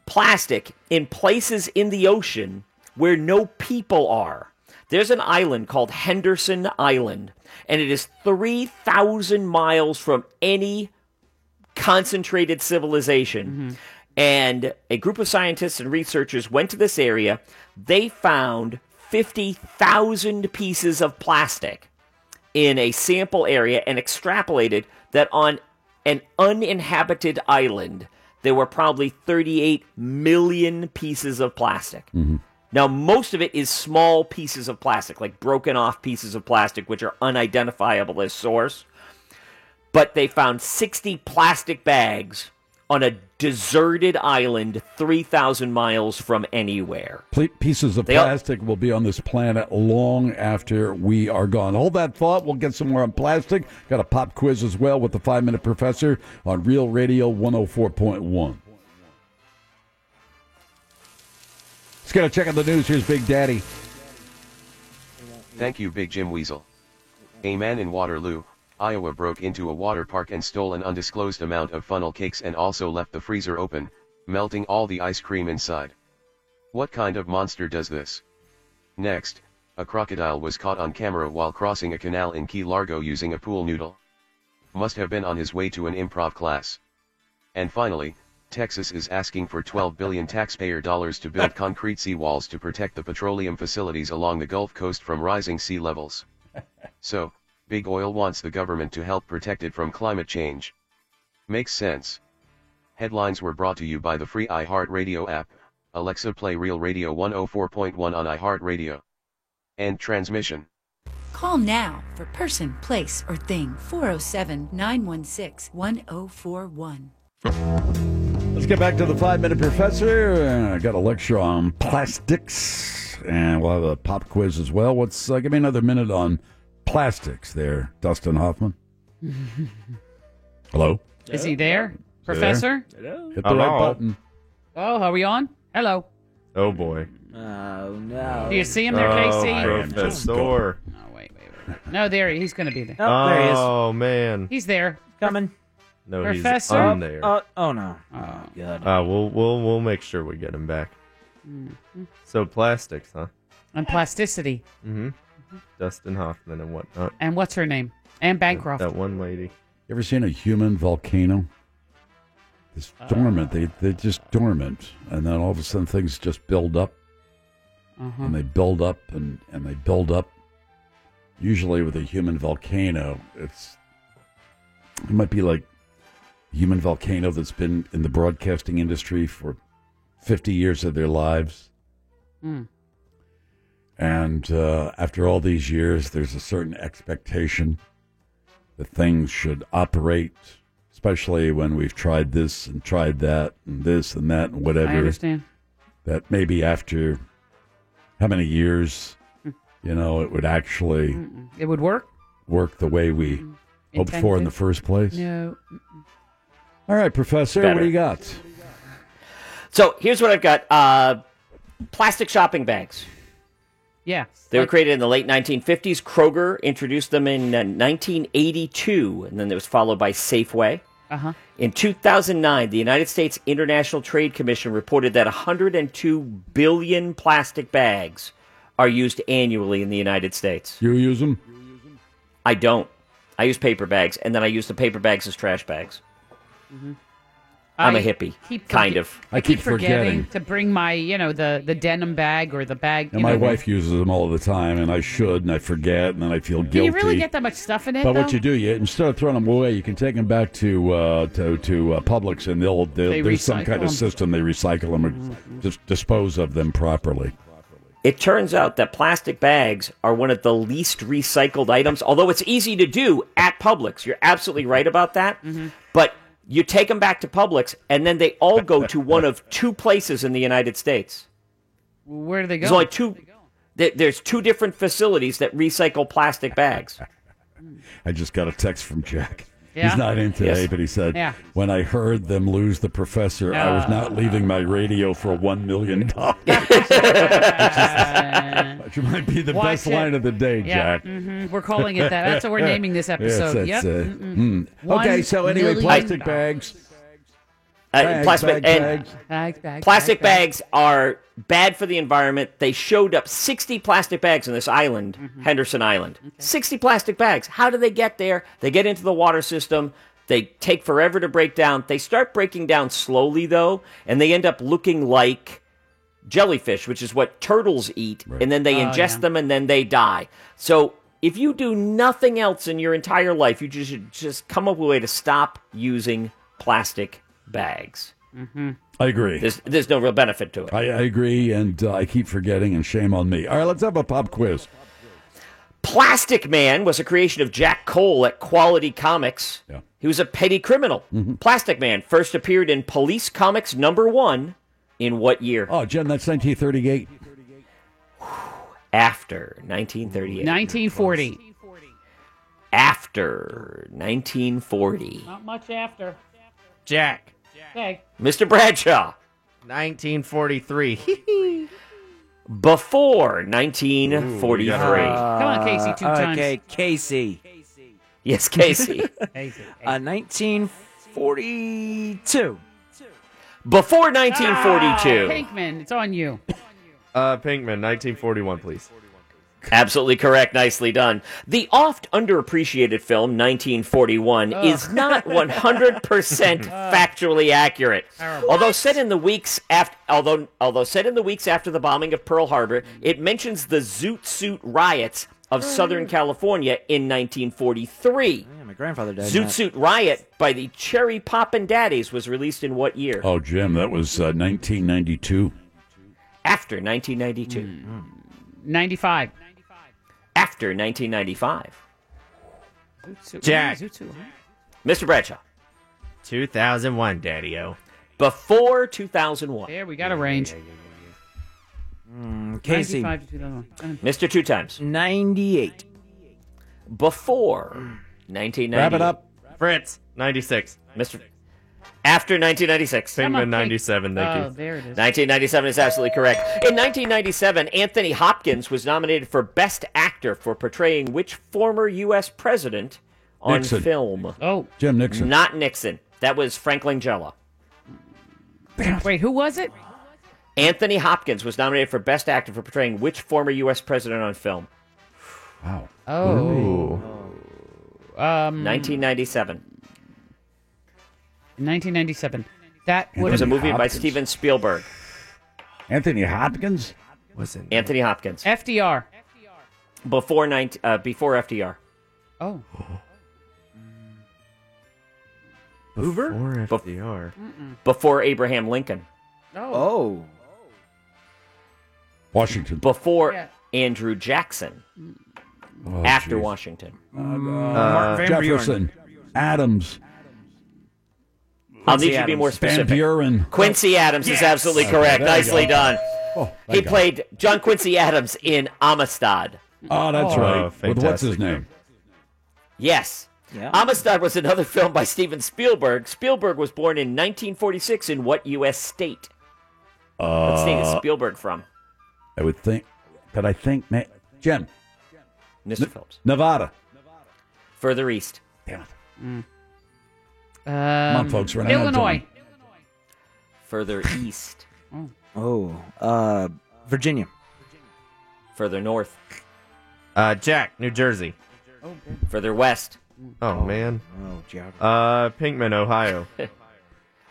Speaker 3: plastic in places in the ocean where no people are. There's an island called Henderson Island, and it is 3,000 miles from any concentrated civilization. And a group of scientists and researchers went to this area. They found 50,000 pieces of plastic in a sample area and extrapolated that on an uninhabited island, there were probably 38 million pieces of plastic. Now, most of it is small pieces of plastic, like broken off pieces of plastic, which are unidentifiable as source. But they found 60 plastic bags on a deserted island 3,000 miles from anywhere.
Speaker 5: Pl- pieces of
Speaker 3: They all-
Speaker 5: plastic will be on this planet long after we are gone. Hold that thought. We'll get some more on plastic. Got a pop quiz as well with the five minute professor on Real Radio 104.1. Let's get a check on the news. Here's Big Daddy.
Speaker 19: Thank you, Big Jim Weasel. A man in Waterloo, Iowa broke into a water park and stole an undisclosed amount of funnel cakes and also left the freezer open, melting all the ice cream inside. What kind of monster does this? Next, a crocodile was caught on camera while crossing a canal in Key Largo using a pool noodle. Must have been on his way to an improv class. And finally, Texas is asking for 12 billion taxpayer dollars to build concrete seawalls to protect the petroleum facilities along the Gulf Coast from rising sea levels. So, big oil wants the government to help protect it from climate change. Makes sense. Headlines were brought to you by the free iHeartRadio app. Alexa play Real Radio 104.1 on iHeartRadio. End transmission.
Speaker 15: Call now for person, place, or thing 407 916 1041.
Speaker 5: Let's get back to the five minute professor. Uh, I got a lecture on plastics, and we'll have a pop quiz as well. What's uh, give me another minute on plastics there, Dustin Hoffman? Hello?
Speaker 6: Is he there,
Speaker 5: there?
Speaker 6: Professor?
Speaker 5: Hit the right button.
Speaker 6: Oh, are we on? Hello.
Speaker 7: Oh boy. Oh,
Speaker 8: Oh no.
Speaker 6: Do you see him there, Casey?
Speaker 7: Professor.
Speaker 6: No, there he- he's going to be there.
Speaker 7: Oh, Oh, man.
Speaker 6: He's there.
Speaker 8: Coming.
Speaker 7: No, he's
Speaker 6: Professor?
Speaker 7: on there.
Speaker 8: Oh, oh no.
Speaker 6: Oh,
Speaker 8: God.
Speaker 7: Uh, we'll we'll we'll make sure we get him back. So plastics, huh?
Speaker 6: Mm-hmm. And plasticity.
Speaker 7: Mm-hmm. Dustin Hoffman and whatnot.
Speaker 6: And what's her name? Anne Bancroft.
Speaker 7: That one lady.
Speaker 5: You ever seen a human volcano? It's dormant. They they just dormant, and then all of a sudden things just build up,
Speaker 6: Uh-huh.
Speaker 5: and they build up, and and they build up. Usually with a human volcano, it's it might be like a human volcano that's been in the broadcasting industry for fifty years of their lives.
Speaker 6: Mm.
Speaker 5: And uh, after all these years, there's a certain expectation that things should operate, especially when we've tried this and tried that and this and that and whatever.
Speaker 6: I understand.
Speaker 5: That maybe after how many years,
Speaker 6: Hmm.
Speaker 5: you know, it would actually
Speaker 6: It would work.
Speaker 5: work the way we hoped for
Speaker 6: Hmm. Intended.
Speaker 5: in the first place.
Speaker 6: No.
Speaker 5: All right, Professor, what
Speaker 3: Better.
Speaker 5: do you got?
Speaker 3: So here's what I've got: uh, plastic shopping bags.
Speaker 6: Yeah.
Speaker 3: They were created in the late 1950s. Kroger introduced them in uh, 1982, and then it was followed by Safeway.
Speaker 6: Uh huh.
Speaker 3: In 2009, the United States International Trade Commission reported that 102 billion plastic bags are used annually in the United States.
Speaker 5: You use them?
Speaker 3: I don't. I use paper bags, and then I use the paper bags as trash bags.
Speaker 5: Mm-hmm.
Speaker 3: I'm
Speaker 6: I
Speaker 3: a hippie,
Speaker 6: keep
Speaker 3: kind
Speaker 6: forge-
Speaker 3: of.
Speaker 5: I keep forgetting.
Speaker 6: to bring my, you know, the the denim bag or the bag.
Speaker 5: And
Speaker 6: you
Speaker 5: my
Speaker 6: know, the-
Speaker 5: wife uses them all the time, and I should, and I forget, and then I feel guilty.
Speaker 6: Can you really get that much stuff in it? um,
Speaker 5: But what
Speaker 6: though?
Speaker 5: you do, you instead of throwing them away, you can take them back to uh, to to uh, Publix, and they'll, they'll
Speaker 3: They
Speaker 5: there's some
Speaker 3: recycle
Speaker 5: kind
Speaker 3: them.
Speaker 5: of system they recycle them or just dispose of them properly.
Speaker 3: It turns out that plastic bags are one of the least recycled items, although it's easy to do at Publix. You're absolutely right about that.
Speaker 6: Mm-hmm.
Speaker 3: But you take them back to Publix, and then they all go to one of two places in the United States.
Speaker 6: Where do they go?
Speaker 3: There's only two. there- There's two different facilities that recycle plastic bags.
Speaker 5: I just got a text from Jack.
Speaker 3: Yeah?
Speaker 5: He's not in today,
Speaker 3: Yes.
Speaker 5: but he said,
Speaker 3: Yeah.
Speaker 5: "When I heard them lose the professor, I was not leaving my radio for one million dollars." Which might be the
Speaker 6: Watch
Speaker 5: best
Speaker 6: it.
Speaker 5: line of the day,
Speaker 6: Yeah,
Speaker 5: Jack.
Speaker 6: mhm. we're calling it that. That's what we're naming this
Speaker 5: Yes,
Speaker 6: episode. yep.
Speaker 5: that's, uh,
Speaker 6: Mm-mm.
Speaker 5: mm.
Speaker 3: Hmm.
Speaker 6: One
Speaker 5: Okay, so anyway,
Speaker 6: million
Speaker 5: plastic
Speaker 6: dollars.
Speaker 5: bags.
Speaker 3: Uh,
Speaker 5: Bags,
Speaker 3: plastic
Speaker 5: bags,
Speaker 3: and
Speaker 5: bags.
Speaker 6: Bags, bags,
Speaker 3: plastic bags are bad for the environment. They showed up 60 plastic bags on this island, Henderson Island. 60 plastic bags. How do they get there? They get into the water system. They take forever to break down. They start breaking down slowly, though, and they end up looking like jellyfish, which is what turtles eat, and then they
Speaker 13: Oh,
Speaker 3: ingest
Speaker 13: yeah.
Speaker 3: them and then they die. So if you do nothing else in your entire life, you just should just come up with a way to stop using plastic bags.
Speaker 6: Mm-hmm.
Speaker 5: I agree.
Speaker 3: There's, there's no real benefit to it.
Speaker 5: I, I agree, and uh, I keep forgetting, and shame on me. All right, let's have a pop quiz.
Speaker 3: Plastic Man was a creation of Jack Cole at Quality Comics. He was a petty criminal.
Speaker 5: Mm-hmm.
Speaker 3: Plastic Man first appeared in Police Comics number one in what year?
Speaker 5: Oh, Jen, that's 1938.
Speaker 3: After 1938.
Speaker 6: 1940.
Speaker 3: After 1940.
Speaker 6: Not much after.
Speaker 3: Jack.
Speaker 6: Okay.
Speaker 3: Mr. Bradshaw.
Speaker 7: 1943.
Speaker 3: Before 1943.
Speaker 6: Come on, Casey, two times.
Speaker 8: Uh, Okay, Casey.
Speaker 3: Yes, Casey.
Speaker 8: uh, 1942.
Speaker 3: Before
Speaker 6: Ah, Pinkman, it's on you.
Speaker 7: Uh, Pinkman, 1941, please.
Speaker 3: Absolutely correct. Nicely done. The oft underappreciated film 1941
Speaker 8: Oh.
Speaker 13: Ugh.
Speaker 3: is not 100% factually accurate.
Speaker 13: Terrible.
Speaker 3: Although set in the weeks after although although set in the weeks after the bombing of Pearl Harbor, it mentions the Zoot Suit riots of Southern California in 1943.
Speaker 8: Mm. Yeah, my grandfather died. in
Speaker 3: Zoot
Speaker 8: that.
Speaker 3: Suit Riot by the Cherry Poppin' Daddies was released in what year?
Speaker 5: Oh, Jim, that was uh, 1992.
Speaker 3: After 1992.
Speaker 6: Hmm. 95.
Speaker 3: After 1995.
Speaker 7: Jack.
Speaker 3: Mr. Bradshaw.
Speaker 7: 2001, Daddy O.
Speaker 3: Before 2001.
Speaker 6: There, we got a range.
Speaker 7: Hmm,
Speaker 3: Casey.
Speaker 6: 95 to 2001.
Speaker 3: Mr. Two Times.
Speaker 8: 98.
Speaker 3: Before
Speaker 7: Hmm.
Speaker 3: 1990.
Speaker 7: Wrap it up.
Speaker 3: Fritz.
Speaker 7: 96.
Speaker 3: Mr. After 1996.
Speaker 7: Come on, Pinkman, Pink. 97, thank
Speaker 6: Oh, you. there it is.
Speaker 3: 1997 is absolutely correct. In 1997, Anthony Hopkins was nominated for Best Actor for portraying which former U.S. president on
Speaker 5: Nixon.
Speaker 3: film?
Speaker 6: Oh.
Speaker 5: Jim Nixon.
Speaker 3: Not Nixon. That was Frank Langella.
Speaker 6: Wait, who was it?
Speaker 3: Anthony Hopkins was nominated for Best Actor for portraying which former U.S. president on film?
Speaker 5: Wow.
Speaker 6: Oh. Um,
Speaker 3: 1997.
Speaker 6: 1997. That
Speaker 3: It was a
Speaker 5: Anthony
Speaker 3: movie by
Speaker 5: Hopkins.
Speaker 3: Steven Spielberg.
Speaker 5: Anthony Hopkins?
Speaker 7: Was it?
Speaker 3: Anthony Hopkins.
Speaker 6: FDR.
Speaker 3: Before 19, uh, before FDR.
Speaker 6: Oh.
Speaker 3: Hoover? Before
Speaker 7: FDR.
Speaker 3: Before Abraham Lincoln.
Speaker 8: Oh.
Speaker 5: Washington.
Speaker 3: Before
Speaker 8: Yeah.
Speaker 3: Andrew Jackson. After
Speaker 5: geez.
Speaker 3: Washington.
Speaker 5: Oh,
Speaker 7: Mm,
Speaker 5: Uh, Jefferson. Adams.
Speaker 3: I'll need you to Oh, be more specific.
Speaker 5: Van Buren.
Speaker 3: Quincy Adams is
Speaker 5: Yes.
Speaker 3: absolutely
Speaker 5: Okay,
Speaker 3: correct.
Speaker 5: Uh, there you
Speaker 3: Nicely
Speaker 5: go.
Speaker 3: done.
Speaker 5: Oh,
Speaker 3: he
Speaker 5: thank God.
Speaker 3: played John Quincy Adams in Amistad.
Speaker 5: Oh, that's
Speaker 7: Oh,
Speaker 5: right. With what's
Speaker 7: fantastic.
Speaker 5: his name?
Speaker 3: Yes. Amistad was another film by Steven Spielberg. Spielberg was born in 1946 in what U.S. state? What state is
Speaker 5: Uh,
Speaker 3: Spielberg from?
Speaker 5: I would think, but I think, man, Jim.
Speaker 3: Mr. Phillips.
Speaker 5: Nevada.
Speaker 3: Further east.
Speaker 5: Damn it.
Speaker 8: Mm.
Speaker 6: Come
Speaker 5: on, folks, we're not
Speaker 6: Uh, Illinois.
Speaker 3: Further east.
Speaker 8: Oh. Uh, Virginia.
Speaker 3: Further north.
Speaker 7: Uh, Jack, New Jersey.
Speaker 5: Oh,
Speaker 3: Further west.
Speaker 7: Oh, man.
Speaker 8: Oh, Jack.
Speaker 7: Uh, Pinkman, Ohio.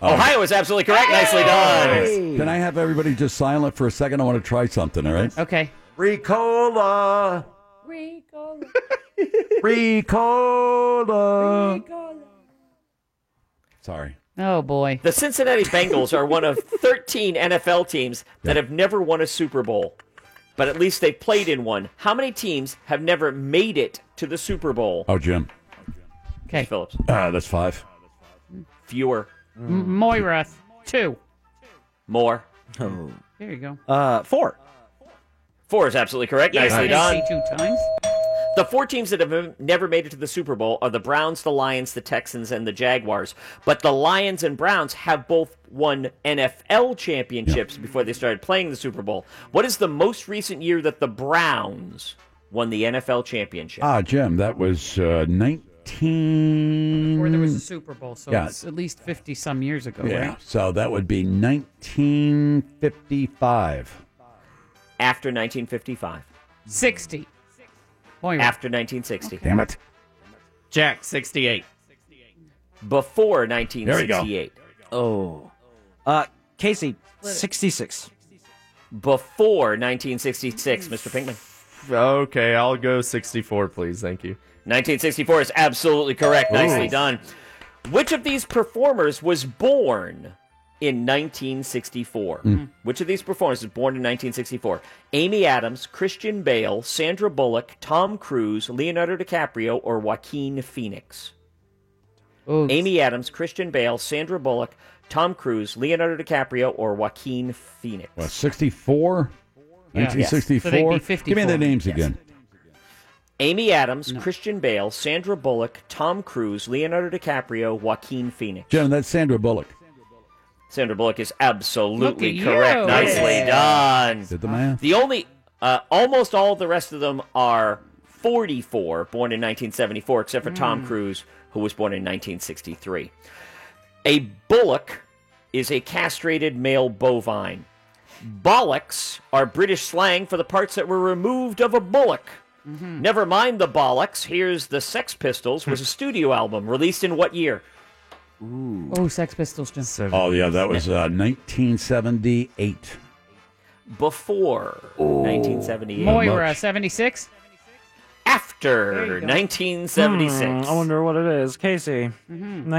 Speaker 3: Ohio is absolutely correct. Nicely done.
Speaker 5: Oh. Can I have everybody just silent for a second? I want to try something, all right?
Speaker 6: Okay.
Speaker 7: Ricola.
Speaker 5: Ricola. Sorry.
Speaker 6: Oh boy.
Speaker 3: The Cincinnati Bengals are one of 13 NFL teams that have never won a Super Bowl, but at least they played in one. How many teams have never made it to the Super Bowl?
Speaker 5: Oh, Jim.
Speaker 6: Okay.
Speaker 3: Phillips.
Speaker 5: Uh, that's five.
Speaker 3: Fewer.
Speaker 6: M- Moira. Two.
Speaker 3: More.
Speaker 8: Oh.
Speaker 6: There you go.
Speaker 8: Uh, four.
Speaker 3: Four is absolutely correct.
Speaker 6: Yeah,
Speaker 3: Nicely
Speaker 6: I didn't
Speaker 3: done.
Speaker 6: say Two times.
Speaker 3: The four teams that have never made it to the Super Bowl are the Browns, the Lions, the Texans, and the Jaguars. But the Lions and Browns have both won NFL championships before they started playing the Super Bowl. What is the most recent year that the Browns won the NFL championship?
Speaker 5: Ah, Jim, that was uh, 19.
Speaker 6: Before there was a Super Bowl, so
Speaker 5: Mm. Yeah.
Speaker 6: it's at least fifty some years ago,
Speaker 5: Yeah,
Speaker 6: right?
Speaker 5: so that would be 1955.
Speaker 3: After 1955.
Speaker 6: Sixty. Moira.
Speaker 3: After 1960.
Speaker 5: Damn it.
Speaker 7: Jack, 68.
Speaker 3: Before
Speaker 8: There we go.
Speaker 3: 1968.
Speaker 8: Oh. Uh, Casey, 66.
Speaker 3: Before 1966, Mr. Pinkman.
Speaker 7: Okay, I'll go 64, please. Thank you.
Speaker 3: 1964 is absolutely correct.
Speaker 7: Ooh.
Speaker 3: Nicely done. Which of these performers was born in 1964?
Speaker 5: Mm.
Speaker 3: Which of these performers was born in 1964? Amy Adams, Christian Bale, Sandra Bullock, Tom Cruise, Leonardo DiCaprio, or Joaquin Phoenix? Amy Adams, Christian Bale, Sandra Bullock, Tom Cruise, Leonardo DiCaprio, or Joaquin Phoenix?
Speaker 5: What, 64?
Speaker 3: Yeah.
Speaker 5: 1964?
Speaker 3: Yes. So they'd be
Speaker 5: Give me the
Speaker 3: 54.
Speaker 5: names
Speaker 3: Yes.
Speaker 5: again.
Speaker 3: Amy Adams, Christian Bale, Sandra Bullock, Tom Cruise, Leonardo DiCaprio, Joaquin Phoenix.
Speaker 5: Jim, that's Sandra Bullock.
Speaker 3: Sandra Bullock is absolutely
Speaker 5: Look at
Speaker 3: correct.
Speaker 5: you.
Speaker 3: Nicely
Speaker 5: Yeah.
Speaker 3: done.
Speaker 5: Did the math.
Speaker 3: The only, uh, almost all of the rest of them are 44, born in 1974, except for
Speaker 5: Hmm.
Speaker 3: Tom Cruise, who was born in 1963. A bullock is a castrated male bovine. Bollocks are British slang for the parts that were removed of a bullock.
Speaker 5: Mm-hmm.
Speaker 3: Never mind the bollocks. Here's the Sex Pistols was a studio album released in what year?
Speaker 6: Oh, Sex Pistols, Jim.
Speaker 5: Oh, yeah, that was uh, 1978.
Speaker 3: Before 1978.
Speaker 6: Moira, seventy six.
Speaker 3: After
Speaker 6: There you go.
Speaker 3: 1976.
Speaker 8: Hmm, I wonder what it is. Casey,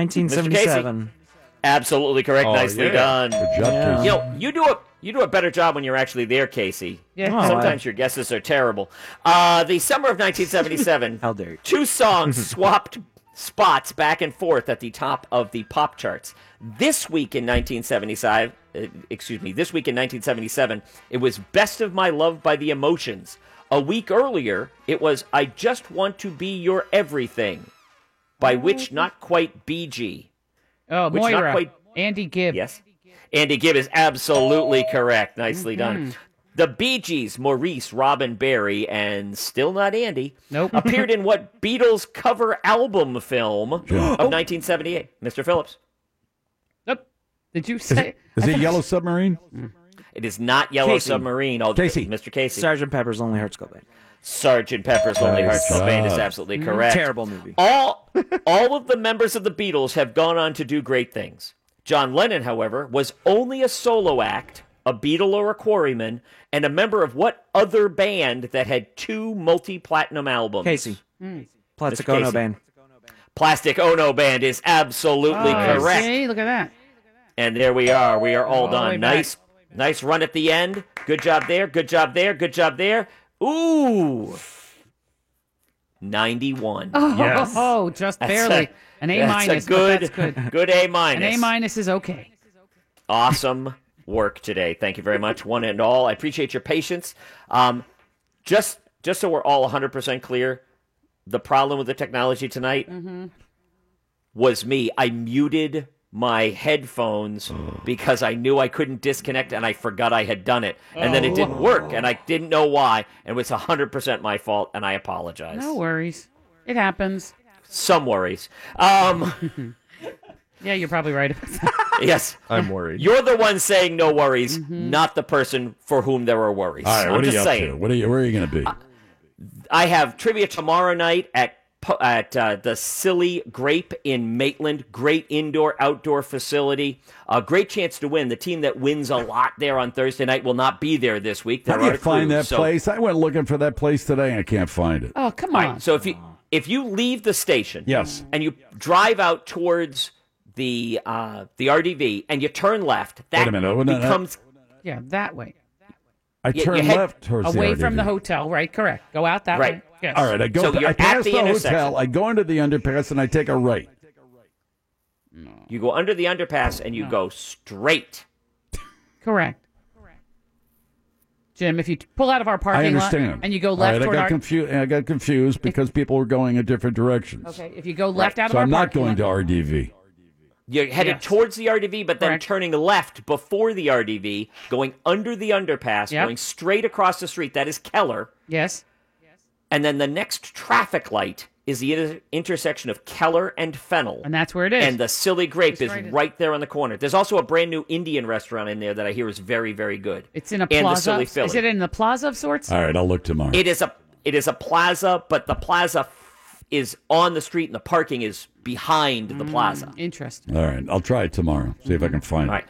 Speaker 8: 1977.
Speaker 3: Absolutely correct.
Speaker 8: Oh,
Speaker 3: Nicely
Speaker 8: yeah.
Speaker 3: done.
Speaker 8: Good job, Yeah. Casey.
Speaker 3: You know, you do a you do a better job when you're actually there, Casey.
Speaker 8: Yeah. Oh,
Speaker 3: Sometimes your guesses are terrible. Uh, the summer of 1977. How
Speaker 8: dare you.
Speaker 3: Two songs swapped spots back and forth at the top of the pop charts. This week in 1975, uh, excuse me, this week in 1977, it was "Best of My Love" by The Emotions. A week earlier, it was "I Just Want to Be Your Everything" by which not quite BG.
Speaker 6: Oh,
Speaker 3: Which not
Speaker 6: Moira.
Speaker 3: quite-
Speaker 6: Andy Gibb.
Speaker 3: Yes. Andy Gibb is absolutely correct. Nicely done.
Speaker 6: Mhm.
Speaker 3: The Bee Gees, Maurice, Robin Berry, and still not Andy,
Speaker 6: nope.
Speaker 3: appeared in what Beatles cover album film of 1978? Mr. Phillips.
Speaker 6: Did you say?
Speaker 5: Is it Yellow Submarine?
Speaker 3: It is not Yellow
Speaker 8: Casey.
Speaker 3: Submarine. Oh,
Speaker 8: Casey.
Speaker 3: Mr. Casey.
Speaker 8: Sergeant Pepper's Lonely Hearts Club Band.
Speaker 3: Sergeant Pepper's Lonely
Speaker 8: Nice
Speaker 3: Hearts Club Band is
Speaker 8: job.
Speaker 3: absolutely
Speaker 8: Mhm.
Speaker 3: correct.
Speaker 8: Terrible movie.
Speaker 3: All all of the members of the Beatles have gone on to do great things. John Lennon, however, was only a solo act, a Beatle or a Quarryman, and a member of what other band that had two multi platinum albums?
Speaker 8: Casey.
Speaker 3: Mr.
Speaker 8: Plastic Ono
Speaker 3: Casey.
Speaker 8: Band.
Speaker 3: Plastic Ono Band is absolutely
Speaker 6: Oh,
Speaker 3: correct.
Speaker 6: See, look at that.
Speaker 3: And there we are. We are all
Speaker 6: All the way
Speaker 3: done.
Speaker 6: back.
Speaker 3: Nice, nice run at the end. Good job there. Good job there. Good job there. Ooh, ninety-one.
Speaker 6: Oh, just
Speaker 3: That's
Speaker 6: barely.
Speaker 3: a-
Speaker 6: An A
Speaker 3: that's
Speaker 6: minus.
Speaker 3: A
Speaker 6: but
Speaker 3: good,
Speaker 6: That's good.
Speaker 3: good A
Speaker 6: An
Speaker 3: minus.
Speaker 6: A minus is okay.
Speaker 3: awesome work today. Thank you very much, one and all. I appreciate your patience. Um, just, just so we're all one hundred percent clear, the problem with the technology tonight was me. I muted my headphones because I knew I couldn't disconnect and I forgot I had done it. And then it didn't work and I didn't know why. And it was 100% my fault and I apologize.
Speaker 6: No worries. It happens.
Speaker 3: Some worries. Um,
Speaker 6: Yeah, you're probably right.
Speaker 3: yes.
Speaker 7: I'm worried.
Speaker 3: You're the one saying no worries,
Speaker 6: Mm-hmm.
Speaker 3: not the person for whom there are worries.
Speaker 5: All right,
Speaker 3: I'm
Speaker 5: what are
Speaker 3: just
Speaker 5: you up
Speaker 3: saying. Uh,
Speaker 5: to? What are you, where are you going to be?
Speaker 3: I have trivia tomorrow night at po- at uh, the Silly Grape in Maitland. Great indoor outdoor facility. A great chance to win. The team that wins a lot there on Thursday night will not be there this week.
Speaker 5: How
Speaker 3: There
Speaker 5: do
Speaker 3: are
Speaker 5: you find
Speaker 3: clues,
Speaker 5: that
Speaker 3: so-
Speaker 5: place? I went looking for that place today and I can't find it.
Speaker 6: Oh, come
Speaker 3: All right, so if you if you leave the station,
Speaker 5: Yes.
Speaker 3: and you drive out towards the uh, the RDV and you turn left, that
Speaker 5: Wait a minute, Oh, wouldn't that-
Speaker 3: becomes
Speaker 6: Yeah, that way.
Speaker 5: I
Speaker 3: you- you
Speaker 5: turned
Speaker 3: head-
Speaker 5: left towards
Speaker 6: Away
Speaker 5: the
Speaker 6: from the
Speaker 5: RDV.
Speaker 6: hotel, right? Correct. Go out that way. Yes.
Speaker 5: All right, I go.
Speaker 3: So you're
Speaker 5: I
Speaker 3: at
Speaker 5: pass
Speaker 3: the
Speaker 5: the,
Speaker 3: intersection.
Speaker 5: hotel. I go into the underpass and I take a right.
Speaker 3: you go under the underpass and you go straight.
Speaker 6: Correct. Jim, if you t- pull out of our parking
Speaker 5: I understand.
Speaker 6: lot and you go
Speaker 5: All
Speaker 6: left
Speaker 5: right,
Speaker 6: toward
Speaker 5: I got
Speaker 6: our
Speaker 5: confused. I got confused because people were going in different directions.
Speaker 6: Okay, if you go left out of
Speaker 5: so
Speaker 6: our
Speaker 5: I'm not
Speaker 6: parking
Speaker 5: going
Speaker 6: lot-
Speaker 5: to RDV.
Speaker 3: You're headed
Speaker 6: Yes.
Speaker 3: towards the RDV, but then turning left before the RDV, going under the underpass,
Speaker 6: Yep.
Speaker 3: going straight across the street. That is Keller.
Speaker 6: Yes.
Speaker 3: And then the next traffic light is the inter- intersection of Keller and Fennel.
Speaker 6: And that's where it is.
Speaker 3: And the Silly Grape
Speaker 6: It's
Speaker 3: is
Speaker 6: right in-
Speaker 3: right, there on the corner. There's also a brand new Indian restaurant in there that I hear is very, very good.
Speaker 6: It's in a
Speaker 3: and
Speaker 6: plaza.
Speaker 3: The Silly Philly.
Speaker 6: Is it in the plaza of sorts?
Speaker 5: All right, I'll look tomorrow.
Speaker 3: It is a it is a plaza, but the plaza f- is on the street, and the parking is behind the plaza.
Speaker 6: Mm, Interesting.
Speaker 5: All right, I'll try it tomorrow. See if I can find
Speaker 3: All
Speaker 5: it.
Speaker 3: right.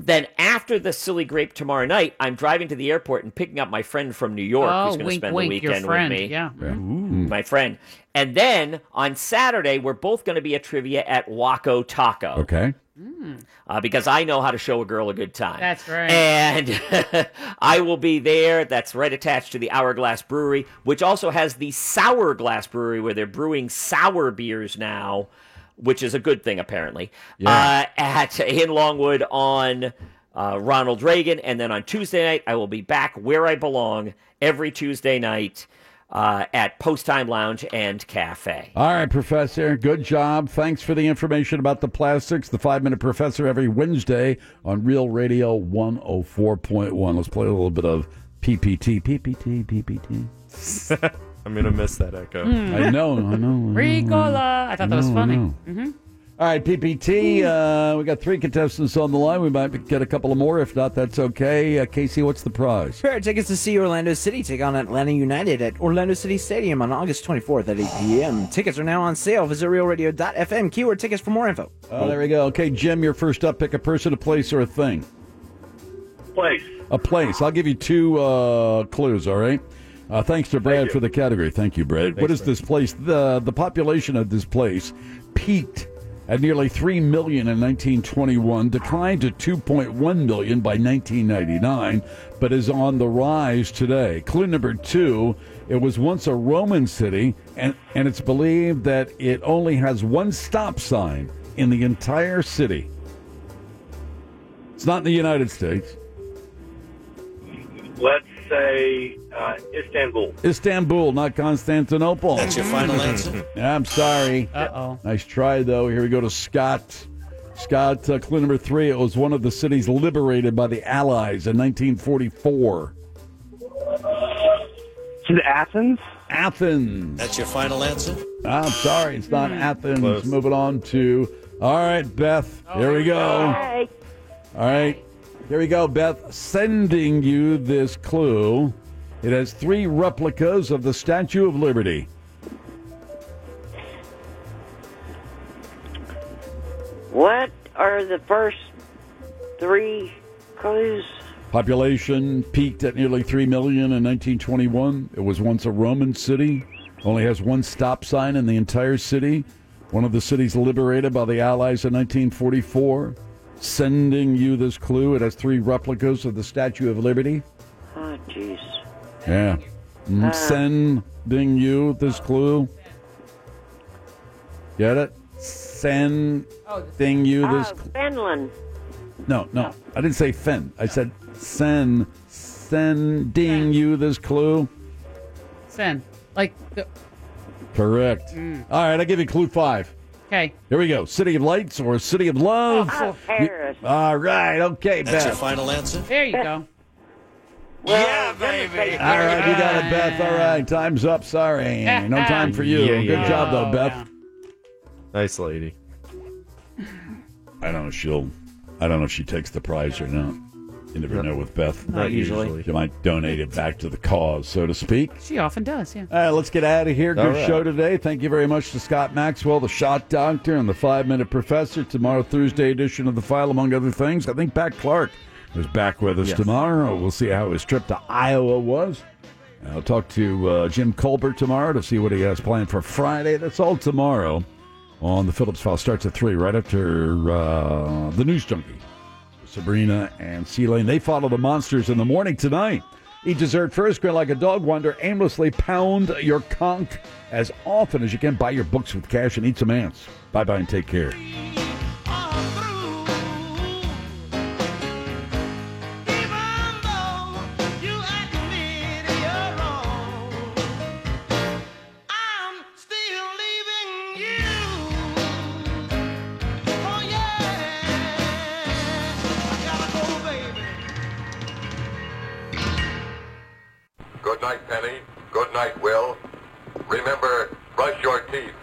Speaker 3: Then after the silly grape tomorrow night, I'm driving to the airport and picking up my friend from New York
Speaker 6: Oh,
Speaker 3: who's going to
Speaker 6: wink,
Speaker 3: spend
Speaker 6: wink,
Speaker 3: the
Speaker 6: your
Speaker 3: weekend
Speaker 6: friend,
Speaker 3: with me. Mm.
Speaker 6: yeah. Yeah.
Speaker 3: My friend. And then on Saturday, we're both going to be at trivia at Waco Taco.
Speaker 5: Okay.
Speaker 6: Mm.
Speaker 3: Uh, because I know how to show a girl a good time.
Speaker 6: That's right.
Speaker 3: And I will be there. That's right attached to the Hourglass Brewery, which also has the Sour Glass Brewery, where they're brewing sour beers now, which is a good thing apparently. Uh, at in Longwood on uh, Ronald Reagan, and then on Tuesday night I will be back where I belong every Tuesday night uh, at Post Time Lounge and Cafe.
Speaker 5: All right, Professor. Good job. Thanks for the information about the plastics. The Five Minute Professor every Wednesday on Real Radio 104.1. Let's play a little bit of PPT. PPT, PPT.
Speaker 7: I'm gonna miss that echo.
Speaker 5: uh, I know, I know.
Speaker 6: Hmm. Ricola. I thought that was
Speaker 5: No,
Speaker 6: funny. Hmm.
Speaker 5: no.
Speaker 6: Mm-hmm.
Speaker 5: All right, PPT. Uh, we got three contestants on the line. We might get a couple of more. If not, that's okay. Uh, Casey, what's the prize?
Speaker 8: Sure, tickets to see Orlando City take on Atlanta United at Orlando City Stadium on August 24th at 8 p.m. Tickets are now on sale. Visit realradio.fm. Keyword tickets for more info.
Speaker 5: Oh, there we go. Okay, Jim, you're first up. Pick a person, a place, or a thing.
Speaker 17: Place.
Speaker 5: A place. I'll give you two uh, clues. All right. Uh, thanks to Brad for the category. Thank you, Brad. what is this place? the The population of this place peaked at nearly three million in 1921, declined to 2.1 million by 1999, but is on the rise today. Clue number two: It was once a Roman city, and and it's believed that it only has one stop sign in the entire city. It's not in the United States.
Speaker 13: Let's say uh, Istanbul.
Speaker 5: Istanbul, not Constantinople.
Speaker 13: That's your final answer?
Speaker 5: I'm sorry.
Speaker 13: Uh oh.
Speaker 5: Nice try, though. Here we go to Scott. Scott, uh, clue number three. It was one of the cities liberated by the Allies in 1944.
Speaker 13: To Athens?
Speaker 5: Athens. Ah,
Speaker 13: That's your final answer?
Speaker 5: I'm sorry, it's not Athens. Moving on to. All right, Beth. Oh, Here we go. All right. Here we go, Beth. Sending you this clue. It has three replicas of the Statue of Liberty.
Speaker 12: What
Speaker 14: are the first three clues.
Speaker 5: Population peaked at nearly 3 million in 1921. It was once a Roman city, only has one stop sign in the entire city. One of the cities liberated by the Allies in 1944. Sending you this clue, it has three replicas of the Statue of Liberty.
Speaker 14: Oh, jeez.
Speaker 5: Yeah. Mm,
Speaker 14: Uh.
Speaker 5: Sending you this clue. Get it? Sending you this
Speaker 14: Oh, Finland.
Speaker 5: no, no, I didn't say Finn. I said send, sending you this clue.
Speaker 6: Sen. Like, the,
Speaker 5: Correct.
Speaker 6: Mm.
Speaker 5: All right, I give you clue five.
Speaker 6: okay.
Speaker 5: Here we go. City of Lights or City of Love.
Speaker 6: Oh,
Speaker 14: Paris.
Speaker 5: All right, okay,
Speaker 6: That's your
Speaker 5: Beth.
Speaker 6: final
Speaker 14: answer?
Speaker 6: There you go.
Speaker 14: yeah, baby.
Speaker 5: All right, you got it, Beth. All right, time's up. Sorry, no time for you.
Speaker 7: Yeah,
Speaker 5: Good
Speaker 7: yeah.
Speaker 5: job though, Beth.
Speaker 7: Nice lady.
Speaker 5: I don't know if she'll. I don't know if she takes the prize or not. You never know with Beth.
Speaker 7: Not usually. usually.
Speaker 5: She might donate it back to the cause, so to speak.
Speaker 6: She often does, yeah.
Speaker 5: All right, let's get out of here. Good
Speaker 6: All right.
Speaker 5: show today. Thank you very much to Scott Maxwell, the shot doctor, and the five minute professor. Tomorrow, Thursday edition of The File, among other things. I think Pat Clark is back with us
Speaker 22: Yes.
Speaker 5: tomorrow. We'll see how his trip to Iowa was. And I'll talk to uh, Jim Colbert tomorrow to see what he has planned for Friday. That's all tomorrow on The Phillips File. Starts at 3 right after uh, The News Junkie. Sabrina and Sea Lane. They follow the monsters in the morning tonight. Eat dessert first, grin like a dog, wander aimlessly, pound your conch as often as you can. Buy your books with cash and eat some ants. Bye bye and take care.
Speaker 23: Good night, Penny. Good night, Will. Remember, brush your teeth.